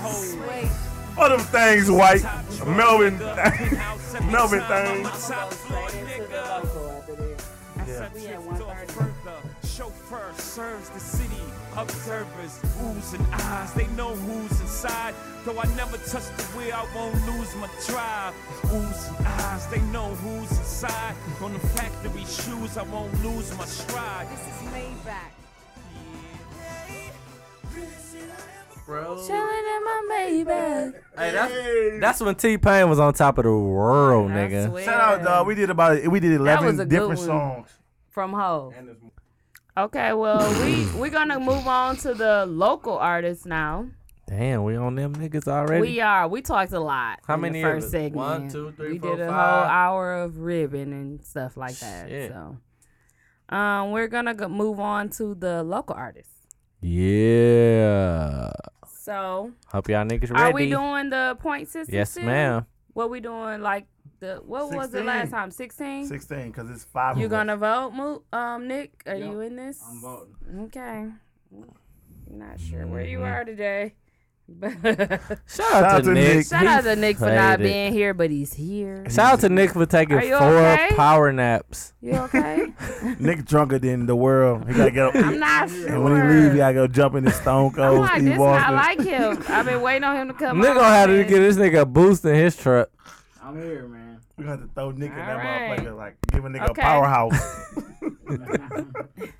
C: All them things white. Melvin. Melvin
B: Melvin
C: thing.
E: We at 1:30.
B: Chauffeur serves the city. Observers, oohs and eyes, they know who's inside. Though I never touch the wheel, I won't lose my drive. Oohs and eyes, they know who's inside. On the factory shoes, I won't lose my stride.
E: Chillin' in my Maybach.
D: Hey, that's, that's when T Pain was on top of the world,
E: I
D: nigga.
E: swear.
C: Shout out, dog. We did about we did
E: was a
C: eleven
E: good
C: different
E: one.
C: songs.
E: from Ho. Okay, well we we're gonna move on to the local artists now.
D: Damn, we on them niggas already.
E: We are. We talked a lot.
D: How
E: in the
D: many
E: first
D: of it?
E: segment?
D: One, two, three,
E: We
D: four,
E: did a whole
D: five.
E: hour of ribbon and stuff like that.
D: Shit.
E: So, um, we're gonna go- move on to the local artists.
D: yeah.
E: So,
D: Hope y'all niggas ready.
E: are we doing the point system?
D: yes,
E: still?
D: ma'am.
E: What we doing? Like the what was it
C: 16.
E: last time? Sixteen.
C: Sixteen, cause it's five.
E: You
C: of us.
E: gonna vote, Mo- um, Nick? Are you in this?
G: I'm voting.
E: Okay. Not sure where you are today.
D: Mm-hmm. Shout out to Nick.
E: Shout out
C: He
E: to Nick for not
D: played it.
E: being here, but he's here.
D: Shout out to Nick for taking
E: Are you
D: four
E: okay?
D: power naps.
E: You okay?
C: Nick drunker than the world. He gotta get up.
E: I'm not sure.
C: and when he leave, he gotta go jump in the Stone
E: I'm
C: Cold
E: like,
C: Steve
E: this not
C: Austin.
E: like him. I've been waiting on him to come.
D: Nick
E: out,
D: gonna have to
E: man.
D: get this nigga a boost in his truck.
G: I'm here, man.
C: we got to throw Nick in that
E: Alright.
C: motherfucker. Like give a nigga
E: Okay.
C: a powerhouse.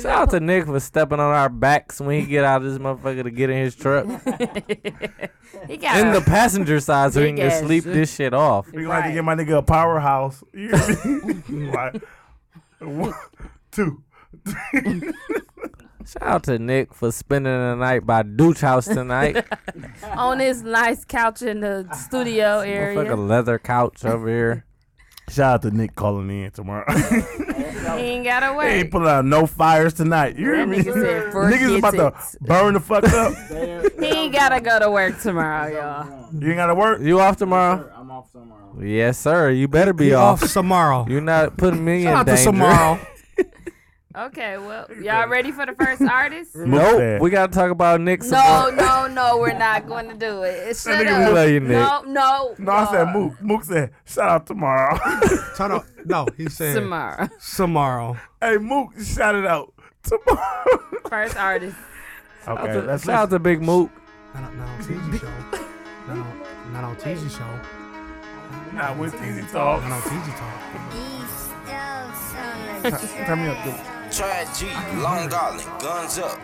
D: Shout out to Nick for stepping on our backs when he get out of this motherfucker to get in his truck.
E: he got
D: In the passenger side so he can
E: Big-ass
D: sleep
E: shit.
D: this shit off.
C: We gonna have to get my nigga a powerhouse. You hear me? like, one, two.
D: Shout out to Nick for spending the night by Dooch House tonight.
E: on his nice couch in the studio area.
D: Motherfucker leather couch over here.
C: Shout out to Nick calling in tomorrow.
E: He ain't gotta
C: They
E: wait.
C: ain't pulling out no fires tonight. You hear
E: That
C: me?
E: nigga said,
C: Niggas about to
E: "Forget
C: burn the fuck up.
E: He ain't gotta go to work tomorrow, y'all.
C: you ain't gotta work.
D: You off tomorrow?
G: I'm off tomorrow.
D: Yes, sir. You better be
F: He
D: off.
F: off tomorrow.
D: You're not putting me in
F: Shout out to
D: danger.
F: tomorrow.
E: Okay, well, y'all ready for the first artist?
D: Nope. We gotta talk about Nick. some
E: No, no,
D: more.
E: no, we're not going to do it. Shut
D: nigga
E: up.
D: love you, Nick.
E: No, no.
C: No, I said
E: uh,
C: Mook. Mook said, shout out tomorrow.
F: Shout out. No, he said
E: Tomorrow.
F: tomorrow.
C: hey, Mook, shout it out tomorrow.
E: First artist.
C: okay,
D: Shout out
C: let's
D: to- Shout out to Big Mook.
F: Not on, not on TG show. Not on, not on TG show.
C: listen. Nah, with easy
F: Not
C: talk.
F: on TG talk.
C: Turn me up. dude.
J: Trad G, Long Island, guns up.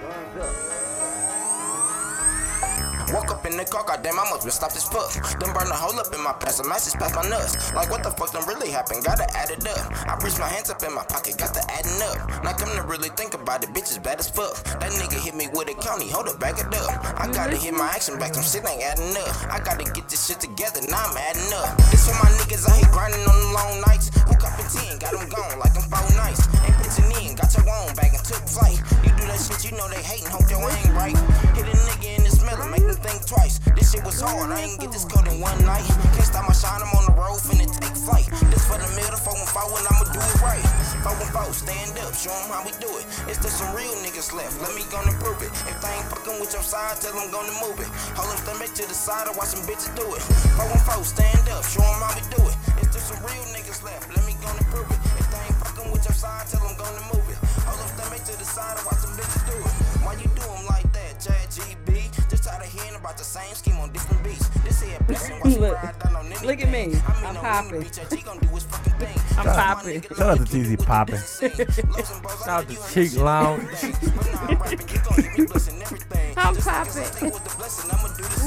J: Woke up in the car, goddamn, I must have stopped this fuck. Done burn a hole up in my past, a message past my nuts. Like, what the fuck done really happened? Gotta add it up. I reached my hands up in my pocket, got to adding up. Now come to really think about it, bitch is bad as fuck. That nigga hit me with a county, hold up, back it up. I gotta hit my action back, some shit ain't adding up. I gotta get this shit together, now I'm adding up. This for my niggas out here grinding on them long nights. Woke up at 10, got them gone like I'm four nights. Ain't pitching in, got your own bag and took flight. You do that shit, you know they hatin', hope your ain't right. Hit a nigga in the smell and make them think twice. This shit was hard, I ain't get this coat in one night. Can't stop my shine, I'm on the road, finna take flight. This for the middle, 414, and I'ma do it right. 414, stand up, show 'em how we do it. It's still some real niggas left, let me go and prove it. If they ain't fucking with your side, tell them go and move it. Hold up, stand back to the side, I watch some bitches do it. 414, stand up, show 'em how we do it. It's still some real niggas left, let me go and prove it. If they ain't fucking with your side, tell them go and move it. Hold up, stand back to the side, I watch them bitches do it. Why you do 'em like that, Chad GB? Just tired of hearing about the same scheme on different beats. This here blessing, watch you
K: Look.
J: ride down on anything.
K: Look at me.
J: I mean,
K: I'm
J: on
K: popping.
J: any beach, a G gonna do his fucking thing.
E: I'm popping.
C: Shout out to TZ popping.
J: Shout
D: Shout out to Cheek Lounge.
E: I'm popping.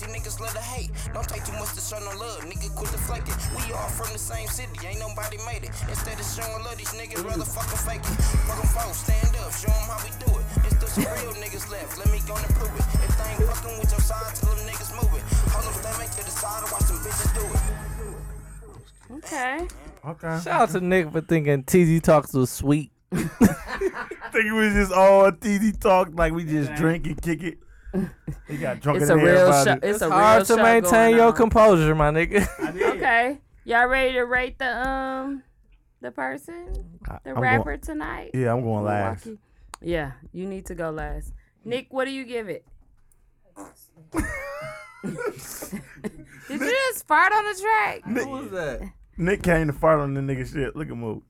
J: Don't take too much to show no love, nigga. Quit the flaking. We all from the same city, ain't nobody made it. Instead of showing love, these niggas rather fucking fake it. Fuck 'em folks, stand up, show 'em how we do it. It's still some real niggas left, let me go and prove it. If they ain't fucking with your side, tell them niggas move it. Hold up, stand back to the side and watch them bitches do it.
E: Okay.
C: Okay.
D: Shout out to Nick for thinking TZ Talks was sweet.
C: I think it was just all TZ talk. Like we just drink and kick it. He got drunk
E: It's
C: in
E: a real show.
C: everybody.
E: It's, a real
D: Hard to
E: show
D: maintain
E: going
D: your
E: on.
D: composure, my nigga.
E: Okay. Y'all ready to rate the um the person?
C: I-
E: The
C: I'm
E: rapper
C: Going,
E: tonight?
C: yeah, I'm going last.
E: Milwaukee. Yeah, you need to go last. Nick, what do you give it? Did you just fart on the track?
D: Who was that?
C: Nick came to fart on the nigga shit. Look at Mook.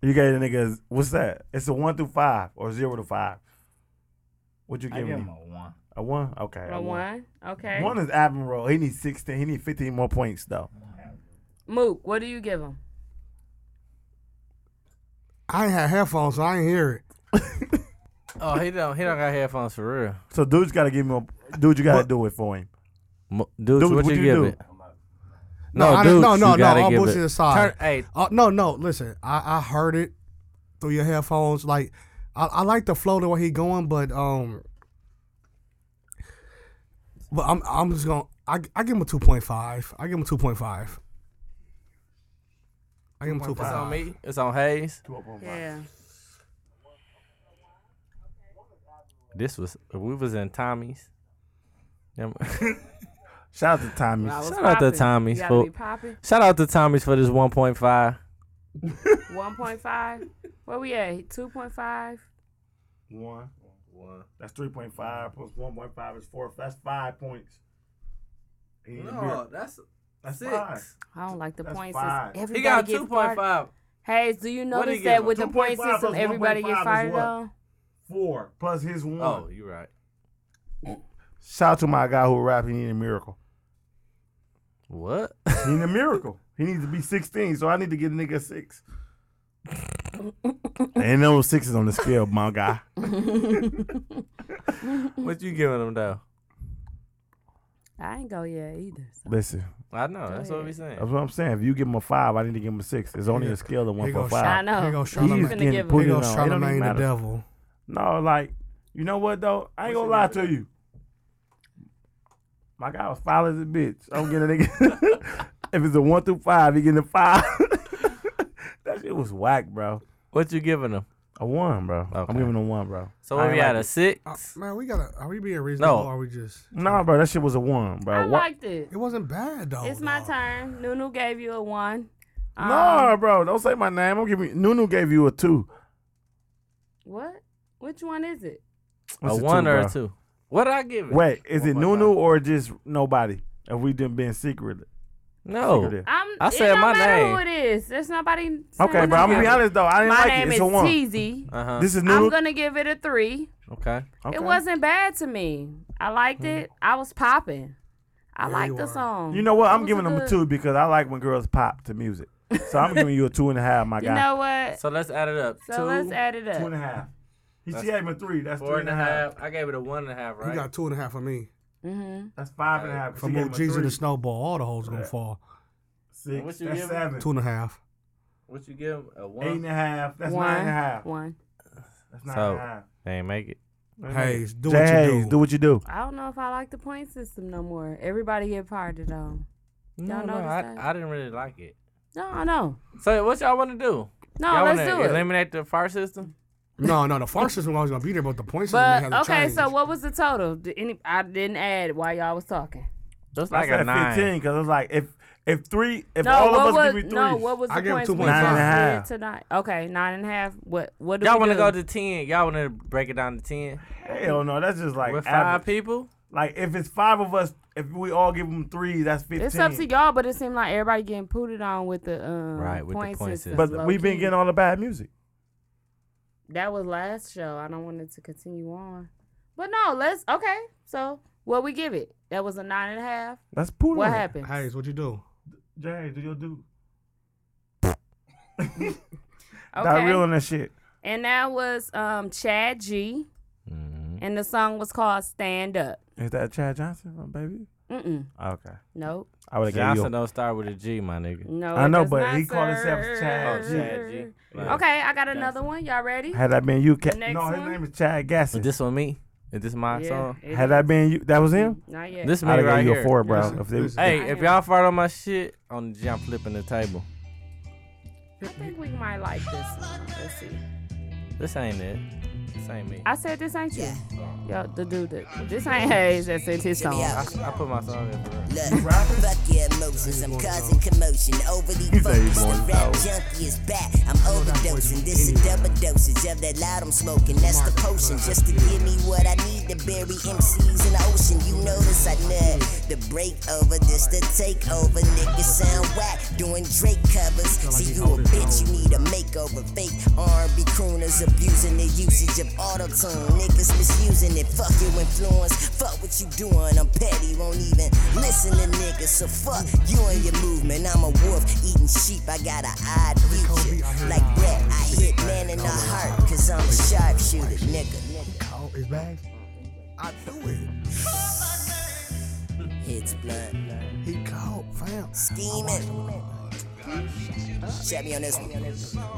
C: You gave the niggas what's that? It's a one through five or zero to five. What you
G: I
C: give
G: give
C: him?
G: him a one.
C: A one? Okay.
E: A one? Okay.
C: One is Admiral. He needs sixteen. He needs fifteen more points though.
E: Mook, what do you give him?
F: I ain't had headphones, so I ain't hear it.
D: Oh, he don't. He don't got headphones for real.
C: So dude's got to give him. A, dude, you got to do it for him.
D: Mo- Dude,
C: Dude,
D: what,
C: what
D: you,
C: you
D: give
C: do?
D: it? No,
F: I
D: dude,
F: didn't- no, no,
D: you
F: no.
D: gotta
F: All
D: give
F: bullshit
D: it.
F: aside.
D: Turn, hey,
F: Uh, no, no. Listen, I, I heard it through your headphones. Like, I, I like the flow the way he going, but um, but I'm I'm just gonna I, I give him a two point five. I give him a two point five. I give him two
D: It's on
F: five.
D: me. It's on Hayes.
E: Yeah.
D: This was we was in Tommy's. Them-
C: Shout out to Tommy.
E: I was
D: Shout out to
E: popping.
D: Tommy's
E: You
D: for-
E: gotta be popping.
D: Shout out to Tommy's for this 1.5.
E: 1.5. Where we at? 2.5.
C: One. One. That's three point five plus one point five is four. That's five points. And
D: No,
C: you're-
D: that's
C: that's
D: six.
C: five.
E: I don't like the
C: That's
E: points.
C: five.
E: Everybody
D: He got
E: gets
D: two
E: fired.
D: point five.
E: Hayes, do you
D: What he
E: notice
D: give
E: that
D: him?
E: with the point
C: 2.5
E: system,
C: plus
E: everybody get
C: 1.5 is
E: fired
C: what?
E: on?
C: Four plus his one.
D: Oh, you right.
C: Shout out to my guy who rapped. He need a miracle.
D: What?
C: He need a miracle. He needs to be sixteen. So I need to get a nigga a six. Ain't no sixes on the scale, my guy.
D: what you giving him though?
E: I ain't go yet either. So.
C: Listen,
D: I know. Oh, That's what we
C: that's
D: saying.
C: what I'm saying. If you give him a five, I need to give him a six. It's only a scale of one
F: Here
C: point
F: goes
E: I
C: five.
E: know.
F: Here goes
E: He's
C: He's
F: Charlamagne.
E: finna
C: getting
E: give him-
F: Here
C: put in on.
F: goes
C: It don't even
F: Charlemagne the
C: matter.
F: devil.
C: No, like, you know what though? I ain't gonna lie to you. My guy was foul as a bitch. I'm getting a nigga. if it's a one through five, he getting a five. that shit was whack, bro.
D: What you giving him?
C: A one, bro.
D: Okay.
C: I'm giving a one, bro.
D: So
C: I
D: what
C: ain't
D: we at
C: like
D: a six?
F: Uh, man, we gotta. Are we being
D: No.
F: reasonable? Or are we just?
C: it. Nah, bro, that shit was a one, bro.
E: I
C: Wha-
E: liked it.
F: It wasn't bad though.
E: It's my
F: dog.
E: turn. Nunu gave you a 1. Um,
C: Nah, bro, don't say my name. I'm giving you, Nunu gave you a two.
E: What? Which one is it?
D: A
C: What's
D: one or a
C: bro?
D: two? What I give it?
C: Wait, is it
D: 1.5.
C: Nunu or just nobody? Have we done been secret?
D: No.
C: secretive?
E: I'm,
D: I
E: it
D: said
E: don't
D: my
E: matter
D: name.
E: Who it is? There's nobody. saying
C: Okay, bro, I'm gonna be
E: nothing.
C: honest though. I didn't
E: My
C: like
E: name
C: it.
E: is
C: It's a one.
E: Teezy.
D: Uh huh.
C: This is Nunu.
E: I'm gonna give it a three.
D: Okay.
E: It
C: Okay. Mm.
E: wasn't bad to me. I liked it. I was popping. I
F: Yeah,
E: liked
F: you
E: the
F: are.
E: song.
C: You know what?
E: It
C: I'm
E: was
C: giving them a
E: good-
C: two because I like when girls pop to music. So I'm giving you a two and a half, my
E: You
C: guy.
E: know what?
D: So let's add it up.
E: So
D: two,
E: let's add it
C: two
E: up.
C: and a half. He she
D: That's-
C: gave him a three. That's
D: four
C: three
D: and a half. I gave it a one and a half,
F: You
D: right?
F: got two and a half for me.
E: Mm-hmm.
C: That's five and a half.
F: For
C: She gave
F: both
C: him a
F: Jesus and the
C: three.
F: Snowball, all the hoes gonna
C: Yeah.
F: fall.
C: Six.
D: What you
C: that's
D: giving?
C: seven.
F: Two and a half.
D: what you give him? A
C: Eight and
D: one.
C: a half. That's
E: one,
C: nine and a half.
E: One.
C: That's nine
D: So-
C: and a half.
D: They ain't make it.
F: Hayes, do
C: Jay,
F: what you do.
C: do what you do.
E: I don't know if I like the point system no more. Everybody get parted on.
D: No,
E: Y'all
D: no,
E: notice
D: I,
E: that?
D: I didn't really like it.
E: No, no,
D: So what y'all want to do?
E: no.
D: y'all
E: let's
D: wanna
E: do it.
D: Eliminate the fire system.
F: No, no, the farce system was gonna be there, but the points system
E: But
F: had to
E: okay,
F: change.
E: so what was the total? Did any? I didn't add while y'all was talking.
D: Just
C: I
D: like
C: said
D: a nine.
C: fifteen because I was like, if if three, if
E: No,
C: all
E: what
C: of us
E: was
C: give you three,
E: no? What was the
F: I gave him
E: points
F: two
E: we
F: point
E: just
C: five. Nine and a
E: did
C: half.
E: tonight? Okay, nine and a half. What? What do
D: Y'all
E: we
D: want to
E: do?
D: go to ten? Y'all want to break it down to ten?
C: hell no, that's just like
D: With five
C: average.
D: people.
C: Like if it's five of us, if we all give them three, that's fifteen.
E: It's up to y'all, but it seemed like everybody getting pooted on with the um,
D: Right, with the
E: point
D: point
E: system.
D: system.
C: But
E: low
C: we've been
E: key.
C: getting all the bad music.
E: that was last show. I don't want it to continue on. But no, let's okay. So what we give it? That was a nine and a half.
C: That's poo.
E: What happened?
F: Hayes, what you do?
C: Jay, do your do. Got
E: Okay.
C: real in that shit.
E: and that was um Chad G,
D: Mm-hmm.
E: and the song was called Stand Up.
C: Is that Chad Johnson, my baby?
E: Mm-mm.
C: Okay.
E: Nope.
C: I would have gave
D: Johnson
C: you.
D: don't start with a G, my nigga.
E: No.
C: I
E: it
C: know,
E: does
C: but
E: not,
C: he called himself
E: sir.
C: Chad
D: G. Oh, Chad G. Right.
E: Okay, I got another one. Y'all ready?
C: A, had that been you, Ca-
E: Next
C: no, his
E: one.
C: name is Chad
D: Is
C: Gasson.
D: this on me? Is this my song?
E: it
C: had
E: is.
C: that been you, that was him.
E: Not yet.
D: This me
C: I'd have
D: right
C: gave you
D: here.
C: a four, bro.
F: Listen,
C: If they,
F: listen.
D: Hey, if y'all fart on my shit, on the G, I'm flipping the table.
E: I think we might like this one. Let's see.
D: This ain't it. This ain't me. I,
E: I said this ain't you. Yo, the dude that this ain't Hayes that sent his song.
D: I, put my song in for real.
K: Look, fuck your emotions, I'm causing commotion. Overly focused, the rap junkie is back. I'm overdosing, this a double dosage of that loud I'm smoking. That's the potion, just to give me what I need to bury MCs in the ocean. You notice I nut the breakover, this the takeover. Niggas sound whack, doing Drake covers. See, you a bitch, you need a makeover. Fake R&B crooners abusing the usage of auto tune. Niggas misusing it, fuck your influence. Fuck what you doing, I'm petty, won't even listen to niggas. So fuck you and your movement. I'm a wolf eating sheep, I got an odd future. Like Brett, I hit man in the heart, cause I'm a sharpshooter, nigga.
F: Oh, it's bad. I do it.
K: Hits blunt.
F: He called, fam. Oh,
K: Steaming. Shut me on this one.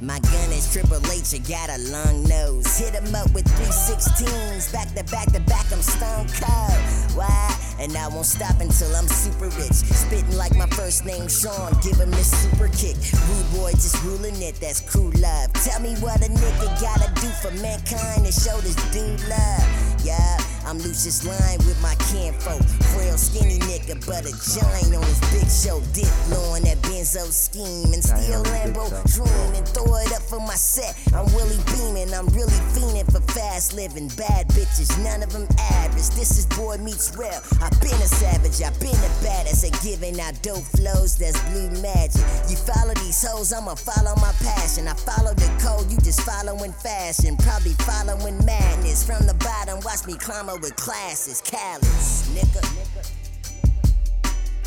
K: My gun is Triple H, you got a long nose. Hit him up with 316s. Back to back to back, I'm stone cold. Why? And I won't stop until I'm super rich. Spitting Seem like my first name Sean. Give him the super kick. Rude boy just ruling it. That's cool love. Tell me what a nigga gotta do for mankind to show this dude love. Yeah, I'm Lucius Lyon with my kinfolk. Frail, skinny nigga, but a giant on his big show. Dip blowing that benzo scheme and still
L: Giant
K: Lambo
L: on his big show.
K: dream and throw it up for my set. I'm really beaming, I'm really fiending for fast living. Bad bitches, none of them average. This is boy meets real. I've been a savage, I've been a badass at giving out dope flows. That's blue magic. You follow these hoes, I'ma follow my passion. I follow the code, you just following fashion. Probably following madness. From the bottom, watch me climb up with classes. Callous, nigga.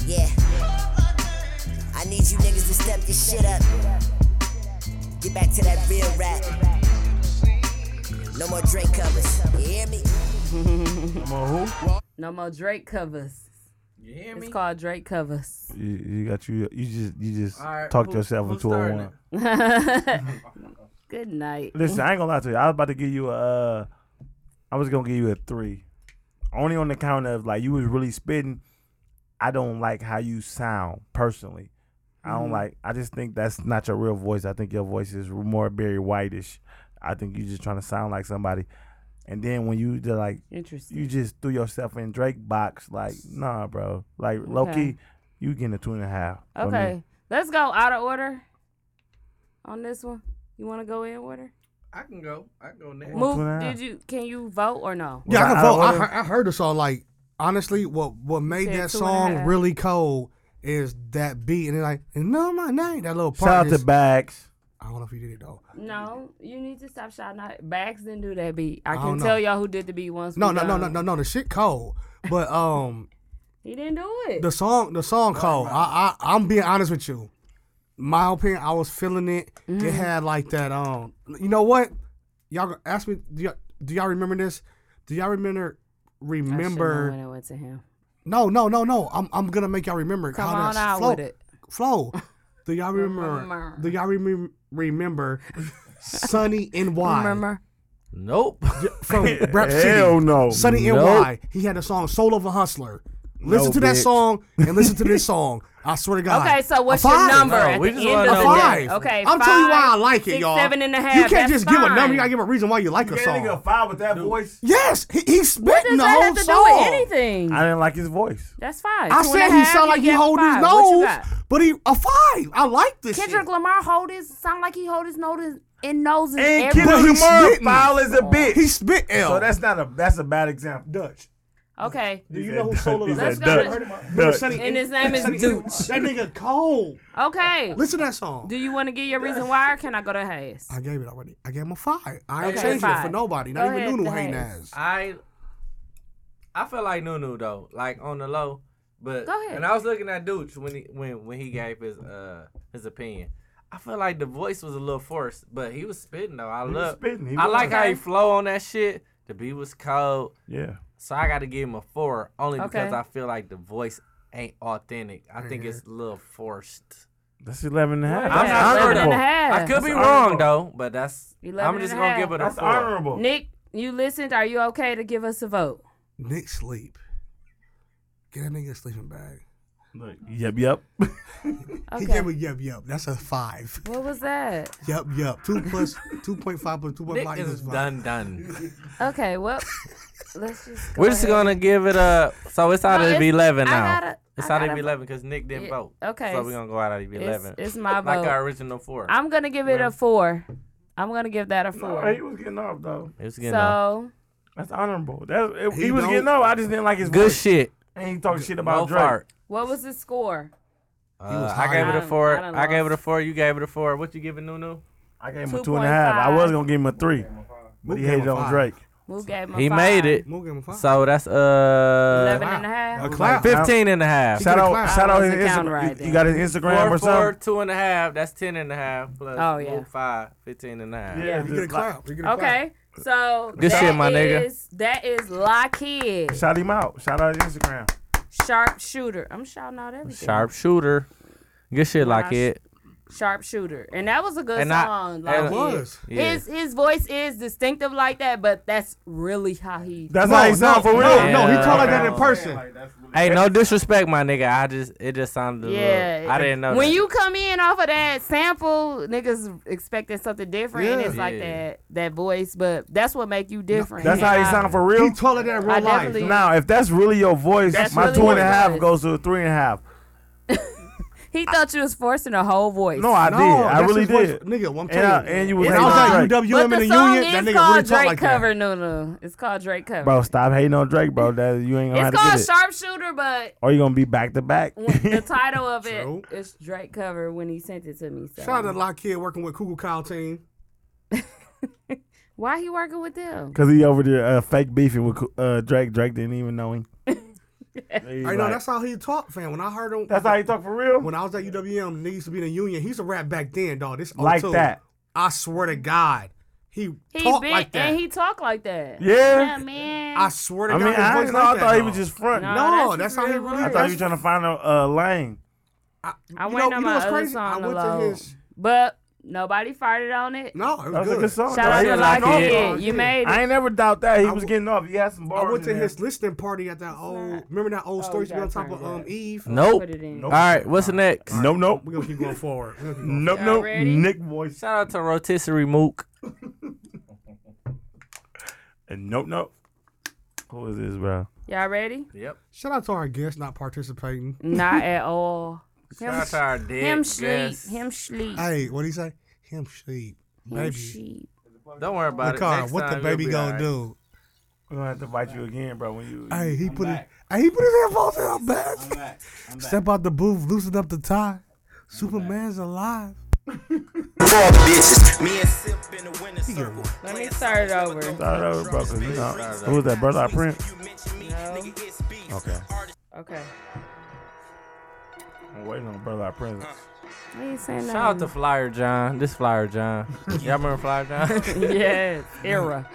K: Yeah. I need you niggas to step your shit up. Get back to that real rap. No more Drake covers. You hear me?
E: No more Drake covers.
G: You hear
E: It's called Drake covers.
C: You, you got you. You just you just
E: All right,
C: talked
E: who-
C: yourself
E: who
C: into a one.
E: Good night.
C: Listen, I ain't gonna lie to you. I was about to give you a. Uh, I was gonna give you a three, only on the count of like you was really spitting. I don't like how you sound personally. I don't
I: Mhm.
E: Mm-hmm.
C: like. I just think that's not your real voice. I think your voice is more Barry Whitish. I think you just trying to sound like somebody. And then when you did like,
E: Interesting.
C: you just threw yourself in Drake box. Like, nah, bro. Like low
E: Okay.
C: key, you getting a two and a half. from me.
E: Okay, let's go out of order on this one. You want to go in order?
G: I can go. I can go next.
F: two and
E: Move?
F: a half.
E: Did you? Can you vote or no?
F: Yeah, I can vote. I,
E: order?
F: heard- I heard the song. Like honestly, what what made
E: said
F: that
E: two and a
F: song
E: half.
F: really cold is that beat and then like and no my name that little part.
C: Shout out to
F: just-
C: Bags.
F: I don't know if you did it though.
E: No, you need to stop shouting. Out. Bags didn't do that beat. I
F: I
E: can
F: don't know.
E: tell y'all who did the beat once.
F: No
E: we
F: no no
E: done.
F: no no no the shit cold. But um
E: He didn't do it.
F: the song the song cold. I I I'm being honest with you. My opinion, I was feeling it.
E: Mm-hmm.
F: It had like that um. You know what? Y'all gonna ask me. Do y'all, do y'all remember this? Do y'all remember remember?
E: when it went to him.
F: No, no, no, no. I'm I'm gonna make y'all remember.
E: Come
F: how
E: on
F: that
E: out
F: flow,
E: with it.
F: Flow. Do y'all remember?
E: Remember.
F: do y'all remem- remember? Sunny and Y.
E: Remember?
D: Nope.
F: From Rep City.
D: Hell no.
F: Sunny
D: Nope.
F: NY. He had a song Soul of a Hustler. Listen
D: No,
F: to that
D: bitch.
F: song and listen to this song. I swear to God.
E: Okay, so
F: A
E: what's your
F: five.
E: number No, at we the just end wanna of
F: a
E: know what-
F: five.
E: Okay,
F: I'm telling you why I
E: five,
F: like it,
E: six,
F: y'all.
E: seven and a
F: You
E: half,
F: can't
E: that's
F: just give a number.
E: fine.
F: You gotta give a reason why you like a
C: Yeah,
F: song.
C: nigga, five with that voice.
F: Yes, he, he
E: What
F: spitting
E: does
F: the
E: that
F: whole
E: have to
F: song.
E: do with anything?
C: I didn't like his voice.
E: That's fine.
F: I
E: Two and a
F: said he
E: half,
F: sound like
E: you
F: he
E: get
F: hold his
E: five. What you
F: nose,
E: got?
F: but he a five. I like this.
E: Kendrick Lamar hold his sound like he hold his nose in noses.
C: And
E: every-
C: Kendrick Lamar foul as a
E: Oh.
C: bitch.
F: He spit L.
C: So that's not a that's a bad example.
F: Dutch.
E: Okay.
F: Do you know who Soul of
C: He
F: the
C: said
F: Hustler?
C: Dutch. Dutch.
E: And his name is Dooch.
F: That nigga cold.
E: Okay.
F: Listen to that song.
E: Do you want to give your reason why, or can I go to Hayes?
F: I gave it already. I gave him a five. I ain't
E: Okay,
F: changing it for
E: five.
F: nobody.
E: Go
F: Not
E: ahead,
F: even Nunu
E: go
F: hating
E: ahead.
F: ass.
D: I I feel like Nunu though, like on the low. But
E: Go ahead.
D: and I was looking at Dooch when he when when he gave his uh his opinion. I feel like the voice was a little forced, but he was spitting though. I
C: He was
D: love
C: spitting, he
D: I
C: was.
D: like how
C: Okay.
D: he flow on that shit. The beat was cold.
C: Yeah.
D: So I got to give him a four only because
E: Okay.
D: I feel like the voice ain't authentic. I think it's a little forced.
C: That's 11 and a half.
D: I'm
C: That's
D: not sure
C: honorable.
D: though. I could
C: That's
D: be
C: honorable.
D: wrong though, but that's
E: 11
D: I'm just
E: and a
D: gonna
E: half.
D: give it a
C: That's
D: four.
C: honorable.
E: Nick, you listened. Are you okay to give us a vote?
F: Nick sleep. Get that nigga a sleeping bag.
C: Yep, yep.
F: He
E: Okay.
F: gave me yup yup. That's a five.
E: What was that?
F: Yup yup. Two plus two point five plus two point
D: Nick
F: five
D: is
F: five.
D: done done.
E: Okay. Well, let's just. Go
D: We're just
E: ahead.
D: gonna give it a. So it's out
E: No,
D: of
E: it's-
D: eleven
E: I
D: now.
E: gotta-
D: it's
E: I
D: out of
E: gotta-
D: eleven because Nick didn't
E: Yeah,
D: vote.
E: okay,
D: So we're gonna go out of
E: it's-
D: eleven.
E: it's my
D: Like
E: vote.
D: our original four.
E: I'm gonna give it a four. I'm gonna give that a four.
C: No, he was getting off though.
D: it was getting off.
E: so
C: That's honorable. That it, he,
F: He
C: was
F: don't-
C: getting off. I just didn't like his
D: good
C: voice.
D: shit.
C: And he talking shit
D: No
C: about Drake.
D: fart.
E: what was the score?
D: Uh, I
F: tired.
D: gave it
E: I
D: a
E: done-
D: four.
E: I done
D: I, gave it a
E: lost.
D: four. You gave it a four. What you giving Nunu?
C: I gave him a two and a half. I
E: 2.5.
C: was gonna give him a three, but he
F: Who gave
C: hated
F: him a
C: on
F: five?
C: Drake.
E: Who gave him a
D: He
E: five?
D: made it.
F: Move him a five.
D: So that's
E: Eleven
D: uh
E: and a half.
F: A clap.
D: 15 and a half.
C: Shout out,
F: clapped.
C: shout
E: I
C: out his
E: wasn't counting
C: Instagram.
E: right
C: you,
E: then.
C: got his Instagram
D: Four,
C: or something?
D: four, two and a half. That's ten and a half. Plus
E: Oh, yeah.
D: move five, 15 and a half.
C: Yeah,
F: You get a
C: just like-
F: clap. You get a clap.
E: Okay. So
D: Good
E: that
D: shit, my nigga.
E: is- That is La Kid,
C: shout him out. Shout out his Instagram.
E: sharp shooter. I'm shouting out everything.
D: Sharp shooter. Good shit,
E: When I
D: like it.
E: Sharpshooter, and that was a good
D: And I-
E: song.
D: and
E: like,
D: I- was.
E: it-
D: Yeah.
E: His his voice is distinctive like that, but that's really how he.
C: That's how he sound for real.
D: no,
C: no, he
D: yeah,
C: talk like
D: okay.
C: that in person.
D: Hey, no disrespect, my nigga. I just it just sounded. Yeah,
E: Yeah,
D: I didn't know.
E: When
D: that.
E: you come in off of that sample, niggas expecting something different, and
D: Yeah.
E: it's like
D: Yeah.
E: that that voice. But that's what make you different.
C: That's how he
E: And I-
C: sound for real.
F: He taller than real
E: I
F: life.
E: definitely-
C: Now, if that's really your voice,
E: That's
C: my
E: really
C: two and
E: what
C: a
E: it
C: half
E: was.
C: goes to a three and a half.
E: He thought you was forcing a whole voice.
C: No, I did. I
F: that's
C: really
F: his voice.
C: did.
F: Nigga, I'm
C: And I-
F: telling you.
C: and you was
F: When
C: hating
F: I
C: on
F: was at
C: Drake.
F: UWM in
E: but
F: the
E: the
F: union,
E: song
F: that
E: is
F: nigga
E: called
F: really
E: Drake
F: talk like that.
E: cover. No, no, it's called Drake cover.
C: Bro, stop hating on Drake, bro. That you ain't gonna have
E: it's
C: to get
E: called
C: it.
E: Sharpshooter, but
C: or you gonna be back to back.
E: when- the title of it
F: True.
E: is Drake cover when he sent it to me. So.
F: Shout out to Lock Kid working with Kugel Kyle team.
E: Why he working with them?
C: Cause he over there uh, fake beefing with uh, Drake. Drake didn't even know him. He
F: I know
C: like-
F: that's how he talk, fam. When I heard him,
C: that's how he talk for real.
F: When I was at UWM, nigga used to be in the union. He used to rap back then, dog. This
C: Like
F: 02.
C: that.
F: I swear to God, he,
E: He
F: talked
E: big
F: like that.
E: and he talk like that.
C: Yeah.
E: man.
F: I swear to
C: I
F: God,
C: mean,
F: his
C: I,
F: voice
C: didn't know,
F: like
C: I
F: that,
C: thought he
F: dog.
C: was just front.
E: No,
F: No,
E: that's
F: that's,
E: his
F: how he
E: real
F: really.
E: voice.
C: I thought you were trying to find a uh, lane.
E: I
F: you
E: went
F: know-
E: on
F: you know
E: my
F: what's
E: other
F: crazy? I
E: song
F: went to
E: alone,
F: his-
E: but nobody farted on it.
F: No, it
C: That
F: was
C: was a good
F: Oh, good.
C: song.
E: Shout
C: though.
E: out
C: He
E: to
C: was
E: Lock
C: getting
E: It.
C: off.
E: You made it.
C: I ain't never doubt that he
F: I
C: was
F: w-
C: getting off. He had some
F: I
C: bars.
F: went to
C: in
F: his listening party at that old. Remember that
E: Oh,
F: old story
E: we
F: used to be on
E: gotta
F: top of
E: turn it
F: um
E: up.
F: Eve.
D: nope.
E: Put it in.
D: All right, what's the next?
C: there. Nope, nope,
F: We're gonna keep going forward. We're gonna keep going
C: nope,
E: Y'all
C: nope.
E: ready?
C: Nick voice.
D: Shout out to Rotisserie Mook.
C: And nope, nope. Who is this, bro?
E: Y'all ready?
F: Shout out to our guests not participating.
E: Not at all. Him,
D: Shout out to our dick.
E: him sleep.
D: guess.
E: Him sleep. Him
F: Hey, what do you say? Him sheep, baby.
E: sleep.
D: Don't worry about it.
F: Car,
D: Next
F: what the
D: time you'll
F: baby
D: be
F: gonna
D: all right.
F: do?
C: We're gonna have to bite you again, bro. When you
F: Hey, he put his hey, he put his headphones in. I'm back. Step out the booth, loosen up the tie. Superman's alive.
L: Four bitches. Me and Sip in the winner's circle.
E: Let me start it over.
C: start over, bro. 'cause, you know, who was that, brother? I print.
E: No.
C: Okay.
E: Okay.
C: I'm waiting on brother. I print.
E: I ain't saying
D: Shout out to Flyer John. This Flyer John. Y'all remember Flyer John?
E: nothing. yes, era.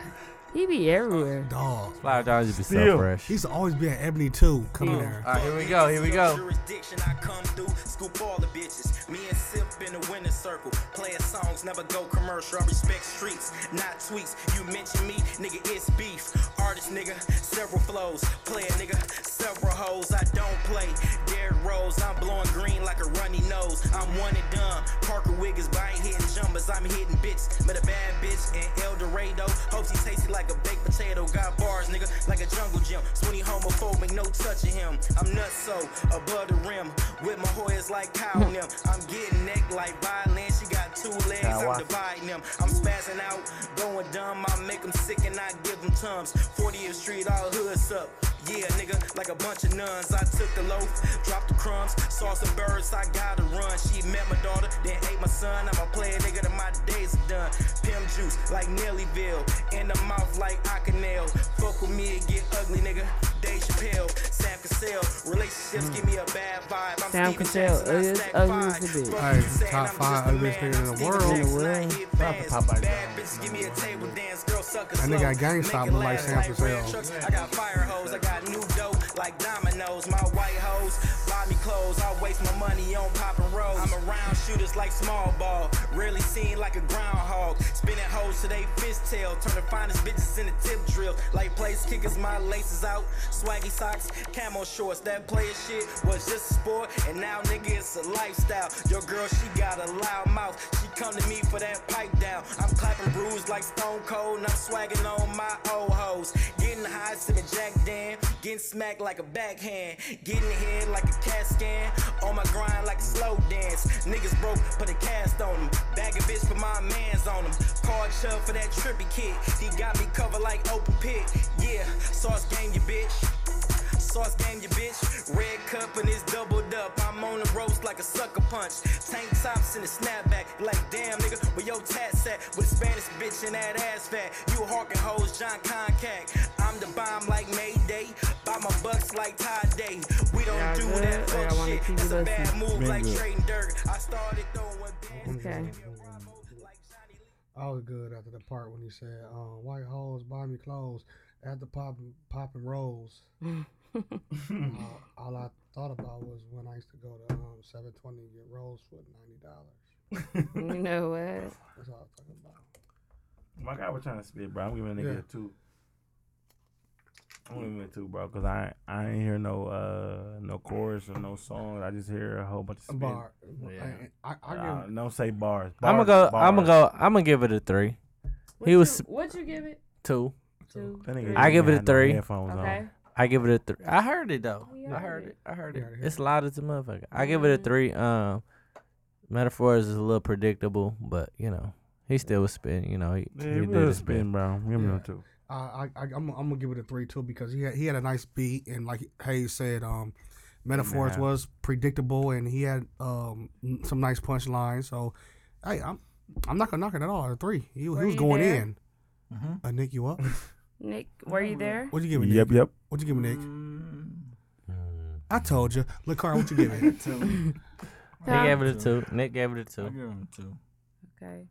E: He be everywhere.
F: Oh, Dog.
D: Flyer John used to be so
C: Still.
D: fresh.
F: He's always been at Ebony too. Come in there.
D: All right, here we go. Here we go.
L: Jurisdiction I come through, scoop all the bitches. Me and Sip in the winner's circle. Playing songs, never go commercial. I respect streets, not tweets. You mention me, nigga, it's beef. Artist, nigga, several flows. Player, nigga, several hoes. I don't play. Derrick Rose, I'm blowing green like a runny nose. I'm one and done. Parker Wiggins, but I ain't hitting jumpers. I'm hitting bitch. But a bad bitch and El Dorado. Hopes he tasted like a baked potato. Got bars, nigga, like a jungle gym. Swinny homophobic, no touching him. I'm nuts so above the rim. With my hoyas like Kyle and them. I'm getting neck like violin. She got two legs, I'm dividing them. I'm spazzing out, going dumb. I make them sick and I give them tums. 40th Street, all hoods up. Yeah, nigga, like a bunch of nuns. I took the loaf, dropped the crumbs, saw some birds, I gotta run. She met my daughter, then ate my son. I'm a player, nigga, that my days are done. Pim juice, like Nellyville, in the mouth like Oconell. Fuck with me and get ugly, nigga. Dave Chappelle, Sam Cassell. Relationships give me a bad vibe. I'm
E: Sam
L: Steven
E: Cassell
L: Jackson, I
E: is
L: stack
E: ugly as a
L: five.
E: bitch.
L: Fuck
F: Hey,
L: you saying
F: top
L: I'm
F: five
L: just a
F: ugliest
L: man.
F: nigga in the
L: I'm
F: world.
L: Steven
F: In the
L: Jackson, I
F: world.
L: hit
C: Shout out to
L: fans.
C: Popeye
L: Bad
C: Jones.
L: bitches give me a table dance, girl, suck a
F: That nigga
L: slow.
F: at GameStop
L: Make
F: look
L: it
F: like
L: last
F: Sam
L: red
F: Cassell.
L: trucks. I got fire hoes, I got new dope like dominoes. My white hoes buy me clothes. I waste my money on poppin' rolls. I'm around shooters like small ball. Rarely seen like a groundhog. Spinning hoes to they fishtail. Turn the finest bitches into tip drill. Like place kickers, my laces out. Swaggy socks, camo shorts. That player shit was just a sport. And now nigga it's a lifestyle. Your girl, she got a loud mouth. She come to me for that pipe down. I'm clapping bruised like Stone Cold, and I'm swagging on my old hoes. Getting high, sipping Jack Dan, getting smacked like a backhand, getting head like a cat scan, on my grind like a slow dance. Niggas broke, put a cast on them. Bag of bitch for my mans on them. Called Chubb for that trippy kid. He got me covered like open pit. Yeah, sauce game, you bitch. Sauce game, you bitch. Red cup and it's doubled up. I'm on the roast like a sucker punch. Tank tops and a snapback. Like, damn, nigga, where your tats at? With a Spanish bitch and that ass fat. You hawking hoes, John Concact. I'm the bomb like Mayday. Buy my bucks like Todd Day. We don't
E: Y'all
L: do
E: good? Or
L: that
E: y'all
L: fuck
E: wanna
L: shit.
E: keep
L: That's a bad move
C: Been
L: like
C: good.
L: trading dirt. I started throwing bands.
E: Okay.
F: I was good after the part when he said, uh, "White hoes buy me clothes." After popping popping rolls, uh, all I thought about was when I used to go to um, 720 and get rolls for ninety dollars.
E: you know what?
C: My guy was trying to spit, bro. I'm giving a nigga
E: Yeah.
C: a two. I'm giving it a two, bro, because I I ain't hear no uh no chorus or no song. I just hear a whole bunch of
F: A
C: spit.
F: bar. I- I- I
C: Uh,
F: give-
C: don't say bars.
D: I'm gonna go. I'm gonna go. I'm gonna give it a three. he was
E: What'd you give it?
D: two.
E: Two.
C: That nigga
D: I
C: didn't
D: give it a
C: have no
D: three.
C: headphones on. Okay.
D: I give it a three. I heard it though.
E: I
D: heard it. I heard it. It's loud as a motherfucker. I give it a three. Um, metaphors is a little predictable, but you know he still was spitting. You know he,
C: Yeah,
D: he
C: he
D: did
C: was
D: his spit.
C: spitting, bro. Give him
F: Yeah.
C: a two.
F: I, I, I I'm, I'm gonna give it a three too because he had, he had a nice beat and like Hayes said, um, metaphors
C: half.
F: was predictable and he had um n- some nice punchlines. So, hey, I'm I'm not gonna knock it at all. A three. He, he
E: Were
F: was
E: you
F: going
E: there?
F: in.
D: Mm-hmm.
F: I nick you up.
E: Nick, were you there?
F: What'd you give me?
C: Yep,
F: Nick?
C: yep.
F: What'd you give me, Nick?
D: Mm.
F: I told you, Lacar. What you give me?
G: Two.
D: He gave it a two. Nick gave it a
G: I
D: two.
G: give him two.
E: Okay.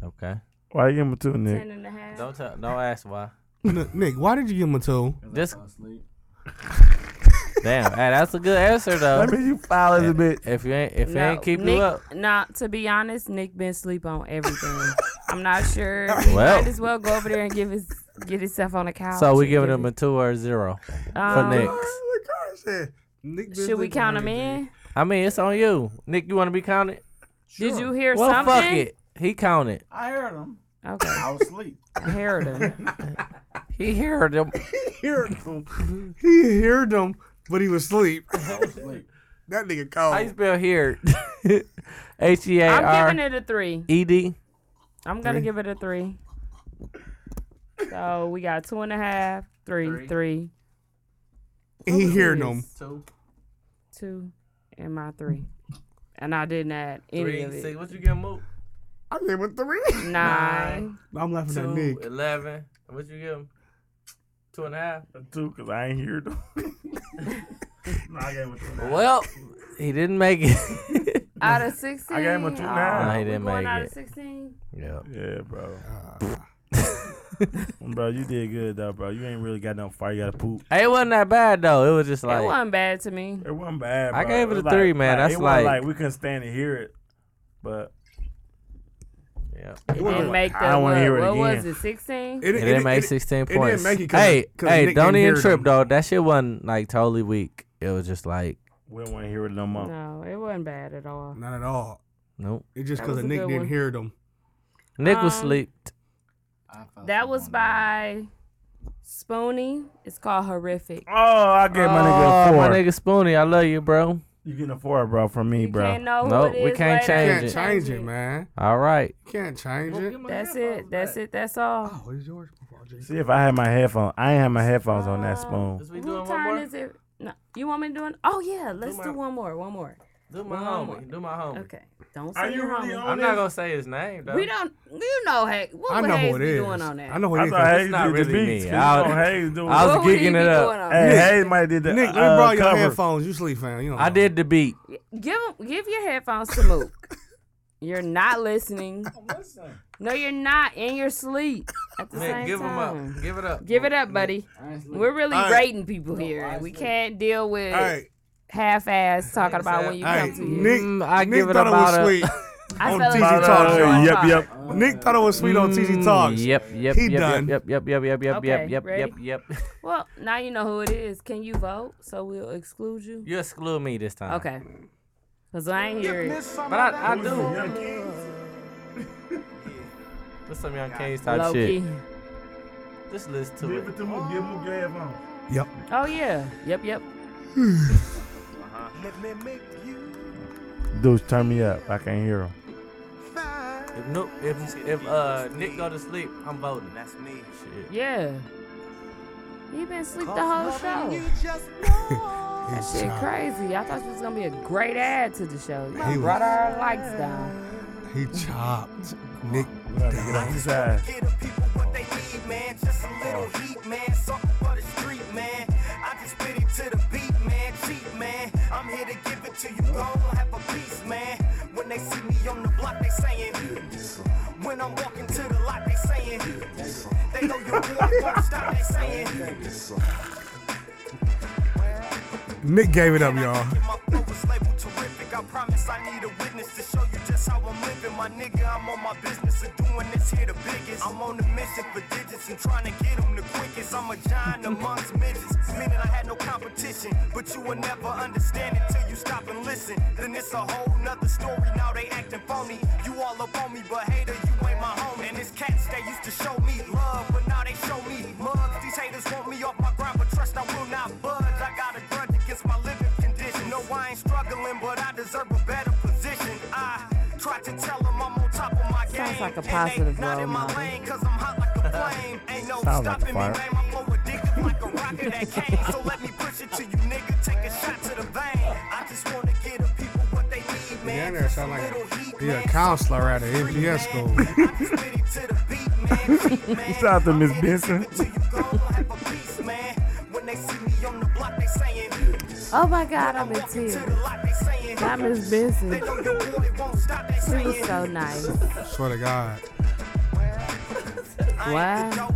D: Okay.
C: Why you give him a two, Nick?
E: Ten and a half.
D: Don't tell. Don't ask why.
F: N- Nick, why did you give him a two?
D: This. Damn. Hey, that's a good answer though.
C: That means you foul as a bitch.
D: If you ain't, if you
E: No,
D: ain't keep
E: Nick-
D: you up,
E: Nah, to be honest, Nick been sleep on everything. I'm not sure. He
D: Well.
E: might as well go over there and give his get himself on the couch.
D: so we
E: and
D: giving
E: give
D: him a
E: it-
D: two or a zero
E: Um,
D: for Nick.
F: Lacar said. Nick
E: Should we count him in?
D: I mean, it's on you, Nick. You want to be counted?
E: Did you hear
D: well,
E: something?
D: fuck it. He counted.
G: I heard him.
E: Okay,
G: I was asleep.
E: I heard him.
D: He heard him.
F: heard him. He heard him, but he was asleep.
G: I was asleep.
F: That nigga
D: How you
F: called.
D: spell here? H e a
E: I'm
D: r
E: giving it a three.
D: e d.
E: I'm gonna give it a three. So we got two and a half, three, three,
F: He heard him.
D: Two,
E: two, and my three. And I didn't add any of it.
D: What you give him?
F: I gave him three.
E: Nine.
F: I'm laughing at Nick.
D: eleven. What you give him? Two and a half.
C: A two, cause I ain't hear them. nah, I gave him a two. Now.
D: Well, he didn't make it.
E: Out of sixteen.
C: I gave him a two now.
D: Nah, he
E: we
D: didn't
E: going
D: make
E: out
D: it.
E: of sixteen.
D: yeah.
C: Yeah, bro.
F: Ah.
C: bro, you did good though, bro. You ain't really got no fire. You got to poop.
D: It wasn't that bad though. It was just
E: it
D: like
E: wasn't bad to me.
C: It wasn't bad. Bro.
D: I gave it
C: was
D: a three, man. That's
C: it wasn't
D: like-
C: like we couldn't stand to hear it, but
D: yeah.
E: It didn't make
C: I
E: the
C: don't
E: what,
C: wanna hear it
E: what was
C: again.
E: it? Sixteen.
D: It didn't make sixteen
F: it didn't
D: points.
F: make it 'cause-
D: hey,
F: 'cause
D: hey,
F: Nick
D: don't
F: didn't
D: even
F: hear
D: trip
F: them.
D: though. That shit wasn't like totally weak. It was just like
C: we don't want to hear it no more.
E: No, it wasn't bad at all.
F: Not at all.
D: nope.
F: It's just
E: That
F: because
E: was a
F: Nick
E: good
F: didn't
E: one.
F: hear them.
D: Nick was
E: Um,
D: sleeped.
G: I fell
E: That
G: asleep
E: was
G: on
E: by Spoonie. It's called Horrific.
C: Oh, I gave my nigga a
D: Oh,
C: four.
D: my nigga Spoonie, I love you, bro.
C: You getting a four, bro, from me,
E: You
C: bro.
E: can't know who
D: Nope,
E: it
D: we
E: is
D: can't
E: later.
D: Change
F: Can't
D: it.
F: change it, man.
D: All right.
F: Can't change it.
E: That's it. That's it. That's all.
F: Oh, what is yours? before I drink?
C: See if I had my headphones. I ain't had my headphones on that spoon.
D: we
E: Who turn is it? No, you want me to do an? Oh yeah, let's do, one more. One more.
D: Do
E: my homework.
D: Do my homework.
E: Okay. Don't say
C: you
E: your
C: really
E: homie.
C: on
D: I'm not gonna say his name though.
E: We don't. You know, hey, what
F: I
E: would
F: know
E: Hayes
F: what
E: be
F: it is.
E: doing on that?
F: I know what
C: I
F: it is.
C: thought Hayes
D: not
C: did the
D: really me.
C: beats. 'cause you
D: I-
C: know Hayes doing
D: I was
E: What would he
D: geeking
E: be
D: it up.
E: doing on
C: Hey,
E: that?
C: Hayes might did the
F: Nick,
C: uh,
F: we brought your
C: cover.
F: headphones. You sleep,
E: Oh,
F: fam. You don't
D: I
F: know.
D: did the beat.
E: Give him, give your headphones to Mook. you're not listening. No, you're not in your sleep at the same time.
D: Give it up.
E: Give it up, buddy. We're really
F: All right.
E: rating people here, and we can't deal with
F: All right,
E: half-ass talking about when you
F: all right.
E: come to you.
F: Nick,
D: Mm, I
F: Nick
D: give it
F: thought it
D: about a-
F: was sweet.
E: I
F: on
E: felt
F: TG
E: like you
F: Talks,
E: were
C: Uh,
E: on
C: yep, yep.
F: Nick thought it was sweet on TG Talks.
D: Mm, Yep, yep,
F: He
D: yep,
F: done.
D: yep, yep, yep, yep, yep, yep,
E: Okay,
D: yep, yep,
E: ready?
D: yep.
E: Well, now you know who it is. Can you vote? So we'll exclude you.
D: You exclude me this time.
E: Okay. Cause I ain't hear it.
D: But I, I do. This some young Kings type
E: Low
D: shit.
E: key.
D: Just listen to it.
F: Yep.
E: Oh yeah. Yep. Yep.
C: Dudes, turn me up. I can't hear him.
D: If Nook, if if uh Nick go to sleep, I'm voting. That's me. Shit.
E: Yeah. He been asleep the whole show. That
F: He's
G: uh,
E: shit
F: chopped.
E: crazy. I thought it was gonna be a great ad to the show.
F: He
E: Y'all
F: was-
E: brought our likes down.
F: He chopped. Nick,
C: We gotta get off
F: uh,
C: his ass.
J: Get the people what they need, man. Just a little heat, man. Something for the street, man. I just spit it to the beat, man. Cheap, man. I'm here to give it to you. Don't have a piece, man. When they see me on the block, they saying. When I'm walking to the lot, they saying. They know you won't stop, they saying.
F: Nick gave it up, y'all.
J: My flow is labeled terrific. I promise I need a witness to show you just how I'm living.
L: my nigga, I'm on my business of doing this here the biggest. I'm on the mission for digits and trying to get them the quickest. I'm a giant amongst midgets, meaning I had no competition. But you will never understand until you stop and listen. Then it's a whole nother story, now they acting phony. You all up on me, but hater, you ain't my homie. And it's cats that used to show me love, but now they show me mugs. These haters want me off my grind, but trust I will not budge. I got a grudge against my living condition. No, I ain't struggling, but I deserve a better position. I try to tell them I'm on top of my game.
E: Sounds like a
L: And they
E: positive
L: not
E: role
L: in my
E: model.
L: lane, cause I'm hot like a flame. Ain't no
D: Sounds like a
L: stopping
D: fire.
L: me, man. I'm more addicted like a rocket that came. So let me push it to you, nigga. Take a shot to the vein. I just wanna get the people what they need, man.
F: Leander sound like a, he a counselor at an MPS school.
C: Shout out to Miss Benson.
E: Oh my God, I'm in tears. I miss Benson. She was so nice.
F: Swear to God.
E: Wow.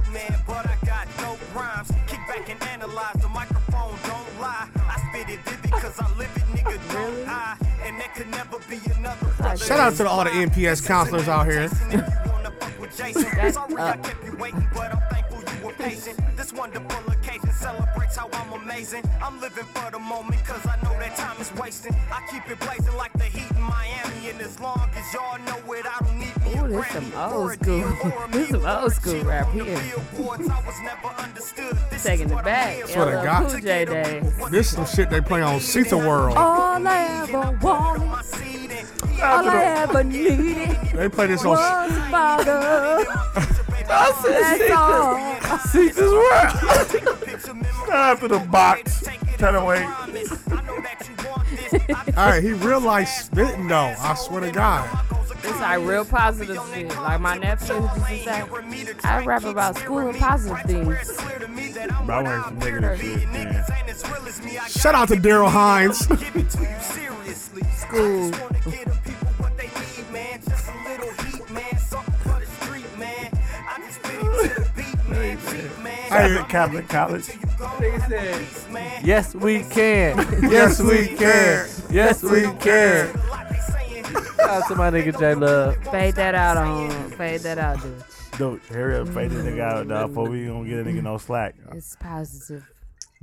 F: Shout out to all the MPS counselors out here.
L: with Jason. Sorry I kept you waiting, but I'm thankful you were patient. This wonderful occasion celebrates how I'm amazing. I'm living for the moment, cause I know that time is wasting. I keep it blazing like the heat in Miami, and as long as y'all know it, I don't need me
E: Ooh,
L: a
E: this some
L: Grammy or
E: old
L: a
E: school.
L: deal or a
E: this some old school rap here. Taking it back.
F: Swear to
E: LL
F: God.
E: Cool J days.
F: This is some shit they play on Cita World.
E: All I ever wanted, all I ever needed
F: They play this
E: was
F: on.
E: a bottle. That's all.
C: I see this world. Time for the box. Turn away.
F: All right, he realized spitting though. I swear to God.
E: It's like real positive shit. Like my nephew used to say, I rap about school and positive things.
C: Bro, I want some negative shit, man.
F: Shout out to Daryl Hines.
E: School.
C: Hey, Catholic College.
D: Yes, we can.
F: Yes, we can.
D: Yes, we can. Shout out to my nigga J Love.
E: Fade that out on. Fade that out, dude.
C: Dude, hurry up, fade this nigga out, dog, before we don't get a nigga no slack.
E: It's positive.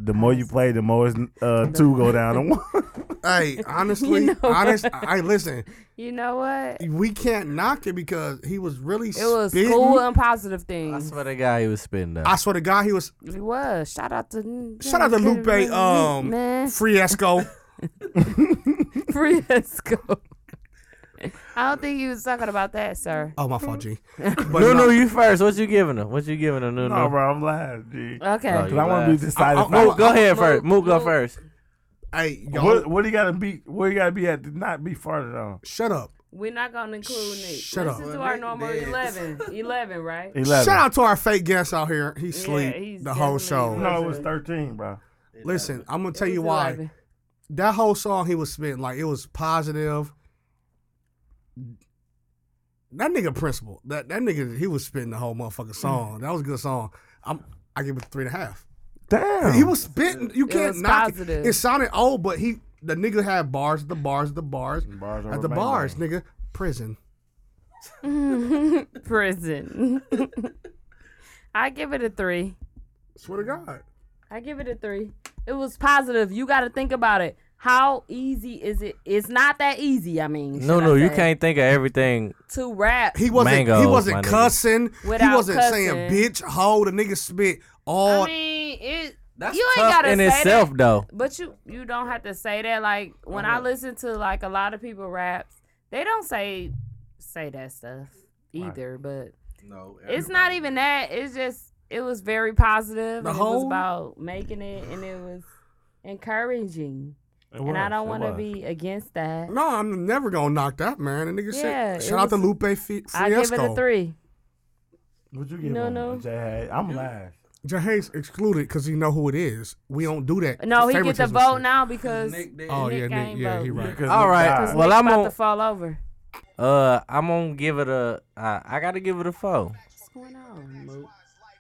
C: The more you play, the more it's, uh, two go down to one.
F: Hey, honestly,
E: You know what?
F: honest. I listen.
E: You know what?
F: We can't knock it because he was really
E: It was
F: spitting.
E: cool and positive things.
D: Swear to God, he was spitting that.
F: I swear to God, he was.
E: It was. Shout out to
F: Shout out to Lupe um
E: man.
F: Friesco.
E: Fresco. I don't think he was talking about that, sir.
F: Oh my fault, G. But
D: No, no,
F: no,
D: you first. What you giving him? What you giving him? No,
C: No,
D: no.
C: bro, I'm lying, G.
E: Okay.
D: Oh,
C: Cause
D: you
C: I want to be
D: lying.
C: decided.
F: I- I-
C: by-
D: Mook, go ahead
E: Mook,
D: first. Mook, go
E: Mook.
D: first.
F: hey, y'all,
C: What what you gotta be? Where you gotta be at? To not be farther down.
F: shut up.
E: We're not gonna include Nick.
F: Shut
E: Listen
F: up.
E: to our normal 11. 11, right?
C: Eleven.
F: Shout out to our fake guest out here. He sleep
E: he's
F: the whole
E: definitely
F: show.
E: sleep.
C: No, it was thirteen, bro.
F: Listen, I'm gonna tell
E: It
F: you
E: was
F: why.
E: 11.
F: That whole song he was spitting, like it was positive. That nigga principal. That that nigga he was spitting the whole motherfucking song. That was a good song. I'm I give it three and a half.
C: Damn.
F: He was spitting. You
E: It
F: can't
E: was
F: knock
E: positive.
F: it. It sounded old, but he the nigga had bars, the bars, the bars,
C: Bars over
F: at the
C: main
F: bars,
C: line.
F: nigga. Prison.
E: Prison. I give it a three.
F: Swear to God.
E: I give it a three. It was positive. You got to think about it. How easy is it? It's not that easy. I mean,
D: No,
E: should I
D: no, you
E: say,
D: can't think of everything.
E: to rap.
F: He wasn't.
D: Mangoes,
F: he
D: my
F: wasn't
D: nigga.
F: cussing.
E: Without
F: he wasn't saying
E: cussing.
F: bitch, hoe. The nigga spit all.
E: I mean, it.
D: That's
E: you ain't
D: tough
E: gotta
D: in
E: say
D: itself,
E: that,
D: though.
E: But you you don't have to say that. Like when I listen to like a lot of people raps, they don't say say that stuff either. But
I: No,
E: it's not even that. It's just it was very positive. and it
F: The
E: was
F: whole-
E: about making it, and it was encouraging. and I don't want to be against that.
F: no, I'm never gonna knock that man. The nigga
E: Yeah,
F: said.
E: it
F: Shout out to
E: was-
F: Lupe Fi- Fiasco.
E: I give it a three.
C: What you give
E: No,
C: him?
E: no.
C: Jay Hay? I'm lying.
F: Jahe's excluded because he know who it is. We don't do that.
E: No, he get the
F: Favoritism
E: vote
F: shit.
E: now because
F: Oh yeah,
E: Nick
F: Nick,
E: ain't
F: yeah, he
E: vote.
F: right.
D: All right.
E: because
D: Well,
E: Nick
D: I'm
E: about
D: on-
E: to fall over.
D: Uh, I'm gonna give it a. Uh, I gotta give it a four.
E: What's going on, Moot?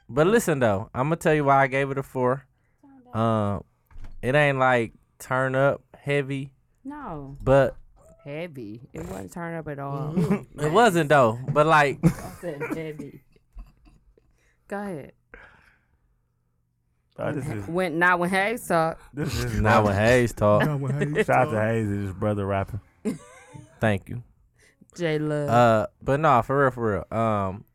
D: But listen though, I'm gonna tell you why I gave it a four. Uh, Um, it ain't like turn up heavy,
E: No,
D: but Mm-hmm.
E: heavy. It wasn't turned up at all.
D: It wasn't though, but like
E: I said heavy. Go ahead.
C: Oh, this is
E: Went not when Hayes talk.
C: this is
D: Not when Hayes talk.
C: Not when Hayes Shout out to Hayes and his brother rapping.
D: thank you.
E: J Love.
D: Uh, but no, for real, for real. Um,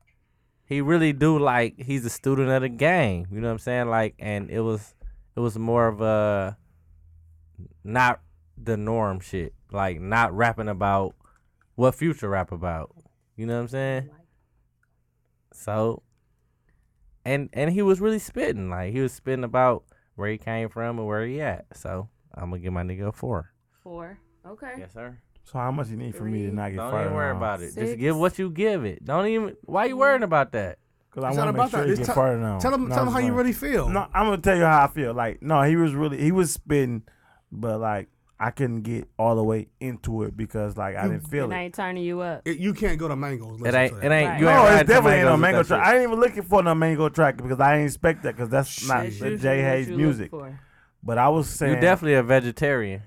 D: he really do like he's a student of the game. You know what I'm saying? Like, and it was it was more of a not the norm shit. Like not rapping about what future rap about. You know what I'm saying? So, and and he was really spitting. Like he was spitting about where he came from and where he at. So I'm gonna give my nigga a four.
E: Four. Okay.
D: Yes, sir.
C: So how much you need for me to not get
D: Don't
C: fired?
D: even worry about it. Just
E: Six.
D: give what you give it. Don't even. Why you worrying about that?
C: Cause I
F: It's
C: want
F: not
C: to make
F: about
C: sure
F: that.
C: you
F: It's
C: get
F: t-
C: fired now.
F: tell 'em-
C: No,
F: tell 'em
C: I'm
F: how
C: just
F: you
C: playing.
F: really feel.
C: No, I'm gonna tell you how I feel. Like, no, he was really he was spitting, but like I couldn't get all the way into it because like I didn't feel
E: And I
C: it.
E: ain't turning you up.
F: It- you can't go to mangoes.
D: It
F: listen
D: ain't.
F: to
D: It
F: that.
D: ain't.
E: Right.
D: You ain't
C: No,
D: riding
C: it definitely ain't no
D: tomatoes
C: mango
D: with that
C: track. I ain't even looking for no mango track because I ain't expect that because that's not
E: That's
C: the
E: usually
C: Jay
E: what
C: Hayes
E: you look
C: music.
E: for.
C: But I was
D: shit.
C: saying,
D: You definitely a vegetarian.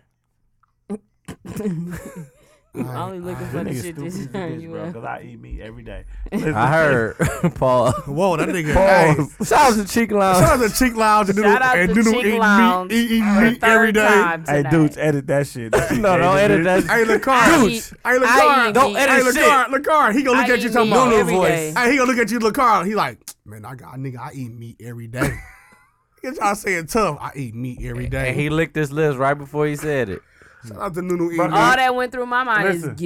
E: Only looking for
C: That
E: the
C: nigga
E: shit
C: stupid
E: that's
C: as a
E: turn
C: bitch,
E: you
C: bro,
E: up.
C: because I eat meat every day.
D: I heard Paul.
F: Whoa, that nigga. hey,
C: Pause.
D: Shout out to Cheek Lounge.
F: Shout out to Cheek Lounge and Noodle,
E: Shout out
F: and
E: to
F: Noodle
E: Cheek
F: eating
E: Lounge
F: meat, eating
E: for the
F: meat every
E: third
F: day.
E: time
C: Hey,
E: tonight.
C: dudes, edit that shit.
D: No, don't edit that.
F: Hey,
E: I
F: LaCar.
E: eat-
F: Hey,
E: I
F: LaCar.
E: eat
D: Don't
E: meat.
D: edit
F: Hey,
D: shit.
F: LaCar. LaCar. He gonna look
E: I
F: at you
E: eat
F: talking
E: meat
F: about.
E: every day.
F: Hey, he gonna look at you, LaCar. He like, man, I got nigga, I eat meat every day. Get y'all saying tough. I eat meat every day.
D: And he licked his lips right before he said it.
F: Shout out to Noodle eating
E: All
F: meat.
E: that went through my mind
C: Listen.
E: is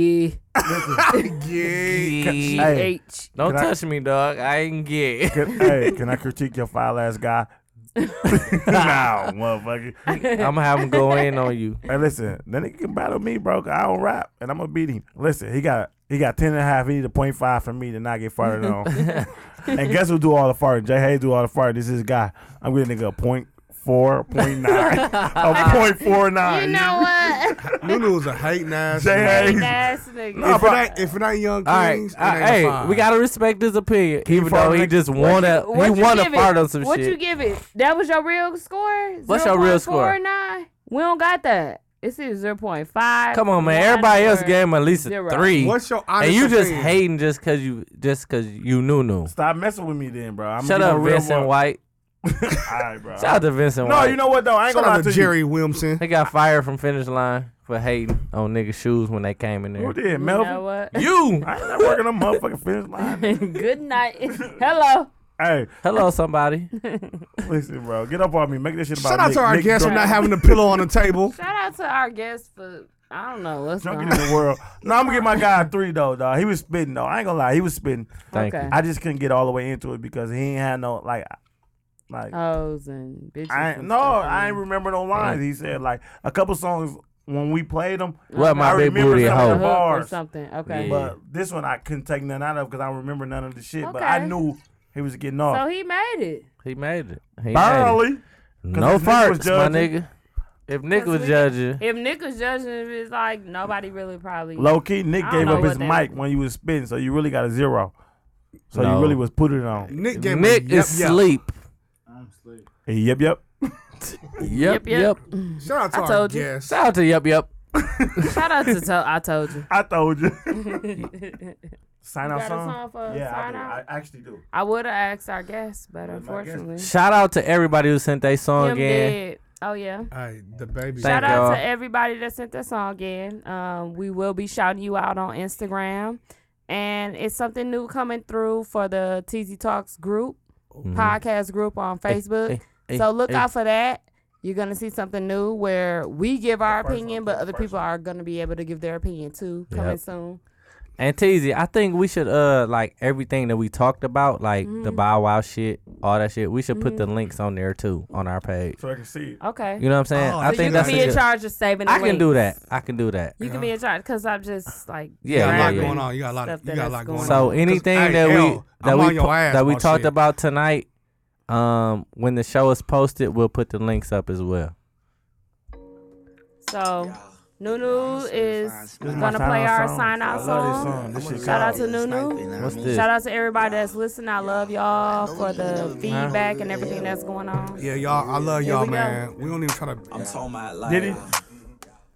E: yeah.
F: Yeah.
E: G
C: Hey.
E: H.
D: Don't
C: Can I-
D: touch me, dog. I ain't get.
C: Can, hey, can I critique your file ass guy? nah, motherfucker.
D: I'm gonna have him go in on you.
C: Hey, listen, that nigga can battle me, bro. 'cause I don't rap, and I'm gonna beat him. Listen, he got he got ten and a half. He need a point five from me to not get farted on. and guess who do all the farting? Jay Hayes do all the farting. This is his guy. I'm giving nigga a point four, point nine, a point four
E: You
C: nine.
E: know what?
F: Noodle's a hating ass.
C: Jay
F: nigga.
C: Hayes.
E: Hating ass nigga.
C: Nah,
F: If it ain't, if it ain't Young
D: All right,
F: Kings,
D: all
F: it
D: right,
F: ain't
D: hey,
F: a fine.
D: we gotta respect his opinion, even though he
C: farting.
D: just wanna
E: What
D: he
E: you
D: wanna
E: give it?
D: fart on some
E: what
D: shit.
E: you give it? That was your real score?
D: What's your real score?
E: 0.49? We don't got that. It's either 0.5.
D: Come on, man.
E: one,
D: Everybody else
E: or-
D: gave him at least a
E: zero.
D: three.
F: What's your honest
D: and you just
F: opinion?
D: hating just cause you just cause you knew knew.
C: Stop messing with me, then, bro. I'm
D: Shut
C: gonna give
D: up,
C: him a real
D: Vincent
C: one.
D: White.
C: All right, bro.
D: Shout out to Vincent
C: no,
D: White.
C: you know what though? I ain't
F: Shout
C: gonna
F: out
C: lie to
F: to
C: you.
F: Jerry Williamson.
D: They got fired from finish line for hating on niggas' shoes when they came in
C: Who
D: there.
C: did
E: You
C: Melvin?
E: know what?
D: You
C: I ain't not working on motherfucking finish line.
E: Good night. Hello.
C: hey,
D: Hello somebody.
C: listen, bro. Get up on me. Make this shit about
F: Shout out
C: Nick.
F: to our
C: Nick
F: guest for
C: Drunk-
F: not having a pillow on the table.
E: Shout out to our guests for, I don't
D: Oh,
E: know what's going
C: drunk
E: on.
C: in the world. No, I'm gonna give my guy a three though, dog. He was spitting though. I ain't gonna lie, he was spitting.
D: Thank
E: Okay.
D: you.
C: I just couldn't get all the way into it because he ain't had no like, like
E: Hoes and bitches.
C: I ain't,
E: and
C: no,
E: stuff.
C: I ain't remember no lines. He said like a couple songs when we played them.
D: What my
C: I
D: big
C: remember
D: booty
C: some
E: The
C: of
D: hoe.
C: the
E: hook or
C: bars,
E: something. Okay.
D: Yeah.
C: but this one I couldn't take none out of because I don't remember none of the shit. But I
E: Okay.
C: knew he was getting off.
E: So he made it.
D: He made it. He made it.
C: Barely. if
D: No
C: Nick was
D: farts, my
C: judging-
D: nigga. If Nick was
E: we-
D: judging,
E: If Nick was judging, it's like nobody really probably.
C: Low key, Nick
E: I don't
C: gave
E: know
C: up his
E: what they-
C: mic when you was spitting, so you really got a zero. So
D: No.
C: you really was putting it on.
F: Nick gave
D: Nick
F: him a yep,
D: is
F: yep.
D: sleep.
C: Yep, yep.
D: Yep, yep.
E: yep.
F: Shout out to
E: I
F: our
E: told you.
F: guest.
D: Shout out to Yep, yep.
E: Shout out to to- I told you.
C: I told you. Sign out
E: got a
C: song.
E: song for
C: yeah, I,
E: sign
C: do.
E: out?
C: I actually do.
E: I would have asked our guests, but unfortunately,
D: Shout out to everybody who sent their song
E: him
D: in.
E: dead. Oh yeah.
F: Hey, the baby.
D: Thank
E: Shout out
D: y'all.
E: to everybody that sent that song in. Um, we will be shouting you out on Instagram, and it's something new coming through for the TZ Talks group podcast group on Facebook.
D: Mm-hmm. hey, hey,
E: so look
D: hey.
E: out for that. You're gonna see something new where we give our
C: first
E: opinion,
C: one,
E: but
C: the
E: other
C: first
E: people are gonna be able to give their opinion too. Coming
D: Yep.
E: soon.
D: And Teasy, I think we should uh like everything that we talked about, like
E: Mm-hmm.
D: the Bow Wow shit, all that shit. We should put the links on there too on our page.
C: So I can see. it.
E: Okay.
D: You know what I'm saying?
F: Oh,
D: I
F: so
D: think
E: you
D: that's
E: can be
D: a
E: in
D: good,
E: charge of saving. The
D: I can do
E: links.
D: that. I can do that.
E: You can be in charge because I'm just like
D: Yeah,
F: you got a
D: yeah,
F: lot
D: yeah.
F: going on. You got a lot. Of,
E: Stuff that
F: you got a
E: is
F: lot
E: going
F: going on.
E: on.
D: So anything
F: Cause, hey,
D: that we
F: L,
D: that
F: I'm
D: we
F: on your
D: po-
F: ass
D: that we
F: about
D: talked
F: shit.
D: about tonight, um, when the show is posted, we'll put the links up as well.
E: So Nunu is
C: This is my
E: gonna
C: sign
E: play
C: out
E: our
C: song.
E: sign out
C: I love this song.
E: song.
C: This shit
E: Shout out
C: cold.
E: to Nunu.
D: What's this?
E: Shout out to everybody that's listening. I love y'all for the feedback and everything that's going on.
F: Yeah, y'all. I love
E: Here
F: y'all,
E: we go.
F: man. We don't even try to.
G: I'm talking about like.
C: Did he?
G: uh,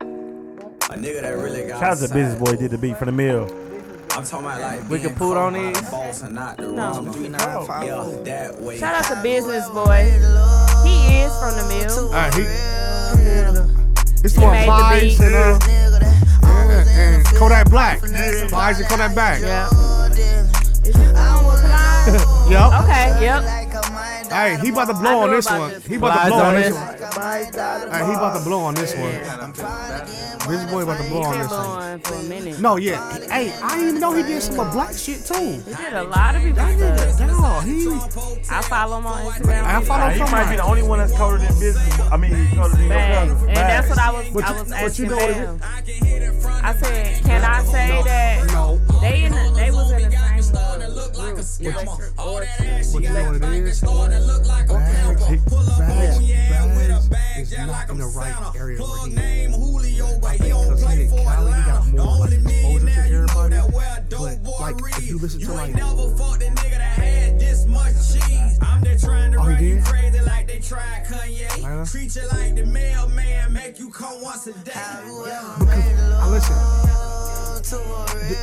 G: A nigga that really got
C: Shout out to Business Boy did the beat for the meal.
G: I'm talking about like
C: We
G: being
C: can put on
G: fucked by
C: these?
G: my boss and not the
E: No.
G: wrong one. Yeah, that way.
E: Shout out to Business Boy. He is from the mill.
F: Alright, he- It's
E: He
F: the one
E: made the
F: Vibes
E: beat.
F: and, uh, yeah, and Kodak Black. Vibes and Kodak Black.
E: Yeah. Yup. Okay, yep.
F: Hey, he about to blow on this one. He about to
D: Lies
F: blow on
D: on
F: this
D: it.
F: one. Hey, he about to blow on this one. This boy about to blow on this one.
E: Blowing for a minute.
F: No, yeah. Hey, I didn't even know he did some of black shit too.
E: He did a lot of people. stuff.
F: No, he.
E: I follow him on Instagram.
F: I follow
C: Nah,
F: him
C: he might be the
F: from.
C: only one that's colder than business. I mean, he's colder than your
E: Facts.
C: cousin.
E: And that's what I was
C: But
E: I
C: you-
E: was
C: but you
E: asking
C: know what it
E: them. I said, can I say that they in the, they was in the same uh, group, Electric Orchard.
F: But you know what it is? Bags, he- Bags, Bags is not in the right area where he is. I think because he in Cali, he got more like exposure to everybody. But like, if you listen to like,
L: I'm there trying to
F: Oh, he
L: run you
F: did?
L: crazy like they tried Kanye.
F: Atlanta?
L: Treat you like the mailman, make you come once a day.
F: I listen. Th-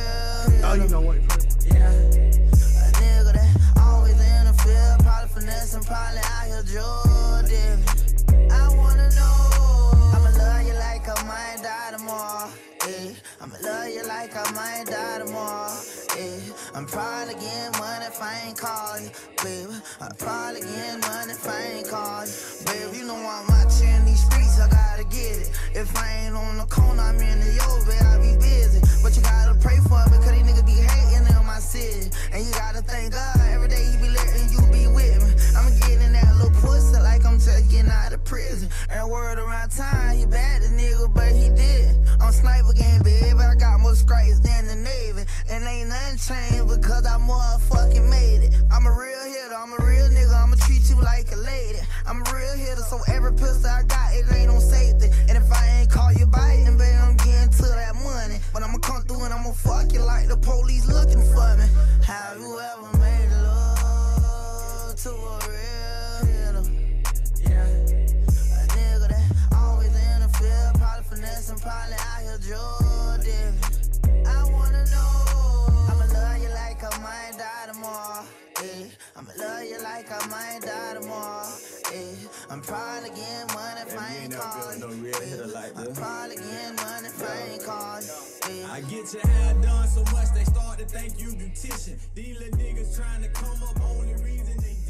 F: Oh, you know what?
H: I'm probably getting money if I ain't call you, baby. I'm probably getting money if I ain't call you, baby. You know I'm watching these streets, I gotta get it. If I ain't on the corner, I'm in the yard, baby. I be busy, but you gotta pray for it because these niggas be hating in my city, and you gotta thank God every day He be letting you be with me. I'm getting that little pussy like I'm just getting out of prison. And word around time, he bad the nigga, but he did. I'm sniper game, baby. I got more scrapes than the Navy. And ain't nothing changed because I motherfucking made it. I'm a real hitter, I'm a real nigga, I'ma treat you like a lady. I'm a real hitter, so every pistol I got, it ain't on safety. And if I ain't call you biting, baby, I'm getting to that money. But I'ma come through and I'ma fuck you like the police looking for me. Have you ever made love to a real hitter? Yeah. A nigga that always in the field, probably finessing, probably out here drug dealing. I wanna know. I'ma love you like I might die tomorrow. eh. I'ma love you like I might die tomorrow. eh. I'm probably getting money if I ain't calling. I'm probably getting money if I ain't calling.
L: I get your hair done so much they start to think you beautician. These little niggas trying to come up, only reason they